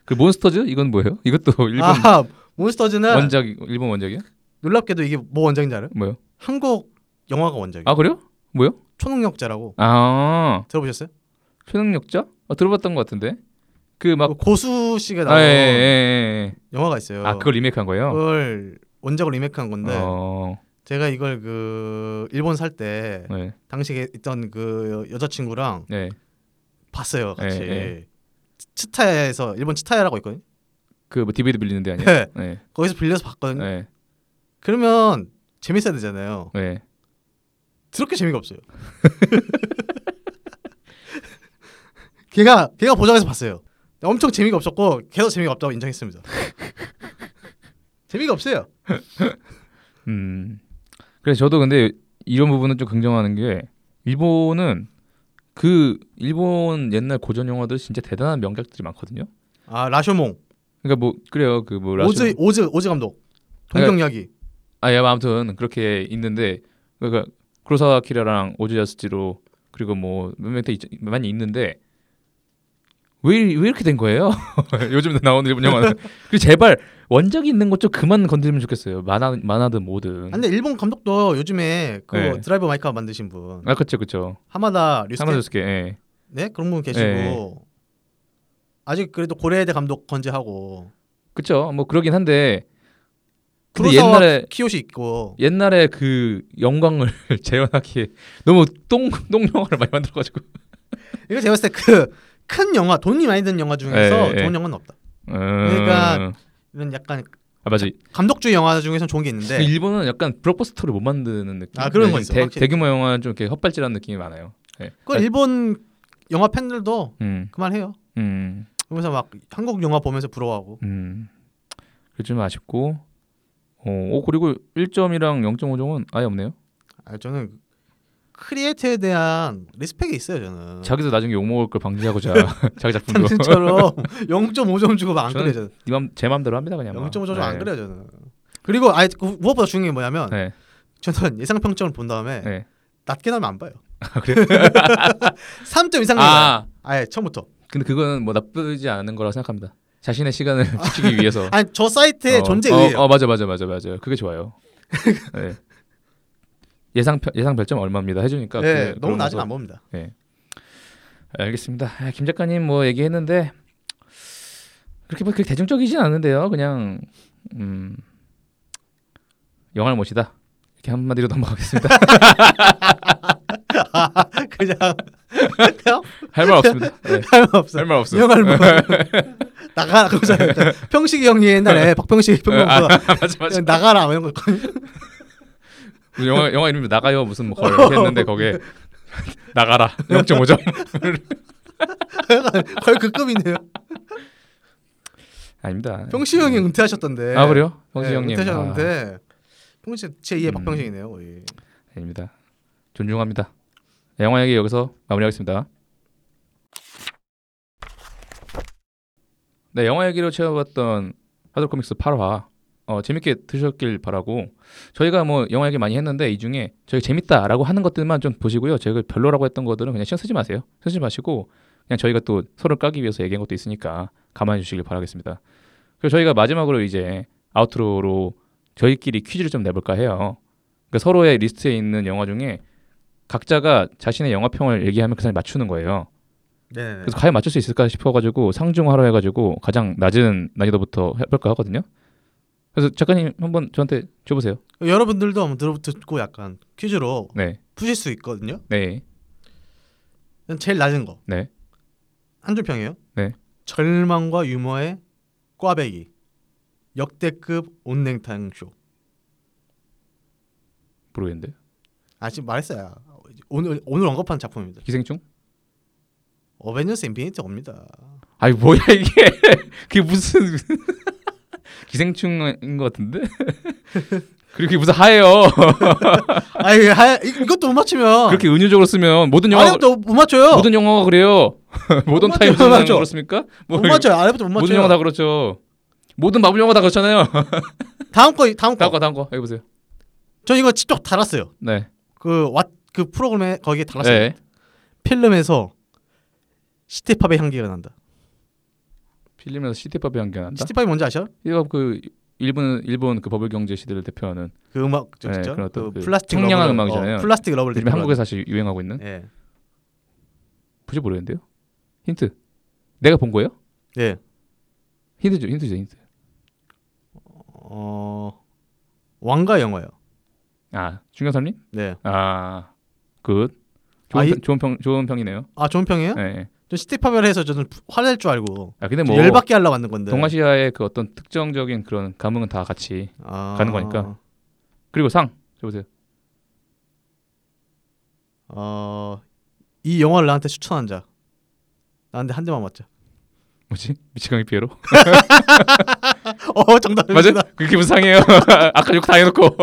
Speaker 1: 그 몬스터즈 이건 뭐예요? 이것도 일본
Speaker 2: 아 몬스터즈는
Speaker 1: 원작 일본 원작이야?
Speaker 2: 놀랍게도 이게 뭐 원작인지 알아요?
Speaker 1: 뭐요?
Speaker 2: 한국 영화가 원작이에요.
Speaker 1: 아 그래요? 뭐요?
Speaker 2: 초능력자라고
Speaker 1: 아
Speaker 2: 들어보셨어요?
Speaker 1: 초능력자? 아, 들어봤던 것 같은데 그 막
Speaker 2: 그 고수 씨가 나온
Speaker 1: 아, 예, 예, 예, 예.
Speaker 2: 영화가 있어요.
Speaker 1: 아 그걸 리메이크한 거예요?
Speaker 2: 그걸 원작으로 리메이크한 건데
Speaker 1: 어,
Speaker 2: 제가 이걸 그 일본 살 때
Speaker 1: 네,
Speaker 2: 당시에 있던 그 여자친구랑
Speaker 1: 네.
Speaker 2: 봤어요 같이
Speaker 1: 예, 예.
Speaker 2: 치- 치타야에서 일본 치타야라고 있거든요.
Speaker 1: 그뭐 DVD 빌리는데
Speaker 2: [laughs]
Speaker 1: 아니야?
Speaker 2: 네.
Speaker 1: 네,
Speaker 2: 거기서 빌려서 봤거든요.
Speaker 1: 네,
Speaker 2: 그러면 재밌어야 되잖아요.
Speaker 1: 네.
Speaker 2: 그렇게 재미가 없어요. [laughs] 걔가 걔가 보장해서 봤어요. 엄청 재미가 없었고 계속 재미가 없다고 인정했습니다. [laughs] 재미가 없어요.
Speaker 1: 음. 그래서 저도 근데 이런 부분은 좀 긍정하는 게 일본은 그 일본 옛날 고전 영화들 진짜 대단한 명작들이 많거든요.
Speaker 2: 아 라쇼몽,
Speaker 1: 그러니까 뭐 그래요 그 뭐 라쇼
Speaker 2: 오즈 오즈 오즈 감독, 동경 이야기.
Speaker 1: 아예 아무튼 그렇게 있는데 그러니까 쿠로사와 키라랑 오즈야스지로 그리고 뭐 몇몇 대 있- 많이 있는데 왜, 이- 왜 이렇게 된 거예요? [laughs] 요즘 나오는 일본 영화는
Speaker 2: [laughs]
Speaker 1: 그 제발 원작이 있는 것 좀 그만 건드리면 좋겠어요. 만화 만화든 뭐든.
Speaker 2: 근데 일본 감독도 요즘에 그
Speaker 1: 네.
Speaker 2: 드라이브 마이카 만드신 분
Speaker 1: 아 그렇죠 그렇죠.
Speaker 2: 하마다 류스케
Speaker 1: 상하조스케. 예.
Speaker 2: 네 그런 분 계시고
Speaker 1: 네.
Speaker 2: 아직 그래도 고레에대 감독 건재하고
Speaker 1: 그렇죠. 뭐 그러긴 한데 근데
Speaker 2: 쿠로사와
Speaker 1: 옛날에-
Speaker 2: 키요시 있고
Speaker 1: 옛날에 그 영광을 [laughs] 재현하기에 너무 똥똥 영화를 많이 만들어가지고.
Speaker 2: 이거 제가 봤을 때 그 큰 영화 돈이 많이 드는 영화 중에서
Speaker 1: 네, 네.
Speaker 2: 좋은 영화는 없다.
Speaker 1: 그러니까
Speaker 2: 이런 약간
Speaker 1: 아 맞아.
Speaker 2: 감독주의 영화 중에서는 좋은 게
Speaker 1: 그
Speaker 2: 있는데
Speaker 1: 일본은 약간 블록버스터를 못 만드는 느낌.
Speaker 2: 네. 아, 그런 거
Speaker 1: 네,
Speaker 2: 있어,
Speaker 1: 대,
Speaker 2: 확실히.
Speaker 1: 대규모 영화 좀 이렇게 헛발질하는 느낌이 많아요. 네.
Speaker 2: 그걸 일본 영화 팬들도
Speaker 1: 음,
Speaker 2: 그만해요.
Speaker 1: 음,
Speaker 2: 그러면서 막 한국 영화 보면서 부러워하고
Speaker 1: 음. 그좀 아쉽고. 어, 오 그리고 1점이랑 0.5점은 아예 없네요.
Speaker 2: 아, 저는 크리에이트에 대한 리스펙이 있어요 저는
Speaker 1: 자기도 나중에 욕 먹을 걸 방지하고자
Speaker 2: [laughs]
Speaker 1: 자기 작품도
Speaker 2: 당신처럼 [laughs] 0.5점 주고 막안
Speaker 1: 뭐. 저는
Speaker 2: 그래요 저는
Speaker 1: 네맘제 맘대로 합니다 그냥. 막.
Speaker 2: 0.5점
Speaker 1: 네.
Speaker 2: 좀안 그래요 저는 그리고 아예 그 무엇보다 중요한 게 뭐냐면
Speaker 1: 네.
Speaker 2: 저는 예상 평점을 본 다음에
Speaker 1: 네.
Speaker 2: 낮게 나면 안 봐요 [laughs] 그래요? 3점 이상 나면
Speaker 1: 아,
Speaker 2: 아예 처음부터
Speaker 1: 근데 그거는 뭐 나쁘지 않은 거라고 생각합니다. 자신의 시간을 [laughs] 지키기 위해서.
Speaker 2: 아니 저 사이트의 존재
Speaker 1: 어,
Speaker 2: 의예요
Speaker 1: 어, 맞아 맞아 맞아 맞아. 그게 좋아요. [laughs] 네. 예상 편- 예상 별점 얼마입니다 해주니까.
Speaker 2: 네,
Speaker 1: 그-
Speaker 2: 너무
Speaker 1: 그러면서-
Speaker 2: 낮은 안 봅니다 [laughs]
Speaker 1: 알겠습니다. 아, 김 작가님 뭐 얘기했는데 그렇게 뭐 그렇게 대중적이진 않은데요. 그냥 음, 영화를 못이다. 이렇게 한마디로 [laughs] 넘어가겠습니다.
Speaker 2: 그냥 그냥
Speaker 1: 할 말 없습니다. 네.
Speaker 2: 할말 없어
Speaker 1: 할말 없어요.
Speaker 2: 영화를 뭐 나가라 그러잖아요. 평식이 형이 옛날에 박평식 평론가
Speaker 1: [laughs] 네. 아, 맞아
Speaker 2: [laughs]
Speaker 1: 맞아.
Speaker 2: 그냥 나가라 이런 거 있거든요.
Speaker 1: 영화 영화 이름이 나가요 무슨 뭐 거의 이렇게 했는데
Speaker 2: [laughs]
Speaker 1: 거기에 나가라 0.5점.
Speaker 2: [laughs] 거의 그 급이네요.
Speaker 1: 아닙니다.
Speaker 2: 평식 네. 형이 은퇴하셨던데.
Speaker 1: 아 그래요? 형수 형님. 아,
Speaker 2: 은퇴하셨는데 평식 제2의
Speaker 1: 음.
Speaker 2: 박평식이네요. 거의.
Speaker 1: 아닙니다. 존중합니다. 영화 얘기 여기서 마무리하겠습니다. 네, 영화 얘기로 채워봤던 하드 코믹스 8화 어, 재밌게 드셨길 바라고 저희가 뭐 영화 얘기 많이 했는데 이 중에 저희 재밌다라고 하는 것들만 좀 보시고요. 저희가 별로라고 했던 것들은 그냥 신경 쓰지 마세요. 쓰지 마시고 그냥 저희가 또 서로 까기 위해서 얘기한 것도 있으니까 감안해 주시길 바라겠습니다. 그리고 저희가 마지막으로 이제 아우트로로 저희끼리 퀴즈를 좀 내볼까 해요. 그러니까 서로의 리스트에 있는 영화 중에 각자가 자신의 영화평을 얘기하면 그 사람이 맞추는 거예요.
Speaker 2: 네네네.
Speaker 1: 그래서 과연 맞출 수 있을까 싶어가지고 상중하로 해가지고 가장 낮은 난이도부터 해볼까 하거든요. 그래서 작가님 한번 저한테 줘보세요.
Speaker 2: 여러분들도 한번 들어 듣고 약간 퀴즈로
Speaker 1: 네,
Speaker 2: 푸실 수 있거든요.
Speaker 1: 네,
Speaker 2: 제일 낮은 거.
Speaker 1: 네.
Speaker 2: 한 줄 평이에요.
Speaker 1: 네.
Speaker 2: 절망과 유머의 꽈배기. 역대급 온냉탕 쇼.
Speaker 1: 모르겠는데.
Speaker 2: 아 지금 말했어요. 오늘 오늘 언급한 작품입니다.
Speaker 1: 기생충?
Speaker 2: 어벤져스 인피니티 옵니다.
Speaker 1: 아이 뭐야 이게? [laughs] 그게 무슨 [laughs] 기생충인 것 같은데? [laughs] 그리고 그게 무슨 하예요?
Speaker 2: 아이 그, 하 이것도 못 맞추면
Speaker 1: 그렇게 은유적으로 쓰면 모든 영화
Speaker 2: 어. 아래부터 못 맞춰요.
Speaker 1: 모든 영화가 그래요. [laughs] 모던
Speaker 2: 맞죠,
Speaker 1: 타임즈
Speaker 2: 맞죠.
Speaker 1: 그렇습니까? 뭐
Speaker 2: 못 맞춰요. 아래부터 못
Speaker 1: 모든
Speaker 2: 맞춰요.
Speaker 1: 영화 다 그렇죠. 모든 마블 영화 다 그렇잖아요.
Speaker 2: 어. 다음 거 다음
Speaker 1: [laughs] 다음
Speaker 2: 거.
Speaker 1: 거 다음 거 여기 보세요.
Speaker 2: 전 이거 직접 달았어요.
Speaker 1: 네.
Speaker 2: 그 왓 그 프로그램에 거기에 달았어요.
Speaker 1: 네.
Speaker 2: 필름에서 시티팝의 향기가 난다.
Speaker 1: 필름에서 시티팝이 연결한다.
Speaker 2: 시티팝이 뭔지 아셔?
Speaker 1: 시티팝 그 일본 일본 그 버블 경제 시대를 대표하는
Speaker 2: 그 음악 저
Speaker 1: 네,
Speaker 2: 있죠?
Speaker 1: 그런
Speaker 2: 그
Speaker 1: 어떤 그
Speaker 2: 플라스틱
Speaker 1: 청량한
Speaker 2: 러브를-
Speaker 1: 음악이잖아요.
Speaker 2: 어, 플라스틱 러브를
Speaker 1: 요즘 한국에
Speaker 2: 대표하는.
Speaker 1: 서 사실 유행하고 있는
Speaker 2: 예.
Speaker 1: 굳이 모르겠는데요. 힌트. 내가 본 거예요?
Speaker 2: 예.
Speaker 1: 힌트 죠 힌트 죠 힌트.
Speaker 2: 어 왕가 영화예요.
Speaker 1: 아 중경삼님?
Speaker 2: 네.
Speaker 1: 아 굿. 좋은,
Speaker 2: 아, 이-
Speaker 1: 평, 좋은 평 좋은 평이네요.
Speaker 2: 아 좋은 평이에요?
Speaker 1: 네, 네.
Speaker 2: 전 시티팝을 해서 저는 화낼 줄 알고
Speaker 1: 아 근데 뭐
Speaker 2: 열받게 네. 하려고 만든 건데.
Speaker 1: 동아시아의 그 어떤 특정적인 그런 감흥은 다 같이
Speaker 2: 아...
Speaker 1: 가는 거니까. 그리고 상 줘보세요.
Speaker 2: 어, 이 영화를 나한테 추천한 자. 나한테 한 대만 맞자.
Speaker 1: 뭐지? 미치광이 피에로?
Speaker 2: [laughs] 어 정답입니다.
Speaker 1: 맞아요? 그 기분 상해요. [laughs] 아까 욕 다 해놓고.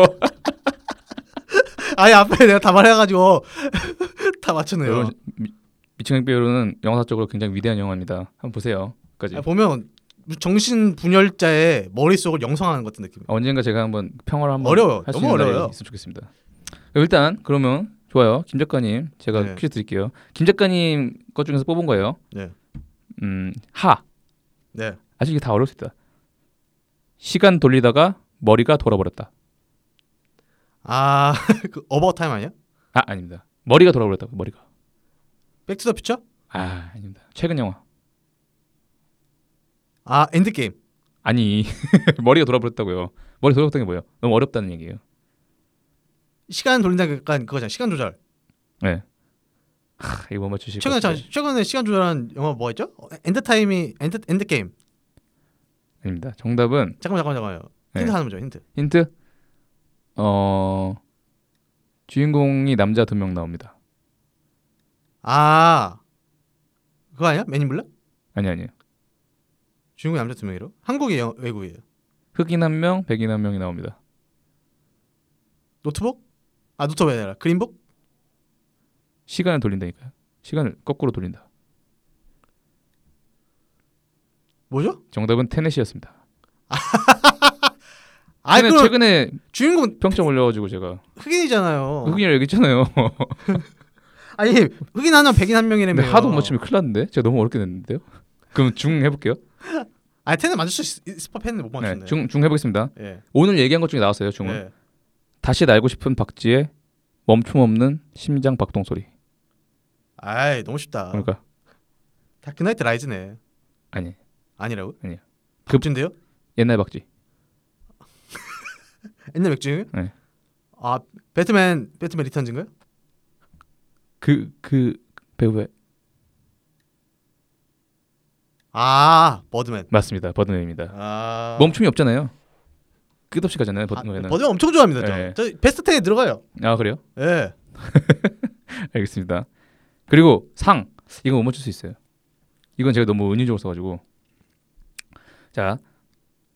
Speaker 2: 아니 앞에 내가 다 말해가지고 [laughs] 다 맞췄네요. 어.
Speaker 1: 여러분, 미- 미치광이 피에로는 영화사적으로 굉장히 위대한 영화입니다. 한번 보세요. 끝까지.
Speaker 2: 아, 보면 정신 분열자의 머릿속을 영성하는 것 같은 느낌.
Speaker 1: 언젠가 제가 한번 평화를 한번
Speaker 2: 어려워요.
Speaker 1: 할수
Speaker 2: 너무
Speaker 1: 있는 날이
Speaker 2: 어려워요.
Speaker 1: 있으면 좋겠습니다. 일단 그러면 좋아요. 김 작가님 제가
Speaker 2: 네.
Speaker 1: 퀴즈 드릴게요. 김 작가님 것 중에서 뽑은 거예요.
Speaker 2: 네.
Speaker 1: 음, 하.
Speaker 2: 네.
Speaker 1: 아직 이게 다 어려울 수 있다. 시간 돌리다가 머리가 돌아버렸다.
Speaker 2: 아, [laughs] 그 어바웃타임 아니야?
Speaker 1: 아, 아닙니다. 머리가 돌아버렸다고. 머리가.
Speaker 2: 백투더퓨처?
Speaker 1: 아, 아닙니다. 최근 영화.
Speaker 2: 아, 엔드게임.
Speaker 1: 아니. [laughs] 머리가 돌아버렸다고요. 머리 돌아버렸다는 게 뭐예요? 너무 어렵다는 얘기예요.
Speaker 2: 시간 돌린다 약간 그거잖아. 시간 조절.
Speaker 1: 네. 하, 이거 못 맞추실 것
Speaker 2: 최근에 자,
Speaker 1: 같은데.
Speaker 2: 최근에 시간 조절한 영화 뭐 있죠? 어, 엔드타임이 엔드 엔드게임.
Speaker 1: 아닙니다. 정답은
Speaker 2: 잠깐만 잠깐만 잠깐만요. 힌트
Speaker 1: 네.
Speaker 2: 하나 먼저 힌트.
Speaker 1: 힌트. 어 주인공이 남자 두 명 나옵니다.
Speaker 2: 아. 그거 아니야? 매니블라?
Speaker 1: 아니 아니요.
Speaker 2: 주인공 남자 두 명이로? 한국이 영- 외국이에요.
Speaker 1: 흑인 한 명, 백인 한 명이 나옵니다.
Speaker 2: 노트북? 아, 노트북이 아니라 그린북?
Speaker 1: 시간을 돌린다니까요. 시간을 거꾸로 돌린다.
Speaker 2: 뭐죠?
Speaker 1: 정답은 테넷이었습니다.
Speaker 2: 아,
Speaker 1: 테넷
Speaker 2: 그럼
Speaker 1: 최근에
Speaker 2: 주인공
Speaker 1: 평점 올려가지고 제가
Speaker 2: 흑인이잖아요.
Speaker 1: 흑인이라고 얘기했잖아요.
Speaker 2: 아니, 흑인 하나 백인 한
Speaker 1: 근데
Speaker 2: 명이라며.
Speaker 1: 하도 못 맞추면 큰일 났는데 제가 너무 어렵게 냈는데요. 그럼 중 해볼게요.
Speaker 2: 아, 텐은 맞을 수 있, 스팝 했는데 못 맞췄네.
Speaker 1: 네, 중중 해보겠습니다.
Speaker 2: 예.
Speaker 1: 오늘 얘기한 것 중에 나왔어요. 중은
Speaker 2: 예.
Speaker 1: 다시 날고 싶은 박지의 멈춤 없는 심장 박동 소리.
Speaker 2: 아이, 너무 쉽다.
Speaker 1: 그러니까
Speaker 2: 다크나이트 라이즈네.
Speaker 1: 아니
Speaker 2: 아니라고?
Speaker 1: 아니요. 그-
Speaker 2: 급진데요?
Speaker 1: 옛날 박지.
Speaker 2: 옛날 맥주?
Speaker 1: 네.
Speaker 2: 아, 배트맨 배트맨 리턴즈인가요?
Speaker 1: 그 그 배우의
Speaker 2: 아, 버드맨.
Speaker 1: 맞습니다. 버드맨입니다.
Speaker 2: 아.
Speaker 1: 멈춤이 없잖아요. 끝없이 가잖아요. 버드맨은.
Speaker 2: 아, 버드맨 엄청 좋아합니다. 저.
Speaker 1: 예.
Speaker 2: 저 베스트 10에 들어가요.
Speaker 1: 아 그래요?
Speaker 2: 예.
Speaker 1: 알겠습니다. 그리고 상 이건 못 맞출 수 있어요. 이건 제가 너무 은유적으로 써가지고 자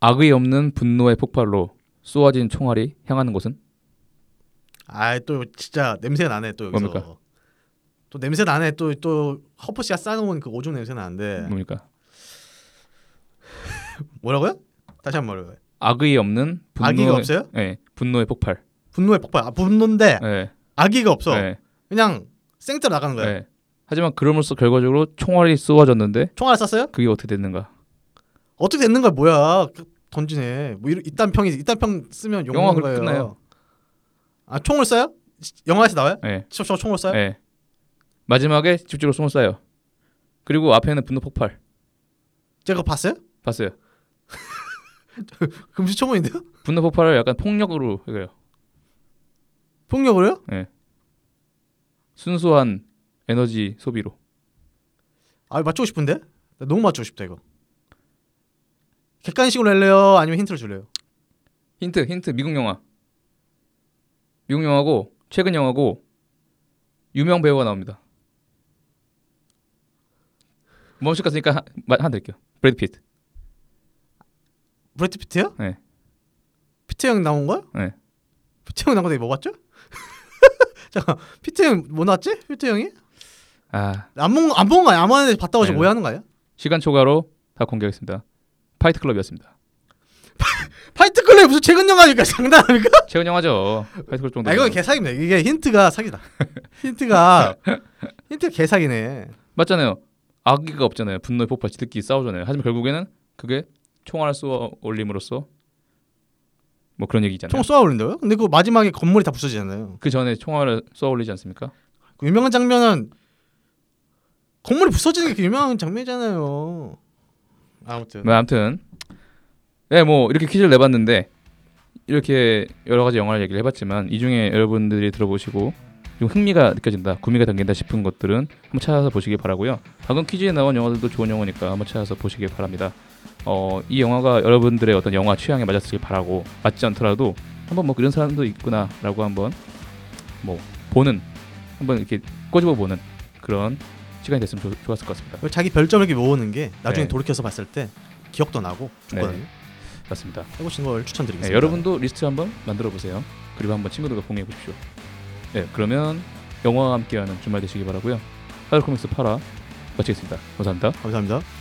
Speaker 1: 악의 없는 분노의 폭발로 쏘아진 총알이 향하는 곳은
Speaker 2: 아이, 또 진짜 냄새 나네 또 여기서.
Speaker 1: 뭡니까?
Speaker 2: 또 냄새 나네 또 또 허프 씨가 싸놓은 그 오줌 냄새 나는데
Speaker 1: 뭡니까?
Speaker 2: 뭐라고요? 다시 한번 말해봐요.
Speaker 1: 악의 없는 분노의
Speaker 2: 악의가 없어요?
Speaker 1: 네, 분노의 폭발.
Speaker 2: 분노의 폭발. 아, 분노인데
Speaker 1: 네,
Speaker 2: 악의가 없어.
Speaker 1: 네,
Speaker 2: 그냥 생떼로 나가는 거예요.
Speaker 1: 네. 하지만 그럼으로써 결과적으로 총알이 쏘아졌는데
Speaker 2: 총알 쐈어요?
Speaker 1: 그게 어떻게 됐는가?
Speaker 2: 어떻게 됐는 거야? 뭐야? 그- 던지네. 뭐 이런 이딴 평이 이딴 평 쓰면
Speaker 1: 영화
Speaker 2: 욕먹는
Speaker 1: 그렇게
Speaker 2: 거예요.
Speaker 1: 끝나요.
Speaker 2: 아 총을 쏴요? 시- 영화에서 나와요?
Speaker 1: 네.
Speaker 2: 직접 저 총을 쏴요?
Speaker 1: 예. 마지막에 집중으로 숨을 쏴요. 그리고 앞에는 분노 폭발.
Speaker 2: 제가 그거 봤어요?
Speaker 1: 봤어요.
Speaker 2: 금시초문인데요?
Speaker 1: 분노 폭발을 약간 폭력으로 해요.
Speaker 2: 폭력으로요?
Speaker 1: 순수한 에너지 소비로.
Speaker 2: 아 맞추고 싶은데? 나 너무 맞추고 싶다 이거. 객관식으로 할래요? 아니면 힌트를 줄래요?
Speaker 1: 힌트, 힌트. 미국 영화. 미국 영화고 최근 영화고 유명 배우가 나옵니다. 멈출 것 같으니까 한- 마- 하나 드릴게요. 브래드 피트.
Speaker 2: 브래드 피트요?
Speaker 1: 네.
Speaker 2: 피트 형 나온 거요?
Speaker 1: 네.
Speaker 2: 피트 형 나온 거 되게 뭐 봤죠? [laughs] 잠깐 피트 형 뭐 나왔지? 피트 형이?
Speaker 1: 아,
Speaker 2: 안본안본 거야? 안 봤는데 봤다고 지금
Speaker 1: 네.
Speaker 2: 오해하는 거야?
Speaker 1: 시간 초과로 다 공개하겠습니다. 파이트 클럽이었습니다.
Speaker 2: 파이트 클럽이 무슨 최근 영화니까 [laughs] 장난합니까?
Speaker 1: 최근 영화죠. 파이트클럽 정도.
Speaker 2: 아, 이건 개사기입니다. 이게 힌트가 사기다. 힌트가 힌트가 개사기네.
Speaker 1: 맞잖아요. 악의가 없잖아요. 분노의 폭발, 지들끼리 싸우잖아요. 하지만 결국에는 그게 총알을 쏘아 올림으로써 뭐 그런 얘기잖아요.
Speaker 2: 총 쏘아 올린다고요? 근데 그 마지막에 건물이 다 부서지잖아요.
Speaker 1: 그 전에 총알을 쏘아 올리지 않습니까?
Speaker 2: 그 유명한 장면은 건물이 부서지는 게그 유명한 장면이잖아요. 아무튼
Speaker 1: 네, 아무튼 네 뭐 이렇게 퀴즈를 내봤는데 이렇게 여러 가지 영화를 얘기를 해봤지만 이 중에 여러분들이 들어보시고 좀 흥미가 느껴진다, 구미가 당긴다 싶은 것들은 한번 찾아서 보시길 바라고요. 방금 퀴즈에 나온 영화들도 좋은 영화니까 한번 찾아서 보시길 바랍니다. 어, 이 영화가 여러분들의 어떤 영화 취향에 맞았길 바라고 맞지 않더라도 한번 뭐 그런 사람도 있구나라고 한번 뭐 보는 한번 이렇게 꼬집어 보는 그런 시간이 됐으면 좋, 좋았을 것 같습니다.
Speaker 2: 자기 별점을 이렇게 모으는 게 나중에
Speaker 1: 네.
Speaker 2: 돌이켜서 봤을 때 기억도 나고 좋거든요.
Speaker 1: 맞습니다.
Speaker 2: 해보시는 걸 추천드리겠습니다.
Speaker 1: 네, 여러분도 리스트 한번 만들어 보세요. 그리고 한번 친구들과 공유해 보십시오. 네, 그러면 영화와 함께하는 주말 되시기 바라고요. 하드 코믹스 팔아 마치겠습니다. 감사합니다.
Speaker 2: 감사합니다.